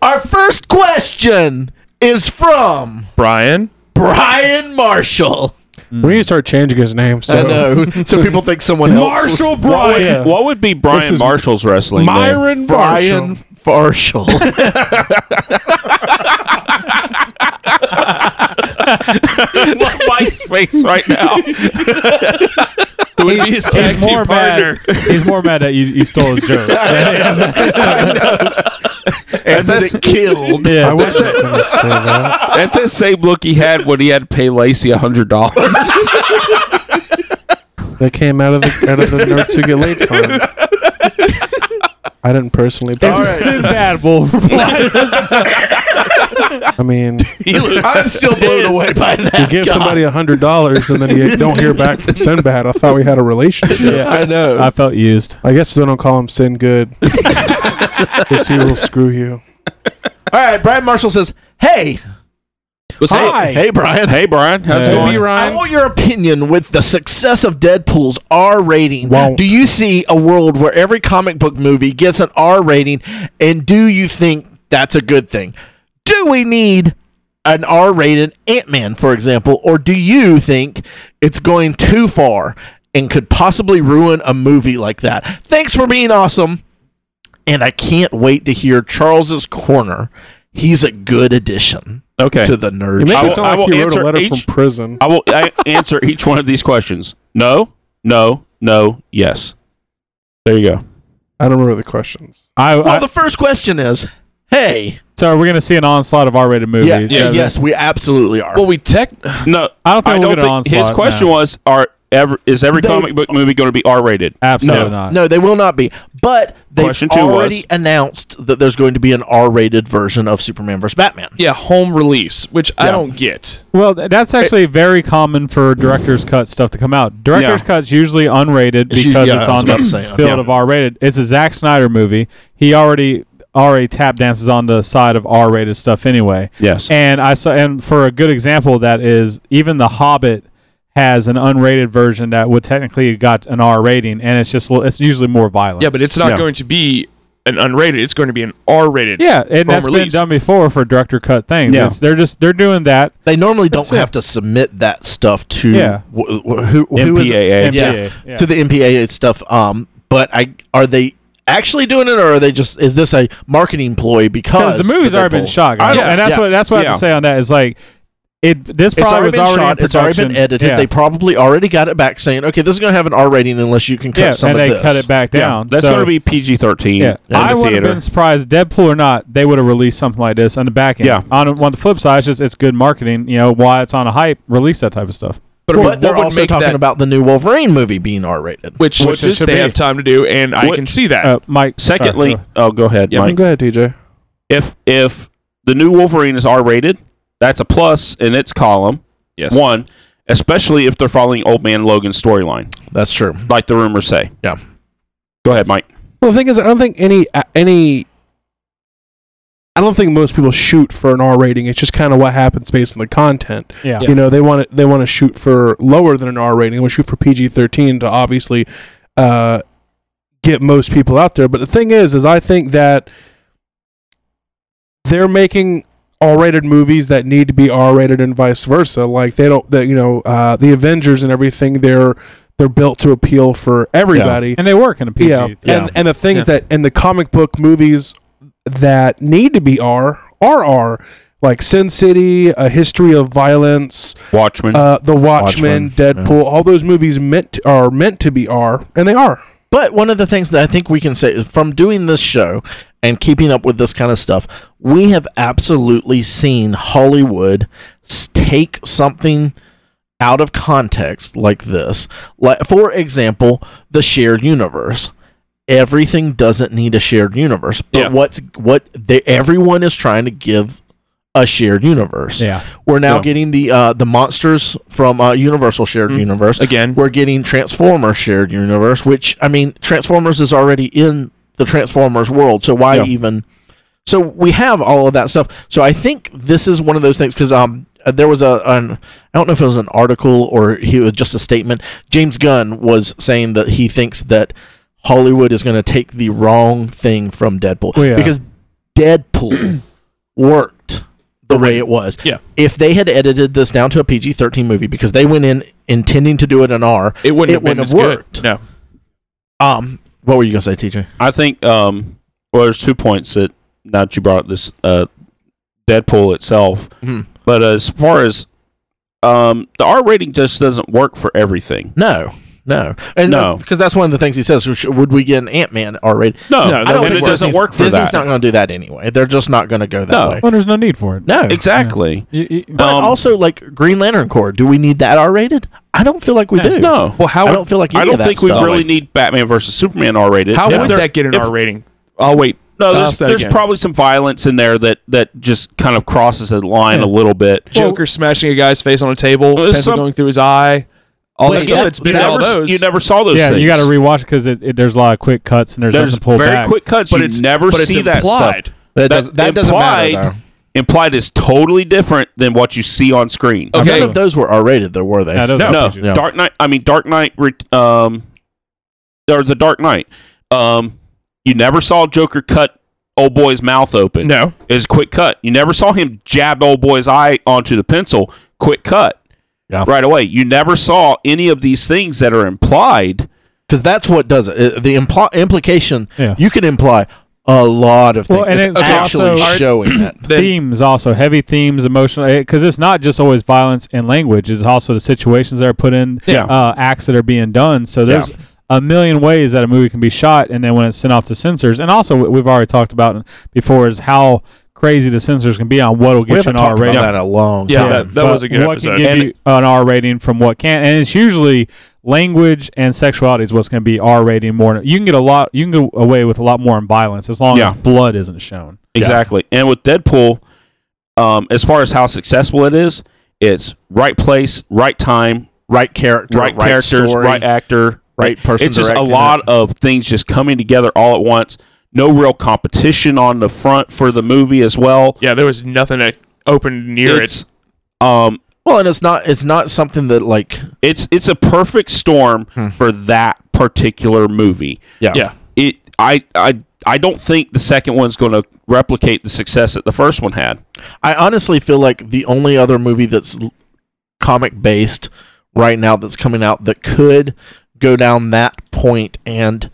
[SPEAKER 3] Our first question is from
[SPEAKER 5] Brian.
[SPEAKER 3] Brian Marshall.
[SPEAKER 4] We need to start changing his name. So
[SPEAKER 3] I know. so people think someone else. was-
[SPEAKER 8] Marshall
[SPEAKER 2] What
[SPEAKER 8] Bryant.
[SPEAKER 1] uh,
[SPEAKER 2] would, what would be Brian
[SPEAKER 8] is
[SPEAKER 2] Marshall's wrestling name?
[SPEAKER 8] Myron Marshall.
[SPEAKER 3] Brian Farshall.
[SPEAKER 2] Look at Mike's face right now. Who would be his tag
[SPEAKER 1] He's
[SPEAKER 2] team
[SPEAKER 1] more
[SPEAKER 2] partner?
[SPEAKER 1] mad. He's more mad that you, you stole his joke.
[SPEAKER 3] and then it killed.
[SPEAKER 1] yeah.
[SPEAKER 4] I wasn't going to say that.
[SPEAKER 2] That's the same look he had when he had to pay Lacey hundred dollars.
[SPEAKER 4] They came out of the out of the nerds who get laid fund. I didn't personally.
[SPEAKER 1] If
[SPEAKER 4] All
[SPEAKER 1] Sinbad will reply to this-
[SPEAKER 4] I mean,
[SPEAKER 3] I'm still blown away by that.
[SPEAKER 4] you give
[SPEAKER 3] God.
[SPEAKER 4] somebody a hundred dollars and then you don't hear back from Sinbad. I thought we had a relationship.
[SPEAKER 3] I know.
[SPEAKER 1] I felt used.
[SPEAKER 4] I guess they don't call him Sin Good. Because he will screw you.
[SPEAKER 3] All right, Brian Marshall says, "Hey,
[SPEAKER 5] Let's say it.
[SPEAKER 3] hey, hey, Brian,
[SPEAKER 2] hey Brian, how's it
[SPEAKER 1] Hey.
[SPEAKER 2] going?
[SPEAKER 1] Hey,
[SPEAKER 3] I want your opinion with the success of Deadpool's R rating.
[SPEAKER 4] Won't.
[SPEAKER 3] Do you see a world where every comic book movie gets an R rating, and do you think that's a good thing? Do we need an R rated Ant Man, for example, or do you think it's going too far and could possibly ruin a movie like that? Thanks for being awesome, and I can't wait to hear Charles's corner. He's a good addition
[SPEAKER 2] Okay,
[SPEAKER 3] to the nerd.
[SPEAKER 4] You make
[SPEAKER 2] I
[SPEAKER 4] it
[SPEAKER 2] will- I
[SPEAKER 4] sound
[SPEAKER 2] will
[SPEAKER 4] like he wrote
[SPEAKER 2] answer
[SPEAKER 4] a letter
[SPEAKER 2] each-
[SPEAKER 4] from prison.
[SPEAKER 2] I will I answer each one of these questions. No, no, no, yes. There you go.
[SPEAKER 4] I don't remember the questions.
[SPEAKER 1] I,
[SPEAKER 3] Well,
[SPEAKER 1] I,
[SPEAKER 3] the first question is, hey,
[SPEAKER 1] so are we going to see an onslaught of R-rated movies?
[SPEAKER 3] yeah, yeah, yes, we absolutely are.
[SPEAKER 5] Well, we tech.
[SPEAKER 2] No,
[SPEAKER 1] I don't think
[SPEAKER 2] I
[SPEAKER 1] we'll
[SPEAKER 2] don't
[SPEAKER 1] get an
[SPEAKER 2] think
[SPEAKER 1] onslaught.
[SPEAKER 2] his question
[SPEAKER 1] no.
[SPEAKER 2] was: Are ever is every
[SPEAKER 3] They've-
[SPEAKER 2] comic book movie going to be R rated?
[SPEAKER 1] absolutely
[SPEAKER 2] No.
[SPEAKER 1] not.
[SPEAKER 3] no, they will not be. But they've
[SPEAKER 2] Question two
[SPEAKER 3] already
[SPEAKER 2] was-
[SPEAKER 3] announced that there's going to be an R-rated version of Superman vs. Batman.
[SPEAKER 5] Yeah, home release, which I don't get.
[SPEAKER 1] Well, th-
[SPEAKER 2] Eh.
[SPEAKER 1] that's actually very common for director's cut stuff to come out. Director's
[SPEAKER 2] Yeah.
[SPEAKER 1] cut's usually unrated
[SPEAKER 3] It's u-
[SPEAKER 1] because
[SPEAKER 3] yeah,
[SPEAKER 1] it's
[SPEAKER 3] I was
[SPEAKER 1] on
[SPEAKER 3] about
[SPEAKER 1] the
[SPEAKER 3] to say, uh,
[SPEAKER 1] field
[SPEAKER 3] yeah.
[SPEAKER 1] of R-rated. It's a Zack Snyder movie. He already already tap dances on the side of R-rated stuff anyway.
[SPEAKER 2] Yes.
[SPEAKER 1] And I saw, and for a good example of that is even The Hobbit has an unrated version that would technically have got an R rating, and it's just it's usually more violent.
[SPEAKER 5] Yeah, but it's not
[SPEAKER 2] Yeah.
[SPEAKER 5] going to be an unrated. It's going to be an R rated.
[SPEAKER 1] yeah, and
[SPEAKER 5] Home
[SPEAKER 1] that's been
[SPEAKER 5] release.
[SPEAKER 1] done before for director cut things.
[SPEAKER 2] Yeah.
[SPEAKER 1] It's- they're just they're doing that.
[SPEAKER 3] They normally don't
[SPEAKER 1] That's it.
[SPEAKER 3] have to submit that stuff to
[SPEAKER 1] Yeah.
[SPEAKER 3] wh- wh- who, who is it?
[SPEAKER 2] MPAA.
[SPEAKER 1] MPAA,
[SPEAKER 3] Yeah,
[SPEAKER 1] yeah.
[SPEAKER 3] to the MPAA stuff. Um, but I are they actually doing it, or are they just is this a marketing ploy because
[SPEAKER 1] because the movie's
[SPEAKER 3] they're
[SPEAKER 1] already been
[SPEAKER 3] bold?
[SPEAKER 1] shot, guys.
[SPEAKER 5] Yeah,
[SPEAKER 1] and that's
[SPEAKER 5] yeah,
[SPEAKER 1] what that's what I
[SPEAKER 2] yeah.
[SPEAKER 1] have to say on that is like it. This
[SPEAKER 3] It's
[SPEAKER 1] probably
[SPEAKER 3] already
[SPEAKER 1] was
[SPEAKER 3] been
[SPEAKER 1] already
[SPEAKER 3] shot.
[SPEAKER 1] in
[SPEAKER 3] It's already been
[SPEAKER 1] production.
[SPEAKER 3] edited.
[SPEAKER 1] Yeah.
[SPEAKER 3] They probably already got it back, saying, "Okay, this is going to have an R rating unless you can cut
[SPEAKER 1] yeah,
[SPEAKER 3] some
[SPEAKER 1] and
[SPEAKER 3] of
[SPEAKER 1] they
[SPEAKER 3] this."
[SPEAKER 1] cut it back
[SPEAKER 2] Yeah,
[SPEAKER 1] down.
[SPEAKER 2] that's
[SPEAKER 1] So-
[SPEAKER 2] going to be PG thirteen.
[SPEAKER 1] Yeah, I
[SPEAKER 2] the
[SPEAKER 1] would have
[SPEAKER 2] theater.
[SPEAKER 1] been surprised, Deadpool or not, they would have released something like this on the back end.
[SPEAKER 2] Yeah.
[SPEAKER 1] On, on the flip side, it's just it's good marketing. You know why it's on a hype. Release that type of stuff.
[SPEAKER 5] but,
[SPEAKER 3] But
[SPEAKER 5] what
[SPEAKER 3] they're
[SPEAKER 5] would
[SPEAKER 3] also
[SPEAKER 5] make
[SPEAKER 3] talking
[SPEAKER 5] that-
[SPEAKER 3] about the new Wolverine movie being R rated.
[SPEAKER 1] Which
[SPEAKER 5] which,
[SPEAKER 1] it
[SPEAKER 5] which
[SPEAKER 1] should
[SPEAKER 5] they
[SPEAKER 1] be.
[SPEAKER 5] have time to do, and I
[SPEAKER 2] Which-
[SPEAKER 5] can see that.
[SPEAKER 1] Uh, Mike. sorry,
[SPEAKER 2] Secondly,
[SPEAKER 1] go.
[SPEAKER 2] oh, go ahead,
[SPEAKER 5] Yeah.
[SPEAKER 2] Mike.
[SPEAKER 4] Go ahead, TJ.
[SPEAKER 2] If if the new Wolverine is R rated, that's a plus in its column.
[SPEAKER 5] yes.
[SPEAKER 2] One, especially if they're following Old Man Logan's storyline,
[SPEAKER 3] That's true.
[SPEAKER 2] like the rumors say.
[SPEAKER 3] Yeah.
[SPEAKER 2] Go ahead, Mike.
[SPEAKER 4] Well, the thing is, I don't think any uh, any. I don't think most people shoot for an R rating. It's just kind of what happens based on the content.
[SPEAKER 1] yeah.
[SPEAKER 4] You know, they want to they want to shoot for lower than an R rating. They want to shoot for PG thirteen to obviously uh, get most people out there. But the thing is, is I think that they're making R rated movies that need to be R rated and vice versa. Like they don't, that you know, uh, the Avengers and everything. They're they're built to appeal for everybody.
[SPEAKER 1] And they work in a PG.
[SPEAKER 4] Yeah. And and the things that and the comic book movies that need to be R are R. Like Sin City, A History of Violence,
[SPEAKER 2] Watchmen.
[SPEAKER 4] uh, The
[SPEAKER 3] Watchmen,
[SPEAKER 4] Watchmen, Deadpool, all those movies meant to, are meant to be R, and they are.
[SPEAKER 3] But one of the things that I think we can say is from doing this show and keeping up with this kind of stuff, we have absolutely seen Hollywood s- take something out of context like this. Like for example, the shared universe. Everything doesn't need a shared universe, but
[SPEAKER 5] Yeah.
[SPEAKER 3] what's what they, everyone is trying to give a shared universe.
[SPEAKER 1] Yeah.
[SPEAKER 3] We're now
[SPEAKER 2] Yeah.
[SPEAKER 3] getting the uh, the monsters from uh, Universal shared universe
[SPEAKER 5] Again.
[SPEAKER 3] we're getting Transformers shared universe, which I mean, Transformers is already in the Transformers world, so why
[SPEAKER 2] Yeah.
[SPEAKER 3] even? So we have all of that stuff. So I think this is one of those things because um, uh, there was a an, I don't know if it was an article or he was just a statement. James Gunn was saying that he thinks that Hollywood is going to take the wrong thing from Deadpool
[SPEAKER 1] Well, yeah.
[SPEAKER 3] because Deadpool worked the the way it was.
[SPEAKER 5] Yeah.
[SPEAKER 3] If they had edited this down to a PG 13 movie because they went in intending to do it an R,
[SPEAKER 5] It wouldn't have been as good.
[SPEAKER 3] worked.
[SPEAKER 5] No.
[SPEAKER 3] Um, what were you going to say, TJ?
[SPEAKER 2] I think um, well, there's two points that now that you brought up this uh, Deadpool itself,
[SPEAKER 3] Mhm.
[SPEAKER 2] but as far as um, the R rating just doesn't work for everything.
[SPEAKER 3] No. No. And
[SPEAKER 2] No.
[SPEAKER 3] Because that's one of the things he says. which- Would we get an Ant Man R rated?
[SPEAKER 2] No,
[SPEAKER 5] No,
[SPEAKER 2] no
[SPEAKER 5] I don't
[SPEAKER 2] and
[SPEAKER 5] think
[SPEAKER 2] it doesn't
[SPEAKER 3] Disney's-
[SPEAKER 2] work for
[SPEAKER 3] Disney's
[SPEAKER 2] that.
[SPEAKER 3] not going to do that anyway. They're just not going to go that
[SPEAKER 2] No.
[SPEAKER 3] way.
[SPEAKER 1] Well, there's no need for it.
[SPEAKER 3] No.
[SPEAKER 2] exactly.
[SPEAKER 1] You- you-
[SPEAKER 3] But
[SPEAKER 2] Um,
[SPEAKER 3] also, like Green Lantern Corps, do we need that R rated? I don't feel like we do.
[SPEAKER 2] No,
[SPEAKER 5] Well, how
[SPEAKER 3] I
[SPEAKER 5] would,
[SPEAKER 3] don't feel like any
[SPEAKER 2] I
[SPEAKER 3] of
[SPEAKER 2] don't
[SPEAKER 3] that
[SPEAKER 2] think we
[SPEAKER 3] stuff.
[SPEAKER 2] really need Batman versus Superman R rated.
[SPEAKER 5] how
[SPEAKER 2] If
[SPEAKER 5] would
[SPEAKER 2] there-
[SPEAKER 5] that get an
[SPEAKER 2] if-
[SPEAKER 5] R rating? Oh wait,
[SPEAKER 2] No,
[SPEAKER 5] Ask
[SPEAKER 2] there's,
[SPEAKER 5] that
[SPEAKER 2] there's
[SPEAKER 5] again.
[SPEAKER 2] probably some violence in there that that just kind of crosses the line a little bit.
[SPEAKER 5] Joker smashing a guy's face on a table,
[SPEAKER 2] Well, there's
[SPEAKER 5] pencil
[SPEAKER 2] some-
[SPEAKER 5] going through his eye, all that
[SPEAKER 2] Well,
[SPEAKER 5] stuff.
[SPEAKER 2] yeah,
[SPEAKER 5] it's been
[SPEAKER 2] you
[SPEAKER 5] in all
[SPEAKER 2] never s-
[SPEAKER 5] those.
[SPEAKER 2] You never saw those.
[SPEAKER 1] yeah,
[SPEAKER 2] things.
[SPEAKER 1] you got to rewatch because it, it, there's a lot of quick cuts and there's,
[SPEAKER 2] There's
[SPEAKER 1] nothing to pull
[SPEAKER 2] very
[SPEAKER 1] back.
[SPEAKER 2] quick cuts.
[SPEAKER 5] but
[SPEAKER 2] you
[SPEAKER 5] it's
[SPEAKER 2] never
[SPEAKER 5] but it's
[SPEAKER 2] see that stuff.
[SPEAKER 5] implied.
[SPEAKER 3] That, does,
[SPEAKER 2] That-
[SPEAKER 3] that doesn't matter.
[SPEAKER 2] implied-
[SPEAKER 3] though.
[SPEAKER 2] Implied is totally different than what you see on screen.
[SPEAKER 5] Okay.
[SPEAKER 3] None of those were R rated, though, were they?
[SPEAKER 1] Yeah, those are
[SPEAKER 2] Oh, No,
[SPEAKER 1] PG.
[SPEAKER 3] Yeah.
[SPEAKER 2] Dark Knight. I mean, Dark Knight. re- Um, or the Dark Knight. Um, you never saw Joker cut old boy's mouth open.
[SPEAKER 5] No.
[SPEAKER 2] is quick cut. You never saw him jab old boy's eye onto the pencil. Quick cut.
[SPEAKER 3] Yeah.
[SPEAKER 2] Right away. You never saw any of these things that are implied.
[SPEAKER 3] Because that's what does it. Uh, The impl- implication,
[SPEAKER 1] Yeah.
[SPEAKER 3] you can imply a lot of things.
[SPEAKER 1] Well, and
[SPEAKER 3] it's,
[SPEAKER 1] it's
[SPEAKER 3] actually
[SPEAKER 1] also-
[SPEAKER 3] showing that.
[SPEAKER 5] Then-
[SPEAKER 1] themes also heavy themes emotional because it's not just always violence and language it's also the situations that are put in
[SPEAKER 2] Yeah.
[SPEAKER 1] uh, acts that are being done so there's a million ways that a movie can be shot and then when it's sent off to censors and also what we've already talked about before is how crazy the censors can be on what will
[SPEAKER 3] We
[SPEAKER 1] get you
[SPEAKER 3] haven't
[SPEAKER 1] an r
[SPEAKER 3] talked about
[SPEAKER 1] rating
[SPEAKER 3] that in a long
[SPEAKER 5] Yeah,
[SPEAKER 3] time.
[SPEAKER 5] that, that
[SPEAKER 1] but
[SPEAKER 5] was a good
[SPEAKER 1] what
[SPEAKER 5] episode.
[SPEAKER 1] can give
[SPEAKER 5] And-
[SPEAKER 1] you an r rating from what can and it's usually language and sexuality is what's going to be r rating more you can get a lot you can go away with a lot more in violence as long
[SPEAKER 2] Yeah.
[SPEAKER 1] as blood isn't shown
[SPEAKER 2] Exactly. And with Deadpool, um, as far as how successful it is, it's right place, right time,
[SPEAKER 3] Right character,
[SPEAKER 2] right, characters,
[SPEAKER 3] story,
[SPEAKER 2] right actor,
[SPEAKER 3] right person
[SPEAKER 2] It's just a
[SPEAKER 3] directing
[SPEAKER 2] lot
[SPEAKER 3] it.
[SPEAKER 2] of things just coming together all at once. No real competition on the front for the movie as well.
[SPEAKER 5] yeah, there was nothing that opened near it.
[SPEAKER 2] It's um,
[SPEAKER 3] Well, and it's not it's not something that like
[SPEAKER 2] it's it's a perfect storm for that particular movie.
[SPEAKER 3] yeah
[SPEAKER 5] Hmm. Yeah.
[SPEAKER 2] It I I I don't think the second one's going to replicate the success that the first one had.
[SPEAKER 3] I honestly feel like the only other movie that's comic based right now that's coming out that could go down that point and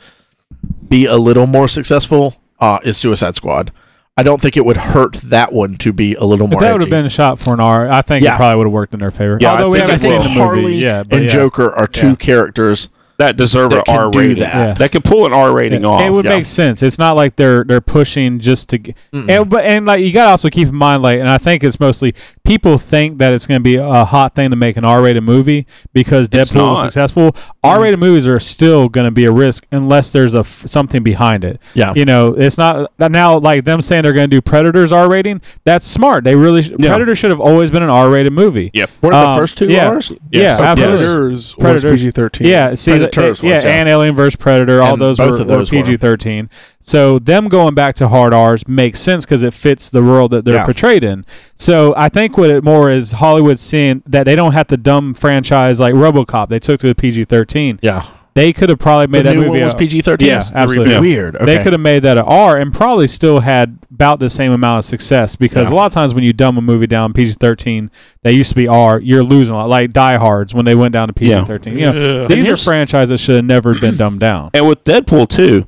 [SPEAKER 3] be a little more successful uh, is Suicide Squad. I don't think it would hurt that one to be a little
[SPEAKER 1] If
[SPEAKER 3] more.
[SPEAKER 1] that would have
[SPEAKER 3] edgy.
[SPEAKER 1] been a shot for an R, I think
[SPEAKER 3] Yeah.
[SPEAKER 1] it probably would have worked in their favor.
[SPEAKER 2] Yeah, I
[SPEAKER 1] Although we
[SPEAKER 2] think
[SPEAKER 1] haven't
[SPEAKER 2] it
[SPEAKER 1] seen
[SPEAKER 2] will.
[SPEAKER 1] the movie.
[SPEAKER 3] Harley
[SPEAKER 1] yeah, but
[SPEAKER 3] and
[SPEAKER 1] yeah.
[SPEAKER 3] Joker are two
[SPEAKER 1] Yeah.
[SPEAKER 3] characters.
[SPEAKER 2] That deserve
[SPEAKER 3] That
[SPEAKER 2] an
[SPEAKER 3] can
[SPEAKER 2] R
[SPEAKER 3] do
[SPEAKER 2] rating.
[SPEAKER 3] that.
[SPEAKER 1] Yeah.
[SPEAKER 2] That can pull an R rating off.
[SPEAKER 1] It would
[SPEAKER 2] yeah.
[SPEAKER 1] make sense. It's not like they're they're pushing just to, g- and but and like you gotta also keep in mind like, and I think it's mostly people think that it's gonna be a hot thing to make an R-rated movie because Deadpool was
[SPEAKER 2] not.
[SPEAKER 1] successful. R-rated movies are still gonna be a risk unless there's a f- something behind it.
[SPEAKER 3] Yeah.
[SPEAKER 1] you know, it's not now like them saying they're gonna do Predators R-rating. That's smart. They really sh-
[SPEAKER 2] Yeah.
[SPEAKER 1] Predator should have always been an R-rated movie.
[SPEAKER 5] Yep.
[SPEAKER 3] Weren't the
[SPEAKER 1] Um,
[SPEAKER 3] first two
[SPEAKER 1] yeah.
[SPEAKER 3] R's?
[SPEAKER 1] Yeah,
[SPEAKER 5] Yes.
[SPEAKER 1] absolutely.
[SPEAKER 4] Predators,
[SPEAKER 1] Predators.
[SPEAKER 4] was PG thirteen.
[SPEAKER 1] Yeah, see, that-
[SPEAKER 3] Predators
[SPEAKER 1] that- yeah,
[SPEAKER 3] was, yeah.
[SPEAKER 1] and Alien vs Predator, all
[SPEAKER 3] And
[SPEAKER 1] those
[SPEAKER 3] both
[SPEAKER 1] were,
[SPEAKER 3] of those
[SPEAKER 1] were
[SPEAKER 3] were.
[SPEAKER 1] PG-13. So them going back to hard R's makes sense because it fits the world that they're
[SPEAKER 3] Yeah.
[SPEAKER 1] portrayed in. So I think what it more is Hollywood seeing that they don't have to dumb franchise like RoboCop. They took to the PG-13.
[SPEAKER 3] Yeah,
[SPEAKER 1] They could have probably
[SPEAKER 3] the
[SPEAKER 1] made that
[SPEAKER 3] new
[SPEAKER 1] movie
[SPEAKER 3] one was
[SPEAKER 1] a-
[SPEAKER 3] PG thirteen.
[SPEAKER 1] Yeah, absolutely.
[SPEAKER 3] Weird. Okay.
[SPEAKER 1] They could have made that a R and probably still had about the same amount of success because a lot of times when you dumb a movie down PG thirteen that used to be R, you're losing a lot. Like Die Hard's when they went down to PG thirteen. You know, these are franchises that should have never been dumbed down.
[SPEAKER 2] And with Deadpool too,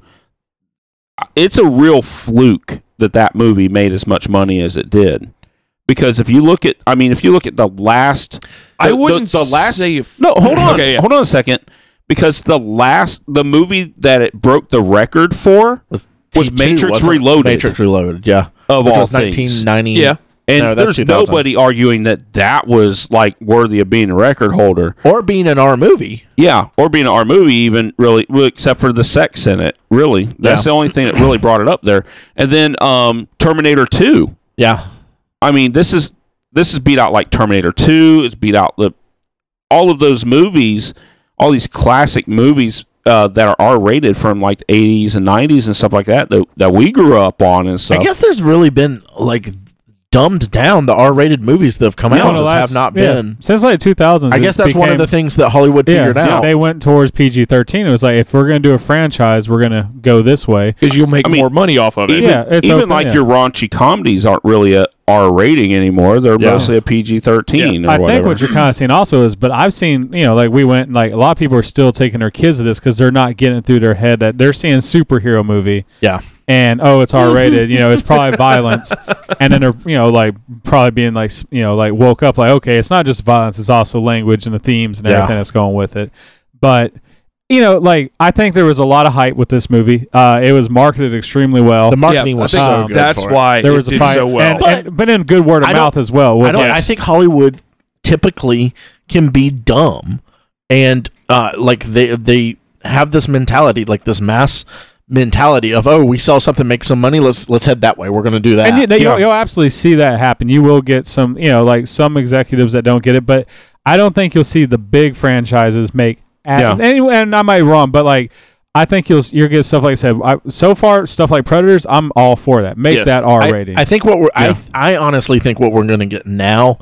[SPEAKER 2] it's a real fluke that that movie made as much money as it did. Because if you look at, I mean, if you look at the last,
[SPEAKER 5] I
[SPEAKER 2] the- the-
[SPEAKER 5] wouldn't
[SPEAKER 2] the, last.
[SPEAKER 5] say if-
[SPEAKER 2] no, hold on,
[SPEAKER 5] Okay, yeah.
[SPEAKER 2] hold on a second. Because the last, the movie that it broke the record for
[SPEAKER 3] was,
[SPEAKER 2] was
[SPEAKER 3] T2,
[SPEAKER 2] Matrix
[SPEAKER 3] wasn't it?
[SPEAKER 2] Reloaded.
[SPEAKER 3] Matrix Reloaded, yeah.
[SPEAKER 2] Of
[SPEAKER 3] Which
[SPEAKER 2] all
[SPEAKER 3] was
[SPEAKER 2] things.
[SPEAKER 3] 1990.
[SPEAKER 5] Yeah.
[SPEAKER 2] and
[SPEAKER 3] No, that's
[SPEAKER 2] there's
[SPEAKER 3] 2000.
[SPEAKER 2] nobody arguing that that was like worthy of being a record holder.
[SPEAKER 3] Or being an R movie.
[SPEAKER 2] Yeah, or being an R movie, even really, well, except for the sex in it. Really, that's
[SPEAKER 3] Yeah.
[SPEAKER 2] the only thing that really brought it up there. And then um, Terminator Two.
[SPEAKER 3] Yeah.
[SPEAKER 2] I mean, this is this is beat out like Terminator Two. It's beat out the all of those movies, all these classic movies uh, that are R rated from like the eighties and nineties and stuff like that that that we grew up on and
[SPEAKER 3] I
[SPEAKER 2] stuff.
[SPEAKER 3] guess there's really been like dumbed down the R-rated movies that have come
[SPEAKER 1] Yeah,
[SPEAKER 3] out
[SPEAKER 1] the
[SPEAKER 3] just
[SPEAKER 1] last-
[SPEAKER 3] have not
[SPEAKER 1] yeah,
[SPEAKER 3] been.
[SPEAKER 1] since like 2000s.
[SPEAKER 3] I guess that's one of the things that Hollywood
[SPEAKER 1] Yeah,
[SPEAKER 3] figured out.
[SPEAKER 1] they went towards PG thirteen. It was like if we're gonna do a franchise, we're gonna go this way.
[SPEAKER 5] because you'll make
[SPEAKER 2] I mean,
[SPEAKER 5] more money off of it.
[SPEAKER 2] Even,
[SPEAKER 1] Yeah, it's
[SPEAKER 2] even
[SPEAKER 1] open,
[SPEAKER 2] like
[SPEAKER 1] yeah.
[SPEAKER 2] your raunchy comedies aren't really a R rating anymore. They're
[SPEAKER 3] Yeah.
[SPEAKER 2] mostly a PG thirteen or
[SPEAKER 1] I
[SPEAKER 2] whatever.
[SPEAKER 1] think what you're kind of seeing also is, but I've seen, you know, like we went, like a lot of people are still taking their kids to this because they're not getting it through their head that they're seeing superhero movie
[SPEAKER 3] Yeah.
[SPEAKER 1] and oh, it's R rated, you know, it's probably violence, and then they're, you know, like probably being like, s- you know, like woke up like, okay, it's not just violence, it's also language and the themes and
[SPEAKER 3] Yeah.
[SPEAKER 1] everything that's going with it, but. You know, like I think there was a lot of hype with this movie. Uh, it was marketed extremely well.
[SPEAKER 3] The
[SPEAKER 5] Yeah,
[SPEAKER 3] marketing
[SPEAKER 5] I
[SPEAKER 3] was
[SPEAKER 5] think
[SPEAKER 3] so good.
[SPEAKER 5] That's
[SPEAKER 3] for it.
[SPEAKER 5] why
[SPEAKER 1] there was
[SPEAKER 5] it
[SPEAKER 1] a
[SPEAKER 5] did
[SPEAKER 1] fire,
[SPEAKER 5] so well.
[SPEAKER 1] and, and- but in good word of
[SPEAKER 3] I don't-
[SPEAKER 1] mouth as well.
[SPEAKER 3] I
[SPEAKER 1] Was
[SPEAKER 3] don't.
[SPEAKER 1] like-
[SPEAKER 3] I think Hollywood typically can be dumb, and uh, like they they have this mentality, like this mass mentality of oh, we saw something make some money, let's let's head that way. We're gonna do that.
[SPEAKER 1] And you, you'll, you'll absolutely see that happen. You will get some, you know, like some executives that don't get it, but I don't think you'll see the big franchises make. At,
[SPEAKER 2] Yeah.
[SPEAKER 1] and, and I might be wrong, but like I think you'll you'll get stuff like I said. I, so far, stuff like Predators, I'm all for that. Make
[SPEAKER 2] Yes.
[SPEAKER 1] that R
[SPEAKER 3] I-
[SPEAKER 1] rating.
[SPEAKER 3] I, think what we're
[SPEAKER 2] Yeah.
[SPEAKER 3] I, I honestly think what we're going to get now,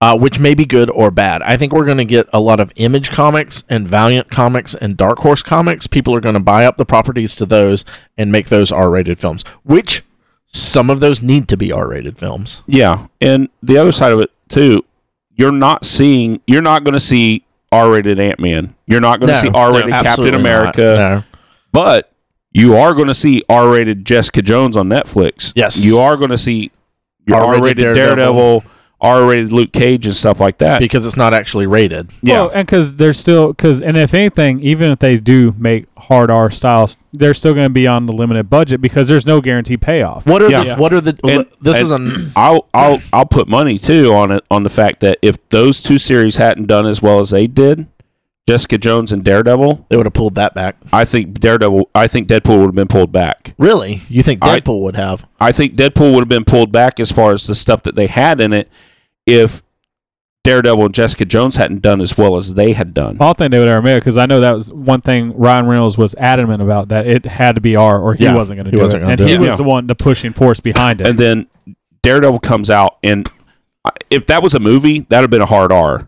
[SPEAKER 3] uh, which may be good or bad. I think we're going to get a lot of Image comics and Valiant comics and Dark Horse comics. People are going to buy up the properties to those and make those R-rated films, which some of those need to be R-rated films.
[SPEAKER 2] Yeah, and the other side of it too, you're not seeing, you're not going to see R-rated Ant Man. You're not going to
[SPEAKER 3] No,
[SPEAKER 2] see R-rated
[SPEAKER 3] no,
[SPEAKER 2] Captain
[SPEAKER 3] absolutely not.
[SPEAKER 2] America.
[SPEAKER 3] No.
[SPEAKER 2] But you are going to see R-rated Jessica Jones on Netflix.
[SPEAKER 3] Yes.
[SPEAKER 2] you are going to see your
[SPEAKER 3] R-rated
[SPEAKER 2] R-rated,
[SPEAKER 3] Daredevil.
[SPEAKER 2] Daredevil, R-rated Luke Cage, and stuff like that.
[SPEAKER 3] because it's not actually rated.
[SPEAKER 2] yeah,
[SPEAKER 1] Well, and because they're still because and if anything, even if they do make hard R styles, they're still going to be on the limited budget because there's no guaranteed payoff.
[SPEAKER 3] What are the
[SPEAKER 2] Yeah.
[SPEAKER 3] what are the
[SPEAKER 2] And-
[SPEAKER 3] this
[SPEAKER 2] and
[SPEAKER 3] is an
[SPEAKER 2] I'll I'll I'll put money too on it on the fact that if those two series hadn't done as well as they did, Jessica Jones and Daredevil,
[SPEAKER 3] they would have pulled that back.
[SPEAKER 2] I think Daredevil, I think Deadpool would have been pulled back.
[SPEAKER 3] Really? You think
[SPEAKER 2] I-
[SPEAKER 3] Deadpool would have?
[SPEAKER 2] I think Deadpool would have been pulled back as far as the stuff that they had in it if Daredevil and Jessica Jones hadn't done as well as they had done.
[SPEAKER 1] I
[SPEAKER 3] Oh,
[SPEAKER 1] don't think they would ever make it because I know that was one thing Ryan Reynolds was adamant about that it had to be R or he
[SPEAKER 3] Yeah,
[SPEAKER 1] wasn't going to
[SPEAKER 3] he
[SPEAKER 1] do it,
[SPEAKER 3] wasn't gonna
[SPEAKER 1] and
[SPEAKER 3] do
[SPEAKER 1] he
[SPEAKER 2] it.
[SPEAKER 1] was
[SPEAKER 2] Yeah.
[SPEAKER 1] the one the pushing force behind it.
[SPEAKER 2] And then Daredevil comes out, and I- if that was a movie, that'd have been a hard R.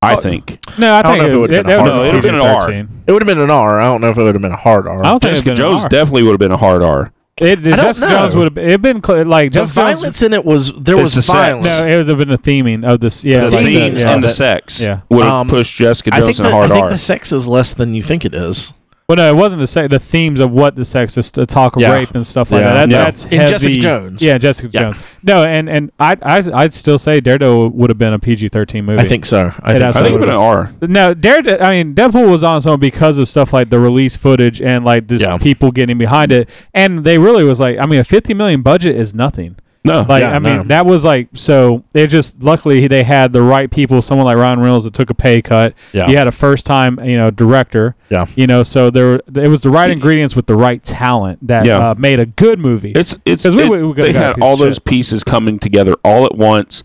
[SPEAKER 2] I
[SPEAKER 1] Oh,
[SPEAKER 2] think.
[SPEAKER 1] no, I,
[SPEAKER 3] don't
[SPEAKER 1] think
[SPEAKER 3] know if it would've been a hard
[SPEAKER 1] that
[SPEAKER 2] R. No, it would've been an R.
[SPEAKER 1] PG-13.
[SPEAKER 3] It would have been an R. I don't know if it would have been a hard R.
[SPEAKER 1] I don't think
[SPEAKER 2] Jessica
[SPEAKER 1] it'd been an
[SPEAKER 2] Jones
[SPEAKER 1] R.
[SPEAKER 2] definitely would have been a hard R.
[SPEAKER 1] It, it,
[SPEAKER 3] I don't
[SPEAKER 1] Jessica
[SPEAKER 3] know.
[SPEAKER 1] Jones would have been, it'd been cl- like
[SPEAKER 3] the
[SPEAKER 1] Jessica Jones.
[SPEAKER 3] violence in it was there
[SPEAKER 2] It's
[SPEAKER 3] was
[SPEAKER 2] the sex.
[SPEAKER 3] violence.
[SPEAKER 1] No, it would have been the theming of this. Yeah,
[SPEAKER 2] The
[SPEAKER 1] like
[SPEAKER 2] themes
[SPEAKER 1] yeah,
[SPEAKER 2] and the
[SPEAKER 1] that-
[SPEAKER 2] sex
[SPEAKER 1] yeah.
[SPEAKER 2] would have
[SPEAKER 3] Um,
[SPEAKER 2] pushed Jessica
[SPEAKER 3] I think,
[SPEAKER 2] Jones in
[SPEAKER 3] the,
[SPEAKER 2] a hard
[SPEAKER 3] I think
[SPEAKER 2] R.
[SPEAKER 3] the sex is less than you think it is.
[SPEAKER 1] Well, no, it wasn't the sex. The themes of what the sex is to talk of
[SPEAKER 3] Yeah.
[SPEAKER 1] rape and stuff like
[SPEAKER 3] Yeah.
[SPEAKER 1] that. that
[SPEAKER 2] Yeah.
[SPEAKER 1] That's
[SPEAKER 3] And Jessica
[SPEAKER 1] heavy-
[SPEAKER 3] Jones.
[SPEAKER 1] Yeah, Jessica
[SPEAKER 3] Yeah.
[SPEAKER 1] Jones. No, and and I I I'd still say Daredevil would have been a PG thirteen movie.
[SPEAKER 3] I think so.
[SPEAKER 1] It
[SPEAKER 3] I think
[SPEAKER 1] has
[SPEAKER 2] I
[SPEAKER 3] so.
[SPEAKER 2] think it would have been an R.
[SPEAKER 1] No, Daredevil. I mean, Deadpool was on its own because of stuff like the release footage and like this
[SPEAKER 3] Yeah.
[SPEAKER 1] people getting behind it, and they really was like, I mean, a fifty million budget is nothing.
[SPEAKER 2] No,
[SPEAKER 1] Like,
[SPEAKER 3] Yeah,
[SPEAKER 1] I mean,
[SPEAKER 3] no.
[SPEAKER 1] that was like so. It just luckily they had the right people, someone like Ryan Reynolds that took a pay cut.
[SPEAKER 3] Yeah.
[SPEAKER 1] You had a first time, you know, director.
[SPEAKER 3] Yeah.
[SPEAKER 1] You know, so there were- it was the right ingredients with the right talent that
[SPEAKER 2] Yeah.
[SPEAKER 1] uh, made a good movie.
[SPEAKER 2] It's it's
[SPEAKER 1] 'Cause we-
[SPEAKER 2] it-
[SPEAKER 1] we- we could've
[SPEAKER 2] they
[SPEAKER 1] got a
[SPEAKER 2] had
[SPEAKER 1] piece
[SPEAKER 2] all
[SPEAKER 1] of
[SPEAKER 2] those
[SPEAKER 1] shit.
[SPEAKER 2] pieces coming together all at once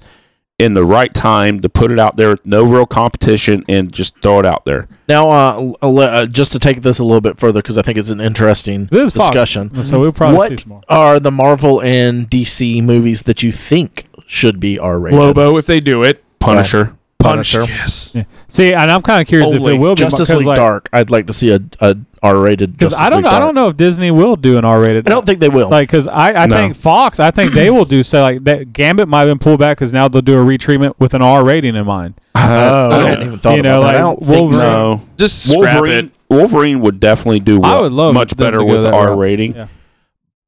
[SPEAKER 2] in the right time to put it out there with no real competition and just throw it out there.
[SPEAKER 3] Now, uh, l- l- uh, just to take this a little bit further, because I think it's an interesting
[SPEAKER 1] this is Fox,
[SPEAKER 3] discussion.
[SPEAKER 1] so we'll probably see
[SPEAKER 3] What
[SPEAKER 1] some more.
[SPEAKER 3] are the Marvel and DC movies that you think should be R rated?
[SPEAKER 5] Lobo, if they do it,
[SPEAKER 2] Punisher.
[SPEAKER 5] punch.
[SPEAKER 3] Punisher.
[SPEAKER 5] Yes.
[SPEAKER 1] Yeah. See, and I'm kind of curious
[SPEAKER 5] Only
[SPEAKER 1] if it will be
[SPEAKER 3] Justice
[SPEAKER 1] because,
[SPEAKER 3] League
[SPEAKER 1] like,
[SPEAKER 3] Dark. I'd like to see a, a R rated.
[SPEAKER 1] Because
[SPEAKER 3] Because
[SPEAKER 1] I don't know, I don't know if Disney will do an R-rated.
[SPEAKER 3] I don't think they will.
[SPEAKER 1] like because I, I
[SPEAKER 2] No.
[SPEAKER 1] think Fox, I think they will do so. Like that Gambit might have been pulled back because now they'll do a retreatment with an R rating in mind.
[SPEAKER 3] oh, I
[SPEAKER 2] I
[SPEAKER 3] hadn't
[SPEAKER 2] don't-
[SPEAKER 3] even thought
[SPEAKER 1] uh, you know,
[SPEAKER 3] about that.
[SPEAKER 1] like,
[SPEAKER 3] I don't think so.
[SPEAKER 1] Wolverine-
[SPEAKER 2] No.
[SPEAKER 5] Just scrap
[SPEAKER 2] Wolverine
[SPEAKER 5] it.
[SPEAKER 2] Wolverine would definitely do
[SPEAKER 1] I
[SPEAKER 2] well,
[SPEAKER 1] would love
[SPEAKER 2] much
[SPEAKER 1] them
[SPEAKER 2] better
[SPEAKER 1] to go
[SPEAKER 2] with
[SPEAKER 1] that
[SPEAKER 2] R
[SPEAKER 1] route.
[SPEAKER 2] rating.
[SPEAKER 1] Yeah.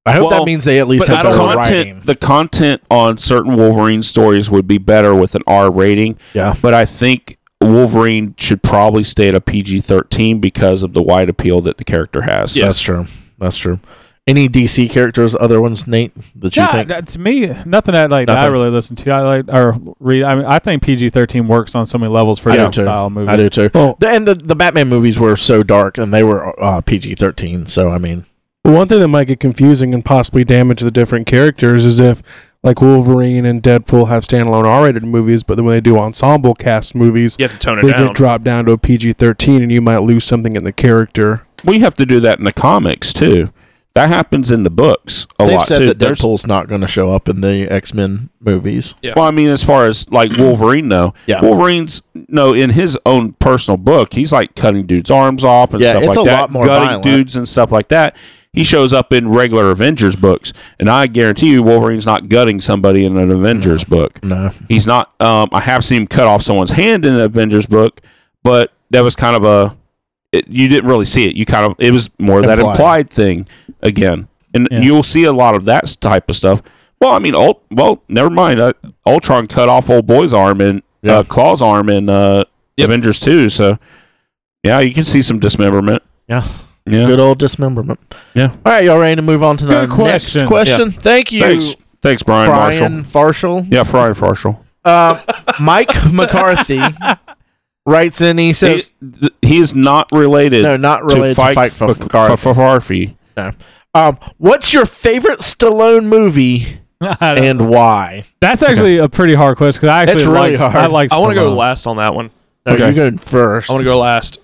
[SPEAKER 3] I hope that
[SPEAKER 2] Well,
[SPEAKER 3] means they at least
[SPEAKER 5] but
[SPEAKER 3] have
[SPEAKER 5] I
[SPEAKER 2] The
[SPEAKER 5] don't
[SPEAKER 3] better
[SPEAKER 5] know.
[SPEAKER 2] content,
[SPEAKER 3] writing.
[SPEAKER 2] the content on certain Wolverine stories would be better with an R rating,
[SPEAKER 3] Yeah.
[SPEAKER 2] but I think Wolverine should probably stay at a PG 13 because of the wide appeal that the character has.
[SPEAKER 5] Yes.
[SPEAKER 3] That's true. That's true. Any DC characters, other ones, Nate, that you
[SPEAKER 1] Yeah,
[SPEAKER 3] think?
[SPEAKER 1] that- to me, nothing that like I
[SPEAKER 3] Nothing.
[SPEAKER 1] really listen to. I like or read. I mean, I think PG thirteen works on so many levels for
[SPEAKER 3] I do
[SPEAKER 1] that
[SPEAKER 3] too.
[SPEAKER 1] style movies.
[SPEAKER 3] I do too.
[SPEAKER 4] Well-
[SPEAKER 3] The- and the, the Batman movies were so dark, and they were uh, PG thirteen. So I mean,
[SPEAKER 4] One thing that might get confusing and possibly damage the different characters is if, like Wolverine and Deadpool have standalone R-rated movies, but then when they do ensemble cast movies,
[SPEAKER 5] You have to tone it
[SPEAKER 4] they
[SPEAKER 5] down.
[SPEAKER 4] get dropped down to a PG-13, and you might lose something in the character.
[SPEAKER 2] We have to do that in the comics too. That happens in the books a
[SPEAKER 3] They've
[SPEAKER 2] lot
[SPEAKER 3] said
[SPEAKER 2] too.
[SPEAKER 3] that
[SPEAKER 2] There's-
[SPEAKER 3] Deadpool's not going to show up in the X Men movies.
[SPEAKER 2] Well, I mean, as far as like Wolverine, though,
[SPEAKER 3] Yeah.
[SPEAKER 2] Wolverine's no in his own personal book, he's like cutting dudes' arms off and
[SPEAKER 3] Yeah,
[SPEAKER 2] stuff
[SPEAKER 3] it's
[SPEAKER 2] like
[SPEAKER 3] a
[SPEAKER 2] that,
[SPEAKER 3] lot more
[SPEAKER 2] gutting
[SPEAKER 3] violent.
[SPEAKER 2] dudes and stuff like that. He shows up in regular Avengers books, and I guarantee you, Wolverine's not gutting somebody in an Avengers book.
[SPEAKER 3] No.
[SPEAKER 2] He's not. Um, I have seen him cut off someone's hand in an Avengers book, but that was kind of a. It, you didn't really see it. You kind of it was more of that
[SPEAKER 3] Implied.
[SPEAKER 2] implied thing again, and
[SPEAKER 1] Yeah.
[SPEAKER 2] you'll see a lot of that s- type of stuff. Well, I mean, Ult, well, never mind. Uh, Ultron cut off old boy's arm and uh, Claw's arm in uh, Avengers two. So yeah, you can see some dismemberment.
[SPEAKER 3] Yeah.
[SPEAKER 2] Yeah.
[SPEAKER 3] Good old dismemberment.
[SPEAKER 2] Yeah.
[SPEAKER 3] All right, y'all ready to move on to the
[SPEAKER 1] Good
[SPEAKER 3] next
[SPEAKER 1] question.
[SPEAKER 3] question? Thank you,
[SPEAKER 2] Thanks, thanks, Brian, Marshall.
[SPEAKER 3] Brian Marshall.
[SPEAKER 2] Yeah, Brian Marshall.
[SPEAKER 3] Uh, Mike McCarthy writes in. He
[SPEAKER 2] He,
[SPEAKER 3] says,
[SPEAKER 2] th- he is not related.
[SPEAKER 3] "No, not related to fight, for
[SPEAKER 2] Fa-
[SPEAKER 3] Garth.
[SPEAKER 2] Fa- Fa- Farfy.
[SPEAKER 3] Um, what's your favorite Stallone movie
[SPEAKER 1] I don't-
[SPEAKER 3] and why?
[SPEAKER 1] that's actually a pretty hard question because I actually
[SPEAKER 3] It's really
[SPEAKER 1] like,
[SPEAKER 3] hard.
[SPEAKER 1] I uh, like
[SPEAKER 5] I want to go
[SPEAKER 1] Stallone.
[SPEAKER 5] last on that one.
[SPEAKER 3] No,
[SPEAKER 2] Okay.
[SPEAKER 3] you're going first.
[SPEAKER 5] I want to go last.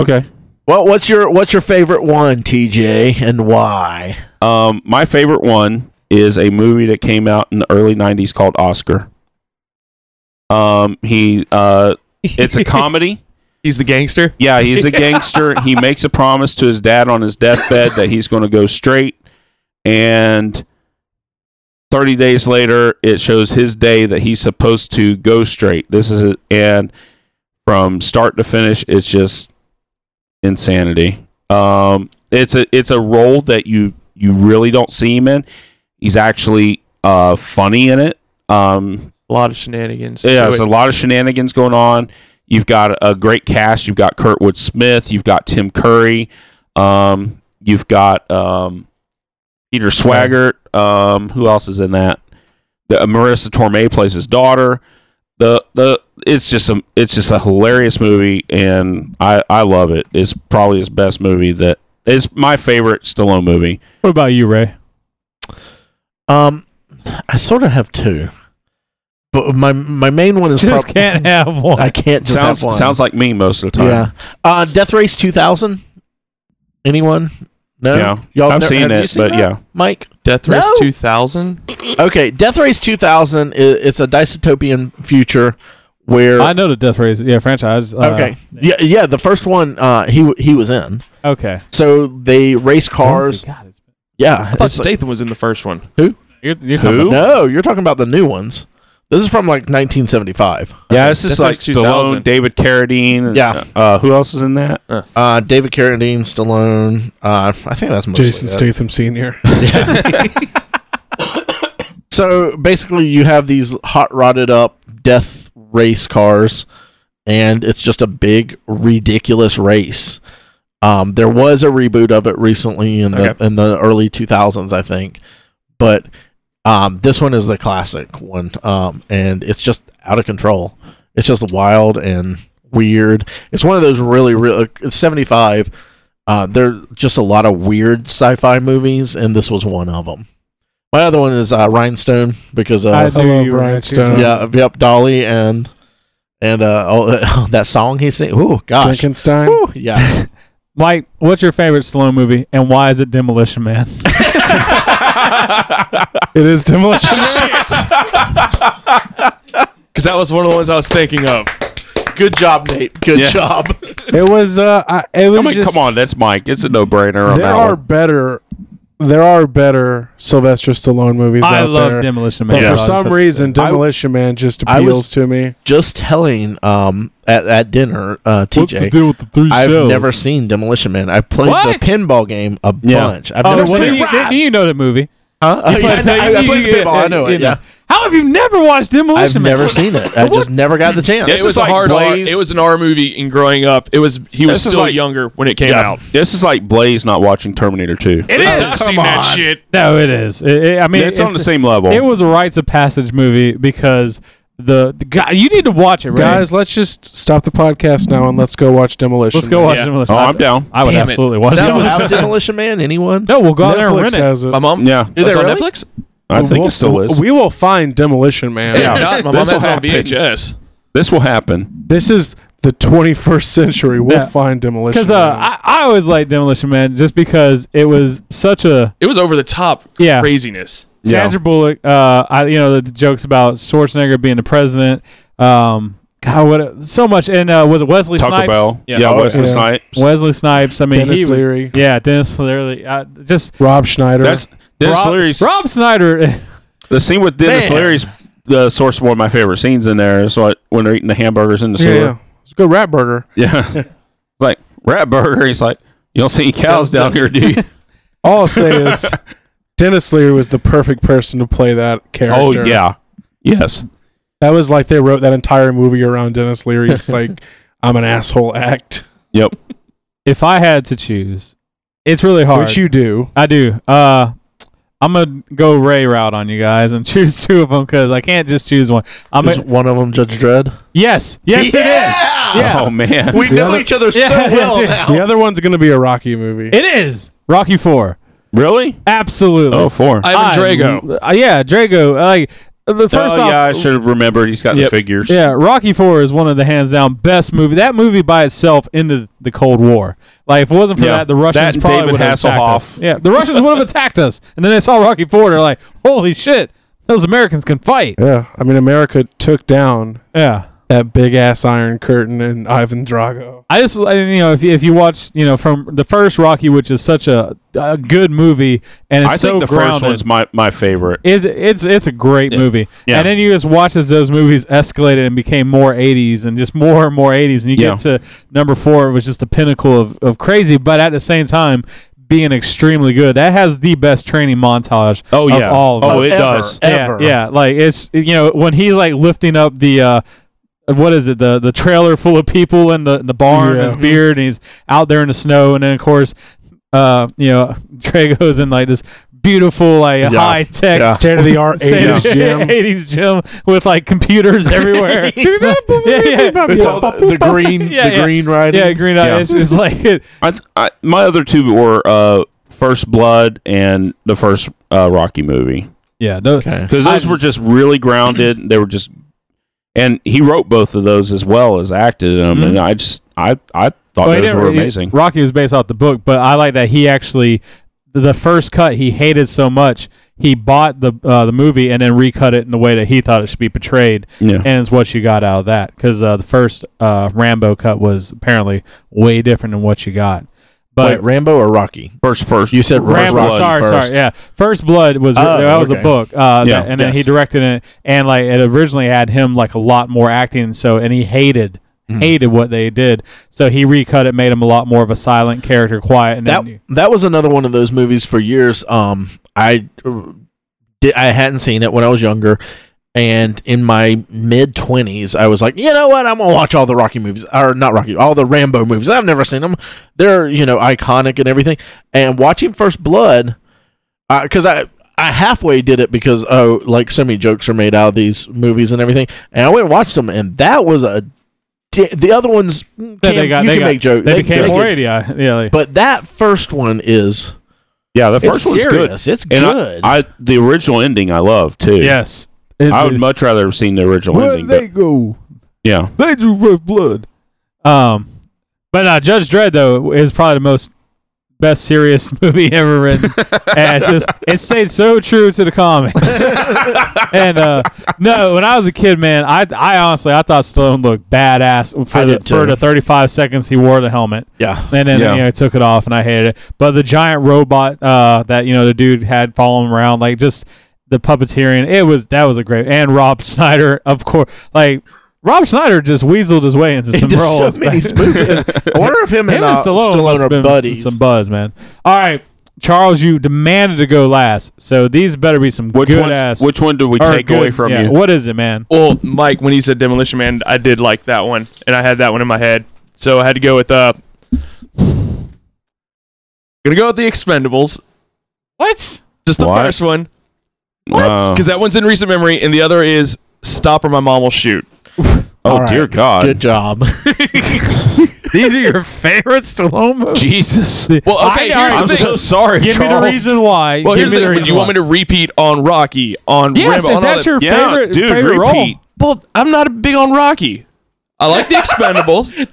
[SPEAKER 2] Okay.
[SPEAKER 3] Well, what's your what's your favorite one, TJ, and why?
[SPEAKER 2] Um, my favorite one is a movie that came out in the early '90s called Oscar. Um, he uh, it's a comedy.
[SPEAKER 5] He's the gangster.
[SPEAKER 2] Yeah, he's a gangster. he makes a promise to his dad on his deathbed that he's going to go straight, and 30 days later, it shows his day that he's supposed to go straight. This is it, and from start to finish, it's just insanity. Um, it's a it's a role that you you really don't see him in. He's actually uh, funny in it. Um,
[SPEAKER 5] A lot of shenanigans.
[SPEAKER 2] yeah,
[SPEAKER 5] to
[SPEAKER 2] there's
[SPEAKER 5] it.
[SPEAKER 2] a lot of shenanigans going on. You've got a great cast. You've got Kurtwood Smith. You've got Tim Curry. Um, you've got um, Peter Swaggart. Um, who else is in that? The, uh, Marissa Torme plays his daughter. The the it's just a it's just a hilarious movie, and I I love it. It's probably his best movie. That it's my favorite Stallone movie.
[SPEAKER 1] What about you, Ray?
[SPEAKER 3] Um, I sort of have two, but my my main one is
[SPEAKER 1] Just
[SPEAKER 3] prob-
[SPEAKER 1] can't have one.
[SPEAKER 3] I can't just
[SPEAKER 2] sounds
[SPEAKER 3] have one.
[SPEAKER 2] sounds like me most of the time.
[SPEAKER 3] yeah. Uh, Death Race 2000. Anyone? No.
[SPEAKER 2] Yeah.
[SPEAKER 3] Y'all
[SPEAKER 2] I've
[SPEAKER 3] never-
[SPEAKER 2] seen
[SPEAKER 3] have you
[SPEAKER 2] it, but
[SPEAKER 3] that,
[SPEAKER 2] yeah.
[SPEAKER 3] Mike.
[SPEAKER 5] Death Race
[SPEAKER 3] No.
[SPEAKER 5] 2000.
[SPEAKER 3] Okay, Death Race 2000. i- It's a dystopian future where.
[SPEAKER 1] I know the Death Race, yeah, franchise. uh,
[SPEAKER 3] okay. Yeah, yeah. The first one, uh, he w- he was in.
[SPEAKER 1] okay.
[SPEAKER 3] So they race cars.
[SPEAKER 1] God, it's-
[SPEAKER 3] Yeah.
[SPEAKER 5] I thought
[SPEAKER 3] it's like-
[SPEAKER 5] Statham was in the first one.
[SPEAKER 1] you're, you're talking
[SPEAKER 2] Who?
[SPEAKER 1] about-
[SPEAKER 3] no, you're talking about the new ones. This is from like 1975.
[SPEAKER 2] Yeah, this is
[SPEAKER 5] That's
[SPEAKER 2] like
[SPEAKER 5] like 2000.
[SPEAKER 2] Stallone, David Carradine.
[SPEAKER 3] Yeah.
[SPEAKER 2] Uh, who else is in that?
[SPEAKER 3] Uh, David Carradine, Stallone. Uh, I think that's mostly
[SPEAKER 4] Jason
[SPEAKER 3] it.
[SPEAKER 4] Statham Senior.
[SPEAKER 3] So basically, you have these hot rotted up death race cars, and it's just a big ridiculous race. Um, there was a reboot of it recently in the
[SPEAKER 5] Okay.
[SPEAKER 3] in the early 2000s, I think, but um, this one is the classic one, um, and it's just out of control. It's just wild and weird. It's one of those really really it's 75. Uh, there are just a lot of weird sci-fi movies, and this was one of them. My other one is uh, Rhinestone because uh,
[SPEAKER 1] I knew
[SPEAKER 4] love
[SPEAKER 1] you were
[SPEAKER 4] Ryan
[SPEAKER 1] gonna choose
[SPEAKER 4] Stone.
[SPEAKER 1] one.
[SPEAKER 3] yeah, yep, Dolly and and uh, all, that song he sang. Oh gosh,
[SPEAKER 4] Frankenstein.
[SPEAKER 3] Woo, yeah.
[SPEAKER 1] Mike, what's your favorite Stallone movie, and why is it Demolition Man?
[SPEAKER 4] It is demolition.
[SPEAKER 5] Because that was one of the ones I was thinking of.
[SPEAKER 3] Good job, Nate. Good
[SPEAKER 2] Yes.
[SPEAKER 3] job.
[SPEAKER 4] it was. Uh, I, it was.
[SPEAKER 2] I mean,
[SPEAKER 4] just,
[SPEAKER 2] come on, that's Mike. It's a no-brainer on
[SPEAKER 4] There
[SPEAKER 2] that
[SPEAKER 4] are
[SPEAKER 2] one.
[SPEAKER 4] better. There are better Sylvester Stallone movies
[SPEAKER 1] I
[SPEAKER 4] out
[SPEAKER 1] love
[SPEAKER 4] there.
[SPEAKER 1] Demolition Man.
[SPEAKER 4] But
[SPEAKER 1] That's all I
[SPEAKER 4] for
[SPEAKER 1] just
[SPEAKER 4] some
[SPEAKER 1] have to
[SPEAKER 4] reason,
[SPEAKER 1] say.
[SPEAKER 4] Demolition Man just
[SPEAKER 3] I was-
[SPEAKER 4] appeals to me.
[SPEAKER 3] Just telling um at, at dinner, uh,
[SPEAKER 1] what's the
[SPEAKER 3] TJ.
[SPEAKER 1] deal with the three Oh,
[SPEAKER 3] I've
[SPEAKER 1] shells?
[SPEAKER 3] never seen Demolition Man. I played
[SPEAKER 1] What?
[SPEAKER 3] the pinball game a
[SPEAKER 2] Yeah.
[SPEAKER 3] bunch. I've
[SPEAKER 1] Oh,
[SPEAKER 3] never
[SPEAKER 1] well,
[SPEAKER 3] seen
[SPEAKER 1] then
[SPEAKER 3] it.
[SPEAKER 1] you, then you know the movie.
[SPEAKER 3] Huh? Oh,
[SPEAKER 1] You
[SPEAKER 3] yeah, I, know- I, I played the
[SPEAKER 1] you-
[SPEAKER 3] pinball. I know
[SPEAKER 1] you
[SPEAKER 3] it. Yeah.
[SPEAKER 1] How have you never watched
[SPEAKER 3] I've
[SPEAKER 1] Demolition Man?
[SPEAKER 3] never seen it. I just never got the chance.
[SPEAKER 2] Yeah,
[SPEAKER 5] It
[SPEAKER 2] This
[SPEAKER 5] was
[SPEAKER 2] is
[SPEAKER 5] a
[SPEAKER 2] like
[SPEAKER 5] hard R.
[SPEAKER 2] Blaze.
[SPEAKER 5] It was an R movie. And growing up, it was he was
[SPEAKER 2] This is
[SPEAKER 5] still
[SPEAKER 2] like-
[SPEAKER 5] younger when it came
[SPEAKER 2] Yeah.
[SPEAKER 5] out.
[SPEAKER 2] This is like Blaze not watching Terminator 2.
[SPEAKER 5] It is. I've seen that
[SPEAKER 3] on.
[SPEAKER 1] Oh,
[SPEAKER 5] shit.
[SPEAKER 1] No, it is. It- it- I mean,
[SPEAKER 2] it's, on the same level.
[SPEAKER 1] It was a rites of passage movie because the, the guy. You need to watch it, right?
[SPEAKER 4] Guys, let's just stop the podcast now and let's go watch Demolition.
[SPEAKER 1] let's go
[SPEAKER 4] Man.
[SPEAKER 1] watch
[SPEAKER 5] Yeah.
[SPEAKER 1] Demolition.
[SPEAKER 2] oh,
[SPEAKER 1] I-
[SPEAKER 2] I'm down.
[SPEAKER 1] I would
[SPEAKER 5] Damn it.
[SPEAKER 1] absolutely watch
[SPEAKER 3] That was
[SPEAKER 1] Demolition.
[SPEAKER 3] Demolition Man. Anyone?
[SPEAKER 1] No, we'll go out there and rent
[SPEAKER 4] Netflix
[SPEAKER 1] it.
[SPEAKER 4] has it.
[SPEAKER 5] My mom.
[SPEAKER 2] Yeah.
[SPEAKER 5] It's
[SPEAKER 3] they
[SPEAKER 5] on
[SPEAKER 3] really?
[SPEAKER 5] Netflix.
[SPEAKER 2] I think
[SPEAKER 4] We'll-
[SPEAKER 2] it still is.
[SPEAKER 4] We will find Demolition Man.
[SPEAKER 5] God, my mom
[SPEAKER 2] This will
[SPEAKER 5] has it on
[SPEAKER 2] happen.
[SPEAKER 5] VHS.
[SPEAKER 2] This will happen.
[SPEAKER 4] This is the 21st century. We'll
[SPEAKER 1] Yeah.
[SPEAKER 4] find demolition.
[SPEAKER 1] Because uh,
[SPEAKER 4] Man.
[SPEAKER 1] I, I always liked Demolition Man just because it was such a
[SPEAKER 5] It was over the top
[SPEAKER 1] yeah.
[SPEAKER 5] craziness.
[SPEAKER 1] Sandra Bullock. Uh, I you know the jokes about Schwarzenegger being the president. Um, God, what so much and uh, was it Wesley
[SPEAKER 2] Taco
[SPEAKER 1] Snipes?
[SPEAKER 2] Bell.
[SPEAKER 5] Yeah.
[SPEAKER 2] Yeah, Wesley
[SPEAKER 4] yeah.
[SPEAKER 2] Snipes.
[SPEAKER 1] Wesley Snipes. I mean,
[SPEAKER 4] Dennis
[SPEAKER 1] he was.
[SPEAKER 4] Leary.
[SPEAKER 1] Yeah, Dennis Leary. Uh, just
[SPEAKER 4] Rob Schneider.
[SPEAKER 2] That's Dennis
[SPEAKER 1] Rob,
[SPEAKER 2] Leary's.
[SPEAKER 1] Rob Snyder.
[SPEAKER 2] The scene with Dennis
[SPEAKER 3] Man.
[SPEAKER 2] Leary's the source of one of my favorite scenes in there is what when they're eating the hamburgers in the
[SPEAKER 4] yeah,
[SPEAKER 2] sewer.
[SPEAKER 4] yeah. It's a good rat burger.
[SPEAKER 2] Yeah. It's like rat burger. He's like, you don't see any cows down here, do you?
[SPEAKER 4] All I'll say is Dennis Leary was the perfect person to play that
[SPEAKER 2] oh
[SPEAKER 4] character.
[SPEAKER 2] yeah. Yes.
[SPEAKER 4] That was like they wrote that entire movie around Dennis Leary's like I'm an asshole act,
[SPEAKER 2] Yep.
[SPEAKER 1] if I had to choose, it's really hard.
[SPEAKER 4] which you do.
[SPEAKER 1] I do. Uh, I'm gonna go Ray route on you guys and choose two of them because I can't just choose one. I'm
[SPEAKER 3] Is
[SPEAKER 1] a,
[SPEAKER 3] one of them Judge Dredd?
[SPEAKER 1] yes, yes, it is. Yeah,
[SPEAKER 2] Oh man.
[SPEAKER 3] We know each other so
[SPEAKER 1] Yeah,
[SPEAKER 3] well
[SPEAKER 1] dude.
[SPEAKER 3] now.
[SPEAKER 4] The other one's going to be a Rocky movie.
[SPEAKER 1] it is. Rocky Four,
[SPEAKER 2] really?
[SPEAKER 1] absolutely.
[SPEAKER 2] Oh four.
[SPEAKER 5] Ivan Drago.
[SPEAKER 1] Uh, yeah, Drago. Like uh, the
[SPEAKER 2] Oh,
[SPEAKER 1] first off,
[SPEAKER 2] yeah, I should have remembered. He's got
[SPEAKER 1] Yep.
[SPEAKER 2] the figures.
[SPEAKER 1] Yeah, Rocky Four is one of the hands down best movie. That movie by itself ended the Cold War. Like if it wasn't for
[SPEAKER 2] Yeah,
[SPEAKER 1] that, the
[SPEAKER 2] that
[SPEAKER 1] Russians
[SPEAKER 2] and
[SPEAKER 1] probably
[SPEAKER 2] David
[SPEAKER 1] would have attacked
[SPEAKER 2] Hasselhoff.
[SPEAKER 1] us. Yeah, the Russians would have attacked us, and then they saw Rocky Four. They're like, "Holy shit, those Americans can fight."
[SPEAKER 4] Yeah, I mean America took down
[SPEAKER 1] Yeah,
[SPEAKER 4] that big ass Iron Curtain and Ivan Drago.
[SPEAKER 1] I just I- you know if you, if you watch you know from the first Rocky, which is such a, a good movie, and it's
[SPEAKER 2] I
[SPEAKER 1] so
[SPEAKER 2] think the
[SPEAKER 1] grounded.
[SPEAKER 2] first one's my, my favorite.
[SPEAKER 1] it's it's it's a great movie.
[SPEAKER 2] Yeah.
[SPEAKER 1] And then you just watch as those movies escalated and became more 80s and just more and more 80s. And you
[SPEAKER 2] Yeah.
[SPEAKER 1] get to number four, it was just the pinnacle of, of crazy, but at the same time, being extremely good. That has the best training montage.
[SPEAKER 2] Oh, yeah.
[SPEAKER 1] Of all of
[SPEAKER 2] Oh,
[SPEAKER 1] them.
[SPEAKER 2] it
[SPEAKER 3] Ever,
[SPEAKER 2] does.
[SPEAKER 3] Ever.
[SPEAKER 1] Yeah, yeah, like it's you know when he's like lifting up the uh, what is it the the trailer full of people in the the barn
[SPEAKER 4] Yeah.
[SPEAKER 1] his beard and he's out there in the snow and then of course uh you know Drago's in like this beautiful like
[SPEAKER 2] Yeah.
[SPEAKER 1] high tech
[SPEAKER 2] Yeah.
[SPEAKER 4] State of the art
[SPEAKER 1] state
[SPEAKER 4] 80s
[SPEAKER 1] of-
[SPEAKER 4] gym.
[SPEAKER 1] 80s gym with like computers everywhere. yeah, yeah.
[SPEAKER 3] It's all the, the green,
[SPEAKER 1] Yeah,
[SPEAKER 3] the
[SPEAKER 1] yeah.
[SPEAKER 3] green riding.
[SPEAKER 1] Yeah, green eye.
[SPEAKER 2] Yeah.
[SPEAKER 1] It's just like it,
[SPEAKER 2] I, th- I, my other two were uh, First Blood and the first uh, Rocky movie
[SPEAKER 1] yeah. No,
[SPEAKER 2] because
[SPEAKER 1] I
[SPEAKER 2] those were just really grounded. They were just, and he wrote both of those as well as acted in them. And I just I I thought
[SPEAKER 1] Mm-hmm. Well, he
[SPEAKER 2] those
[SPEAKER 1] didn't
[SPEAKER 2] were
[SPEAKER 1] really-
[SPEAKER 2] amazing.
[SPEAKER 1] Rocky was based off the book, but I like that he actually the first cut he hated so much he bought the uh, the movie and then recut it in the way that he thought it should be portrayed,
[SPEAKER 2] Yeah.
[SPEAKER 1] and it's what you got out of that because uh, the first uh, Rambo cut was apparently way different than what you got. But
[SPEAKER 3] Wait, Rambo or Rocky?
[SPEAKER 2] First, first
[SPEAKER 3] You said
[SPEAKER 2] First
[SPEAKER 1] Rambo,
[SPEAKER 3] Blood
[SPEAKER 1] sorry,
[SPEAKER 3] first.
[SPEAKER 1] sorry, yeah. First Blood was
[SPEAKER 3] Oh,
[SPEAKER 1] that was
[SPEAKER 3] okay.
[SPEAKER 1] a book, uh,
[SPEAKER 2] Yeah.
[SPEAKER 1] that- and then he
[SPEAKER 3] Yes.
[SPEAKER 1] directed it, and like it originally had him like a lot more acting, so and he hated
[SPEAKER 3] Hmm.
[SPEAKER 1] hated what they did, so he recut it, made him a lot more of a silent character, quiet, and
[SPEAKER 3] That
[SPEAKER 1] then,
[SPEAKER 3] that was another one of those movies for years. Um, I uh, di- I hadn't seen it when I was younger, and in my mid twenties, I was like, you know what? I'm gonna watch all the Rocky movies, or not Rocky, all the Rambo movies. I've never seen them. They're you know iconic and everything. And watching First Blood, because I. I halfway did it because oh, like so many jokes are made out of these movies and everything, and I went and watched them, and that was a di- the other ones. Can,
[SPEAKER 1] they got
[SPEAKER 3] you
[SPEAKER 1] they
[SPEAKER 3] can
[SPEAKER 1] got,
[SPEAKER 3] make jokes.
[SPEAKER 1] They, became
[SPEAKER 3] could-
[SPEAKER 1] more yeah, yeah. like-
[SPEAKER 3] but that first one is
[SPEAKER 2] Yeah, the first
[SPEAKER 3] it's
[SPEAKER 2] one's
[SPEAKER 3] serious. It's
[SPEAKER 2] good. And I-
[SPEAKER 3] good.
[SPEAKER 2] I, the original ending I love too.
[SPEAKER 1] yes, It's-
[SPEAKER 2] I would much rather have seen the original ending. But,
[SPEAKER 4] go?
[SPEAKER 2] yeah,
[SPEAKER 4] They drew first blood.
[SPEAKER 1] um, but uh, Judge Dredd though is probably the most best serious movie ever written, and it just it stayed so true to the comics. and uh, no, when I was a kid, man, I I honestly I thought Stallone looked badass for
[SPEAKER 3] I
[SPEAKER 1] the
[SPEAKER 3] did too.
[SPEAKER 1] for the 35 seconds he wore the helmet,
[SPEAKER 3] yeah.
[SPEAKER 1] and then
[SPEAKER 2] Yeah.
[SPEAKER 1] you know he took it off, and I hated it. But the giant robot uh, that you know the dude had following him around, like just the puppeteering, it was that was a great. And Rob Schneider, of course, like. Rob Schneider just weaseled his way into
[SPEAKER 3] He
[SPEAKER 1] some
[SPEAKER 3] did so
[SPEAKER 1] roles.
[SPEAKER 3] many movies. I wonder if him,
[SPEAKER 1] Him
[SPEAKER 3] and, uh,
[SPEAKER 1] and Stallone,
[SPEAKER 3] Stallone,
[SPEAKER 1] must have
[SPEAKER 3] are
[SPEAKER 1] been
[SPEAKER 3] buddies.
[SPEAKER 1] some buzz, man. All right, Charles, you demanded to go last, so these better be some
[SPEAKER 2] which
[SPEAKER 1] good
[SPEAKER 2] one?
[SPEAKER 1] ass.
[SPEAKER 2] Which one do we
[SPEAKER 1] or
[SPEAKER 2] take away
[SPEAKER 1] good-
[SPEAKER 2] from
[SPEAKER 1] yeah,
[SPEAKER 2] you?
[SPEAKER 1] What is it, man?
[SPEAKER 5] Well, Mike, when he said Demolition Man, I did like that one, and I had that one in my head, so I had to go with uh. Gonna go with the Expendables,
[SPEAKER 1] What?
[SPEAKER 5] just the
[SPEAKER 2] What? Oh.
[SPEAKER 5] first one,
[SPEAKER 2] What?
[SPEAKER 5] because that one's in recent memory, and the other is Stop or My Mom Will Shoot.
[SPEAKER 2] oh
[SPEAKER 3] All right.
[SPEAKER 2] dear God,
[SPEAKER 3] Good job.
[SPEAKER 1] These are your favorite Stallone movies?
[SPEAKER 2] Jesus.
[SPEAKER 5] Well,
[SPEAKER 1] I-
[SPEAKER 5] okay,
[SPEAKER 1] all
[SPEAKER 5] here's
[SPEAKER 1] right,
[SPEAKER 5] the
[SPEAKER 2] I'm
[SPEAKER 5] thing.
[SPEAKER 2] so sorry,
[SPEAKER 1] Give
[SPEAKER 2] Charles.
[SPEAKER 1] me the reason why.
[SPEAKER 5] well,
[SPEAKER 1] Give
[SPEAKER 5] here's
[SPEAKER 1] me
[SPEAKER 5] the,
[SPEAKER 1] the
[SPEAKER 5] thing.
[SPEAKER 1] reason
[SPEAKER 5] Do you want
[SPEAKER 1] why.
[SPEAKER 5] me to repeat on Rocky, on
[SPEAKER 1] Yes,
[SPEAKER 5] Rambo,
[SPEAKER 1] if
[SPEAKER 5] on all
[SPEAKER 1] that's
[SPEAKER 5] that-
[SPEAKER 1] your
[SPEAKER 2] Yeah,
[SPEAKER 1] favorite,
[SPEAKER 2] dude,
[SPEAKER 1] favorite role.
[SPEAKER 2] repeat.
[SPEAKER 5] Well, I'm not big on Rocky. I like the Expendables.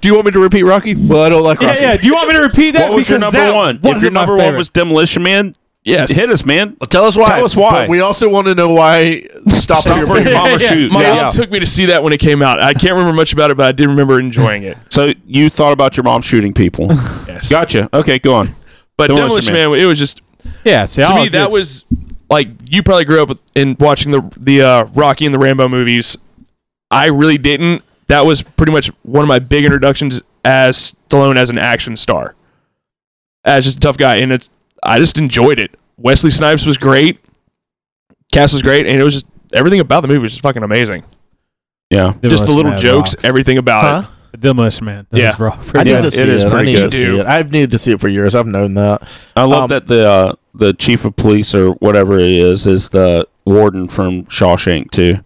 [SPEAKER 3] Do you want me to repeat Rocky? Well, I don't like
[SPEAKER 1] Yeah,
[SPEAKER 3] Rocky.
[SPEAKER 1] yeah. Do you want me to repeat that?
[SPEAKER 2] What was your
[SPEAKER 1] Because
[SPEAKER 2] number
[SPEAKER 1] that
[SPEAKER 2] one? If
[SPEAKER 1] wasn't
[SPEAKER 2] your
[SPEAKER 1] my
[SPEAKER 2] number one
[SPEAKER 1] favorite.
[SPEAKER 2] was Demolition Man,
[SPEAKER 5] Yes.
[SPEAKER 2] hit us, man.
[SPEAKER 3] Tell us why.
[SPEAKER 2] Tell us why.
[SPEAKER 3] But we also want to know why. Stop,
[SPEAKER 2] Stop
[SPEAKER 3] your
[SPEAKER 2] where your
[SPEAKER 3] baby.
[SPEAKER 2] mama
[SPEAKER 1] Yeah,
[SPEAKER 2] shoot.
[SPEAKER 5] My
[SPEAKER 2] Yeah.
[SPEAKER 5] mom took me to see that when it came out. I can't remember much about it, but I did remember enjoying it.
[SPEAKER 2] So you thought about your mom shooting people?
[SPEAKER 5] Yes.
[SPEAKER 2] gotcha. Okay, go on.
[SPEAKER 5] But
[SPEAKER 2] Demolition
[SPEAKER 5] Demolition Man, it was just
[SPEAKER 1] Yeah, see,
[SPEAKER 5] to
[SPEAKER 1] I'll
[SPEAKER 5] me that
[SPEAKER 1] get-
[SPEAKER 5] was like you probably grew up with- in watching the the uh, Rocky and the Rambo movies. I really didn't. That was pretty much one of my big introductions as Stallone as an action star, as just a tough guy, and it's I just enjoyed it. Wesley Snipes was great, Cass was great, and it was just everything about the movie was just fucking amazing.
[SPEAKER 2] Yeah.
[SPEAKER 5] just the
[SPEAKER 1] Demolition
[SPEAKER 5] little
[SPEAKER 1] Man
[SPEAKER 5] jokes,
[SPEAKER 1] rocks.
[SPEAKER 5] everything about
[SPEAKER 3] Huh?
[SPEAKER 5] it.
[SPEAKER 1] Demolition Man. That
[SPEAKER 5] Yeah.
[SPEAKER 1] was rock for
[SPEAKER 3] I need
[SPEAKER 1] me.
[SPEAKER 2] Yeah,
[SPEAKER 3] to
[SPEAKER 2] it
[SPEAKER 3] see
[SPEAKER 2] is
[SPEAKER 3] it. I
[SPEAKER 2] pretty
[SPEAKER 3] need
[SPEAKER 2] good.
[SPEAKER 3] to see it. I've needed to see it for years. I've known that.
[SPEAKER 2] I love
[SPEAKER 3] Um,
[SPEAKER 2] that the uh, the chief of police or whatever it is is the warden from Shawshank too.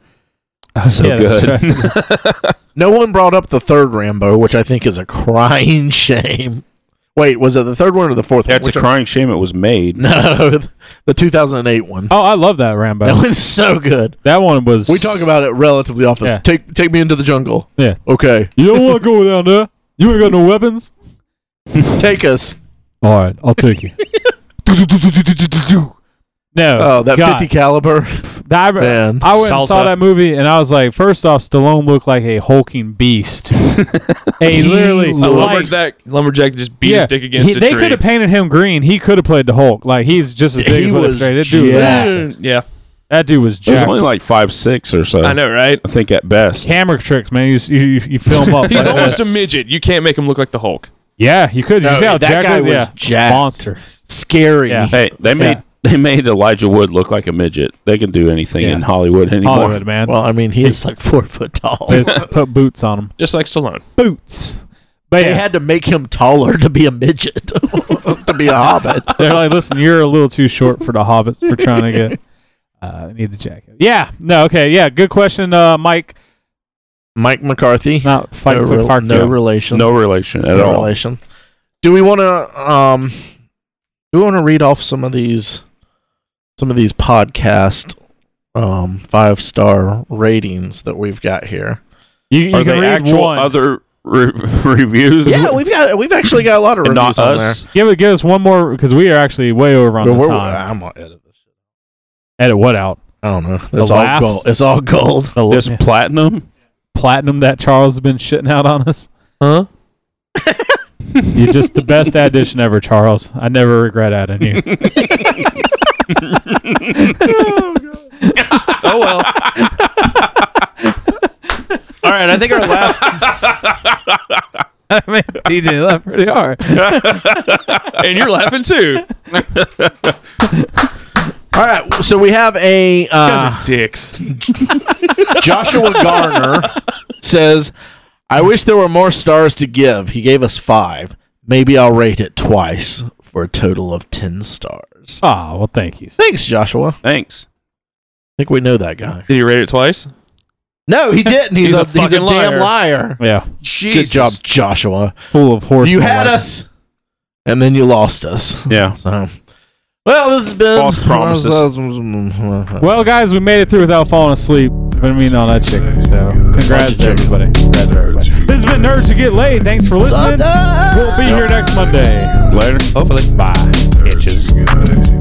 [SPEAKER 3] Oh,
[SPEAKER 2] So
[SPEAKER 1] Yeah, that's
[SPEAKER 2] good.
[SPEAKER 1] right.
[SPEAKER 3] No one brought up the third Rambo, which I think is a crying shame. Wait, was it the third one or the fourth
[SPEAKER 2] That's
[SPEAKER 3] one?
[SPEAKER 2] a crying shame it was made.
[SPEAKER 3] No, the 2008 one.
[SPEAKER 1] Oh, I love that Rambo.
[SPEAKER 3] That was so good.
[SPEAKER 1] that one was.
[SPEAKER 3] We talk about it relatively often.
[SPEAKER 1] Yeah.
[SPEAKER 3] Take take me into the jungle.
[SPEAKER 1] Yeah.
[SPEAKER 3] Okay.
[SPEAKER 1] You don't want to go down there. You ain't got no weapons.
[SPEAKER 3] Take us.
[SPEAKER 1] All right, I'll take you. no.
[SPEAKER 3] Oh, that
[SPEAKER 1] God.
[SPEAKER 3] 50 caliber.
[SPEAKER 1] That-
[SPEAKER 3] Man.
[SPEAKER 1] I went and saw
[SPEAKER 5] Salsa.
[SPEAKER 1] that movie, and I was like, first off, Stallone looked like a hulking beast. a literally
[SPEAKER 5] A
[SPEAKER 1] like-
[SPEAKER 5] lumberjack, lumberjack just beat his dick against
[SPEAKER 1] he-
[SPEAKER 5] a
[SPEAKER 1] They
[SPEAKER 5] tree.
[SPEAKER 1] could have painted him green. He could have played the Hulk. Like he's just as big
[SPEAKER 3] He
[SPEAKER 1] as what
[SPEAKER 3] was
[SPEAKER 1] straight. That dude was
[SPEAKER 3] jacked.
[SPEAKER 1] awesome.
[SPEAKER 5] yeah,
[SPEAKER 1] That dude was
[SPEAKER 2] It was
[SPEAKER 1] jacked.
[SPEAKER 2] only like five six or so.
[SPEAKER 5] I know, right?
[SPEAKER 2] I think at best.
[SPEAKER 1] Camera tricks, man. You s- you, you, you film up.
[SPEAKER 5] He's
[SPEAKER 1] like
[SPEAKER 5] almost a
[SPEAKER 1] this.
[SPEAKER 5] midget. You can't make him look like the Hulk.
[SPEAKER 1] Yeah, you could. You
[SPEAKER 3] No,
[SPEAKER 1] see how
[SPEAKER 3] that
[SPEAKER 1] jacked
[SPEAKER 3] guy
[SPEAKER 1] was?
[SPEAKER 3] was
[SPEAKER 1] yeah.
[SPEAKER 3] jacked.
[SPEAKER 1] Monsters.
[SPEAKER 3] Scary.
[SPEAKER 1] Yeah.
[SPEAKER 2] Hey, they made they made Elijah Wood look like a midget. They can do anything in Hollywood anymore.
[SPEAKER 1] Hollywood, man.
[SPEAKER 3] Well, I mean, he is like four foot tall.
[SPEAKER 1] They just put boots on him.
[SPEAKER 5] Just like Stallone.
[SPEAKER 1] Boots. But
[SPEAKER 3] They
[SPEAKER 1] yeah,
[SPEAKER 3] had to make him taller to be a midget, to be a hobbit.
[SPEAKER 1] they're like, listen, you're a little too short for the hobbits for trying to get. Uh, I need the jacket. Yeah. No. Okay. Yeah. Good question, uh, Mike.
[SPEAKER 3] Mike McCarthy.
[SPEAKER 1] Not fight
[SPEAKER 3] no
[SPEAKER 1] for
[SPEAKER 3] rel-
[SPEAKER 1] Park.
[SPEAKER 3] no
[SPEAKER 1] yeah.
[SPEAKER 3] relation.
[SPEAKER 2] No relation at
[SPEAKER 3] no
[SPEAKER 2] all.
[SPEAKER 3] relation. Do we want to um? Do we want to read off some of these, some of these podcast, um, five star ratings that we've got here?
[SPEAKER 1] You, you
[SPEAKER 2] Are
[SPEAKER 1] can
[SPEAKER 2] they
[SPEAKER 1] read
[SPEAKER 2] actual
[SPEAKER 1] one.
[SPEAKER 2] other re- reviews?
[SPEAKER 3] Yeah, we've got we've actually got a lot of
[SPEAKER 2] and
[SPEAKER 3] reviews
[SPEAKER 2] not
[SPEAKER 3] on
[SPEAKER 2] us.
[SPEAKER 1] Give it. Give us one more because we are actually way over
[SPEAKER 3] there.
[SPEAKER 1] on the
[SPEAKER 3] We're-
[SPEAKER 1] time.
[SPEAKER 3] I'm gonna edit this.
[SPEAKER 1] Edit what out?
[SPEAKER 3] I don't know. It's all
[SPEAKER 1] laughs?
[SPEAKER 3] gold. It's all gold.
[SPEAKER 1] The
[SPEAKER 2] This
[SPEAKER 1] yeah,
[SPEAKER 2] platinum.
[SPEAKER 1] platinum that Charles has been shitting out on us.
[SPEAKER 5] Huh?
[SPEAKER 1] You're just the best addition ever, Charles. I never regret adding you.
[SPEAKER 5] Oh well.
[SPEAKER 3] All right, I think our last.
[SPEAKER 1] I mean, DJ left pretty hard.
[SPEAKER 5] and you're laughing too.
[SPEAKER 3] all right, so we have a uh,
[SPEAKER 5] Dicks.
[SPEAKER 3] Joshua Garner says, I wish there were more stars to give. He gave us five. Maybe I'll rate it twice for a total of 10 stars.
[SPEAKER 1] Ah, well, thank you.
[SPEAKER 3] Thanks, Joshua. I
[SPEAKER 2] Thanks.
[SPEAKER 3] think we know that guy.
[SPEAKER 5] Did you rate it twice?
[SPEAKER 3] No, he didn't. He's,
[SPEAKER 5] He's
[SPEAKER 3] a,
[SPEAKER 5] a
[SPEAKER 3] he's a
[SPEAKER 5] fucking
[SPEAKER 3] damn liar.
[SPEAKER 1] Yeah,
[SPEAKER 3] Good job, Joshua.
[SPEAKER 1] full of horse.
[SPEAKER 3] You had
[SPEAKER 1] malarkey.
[SPEAKER 3] us, and then you lost us.
[SPEAKER 2] Yeah.
[SPEAKER 3] So, well, this has been.
[SPEAKER 2] False promises.
[SPEAKER 1] Well, guys, we made it through without falling asleep. I mean, on that chicken. So, congrats to everybody. Congrats to everybody. This has been Nerds Who Get Laid. Thanks for listening. We'll be here next Monday.
[SPEAKER 2] Later.
[SPEAKER 1] Hopefully. Bye.
[SPEAKER 6] Bitches.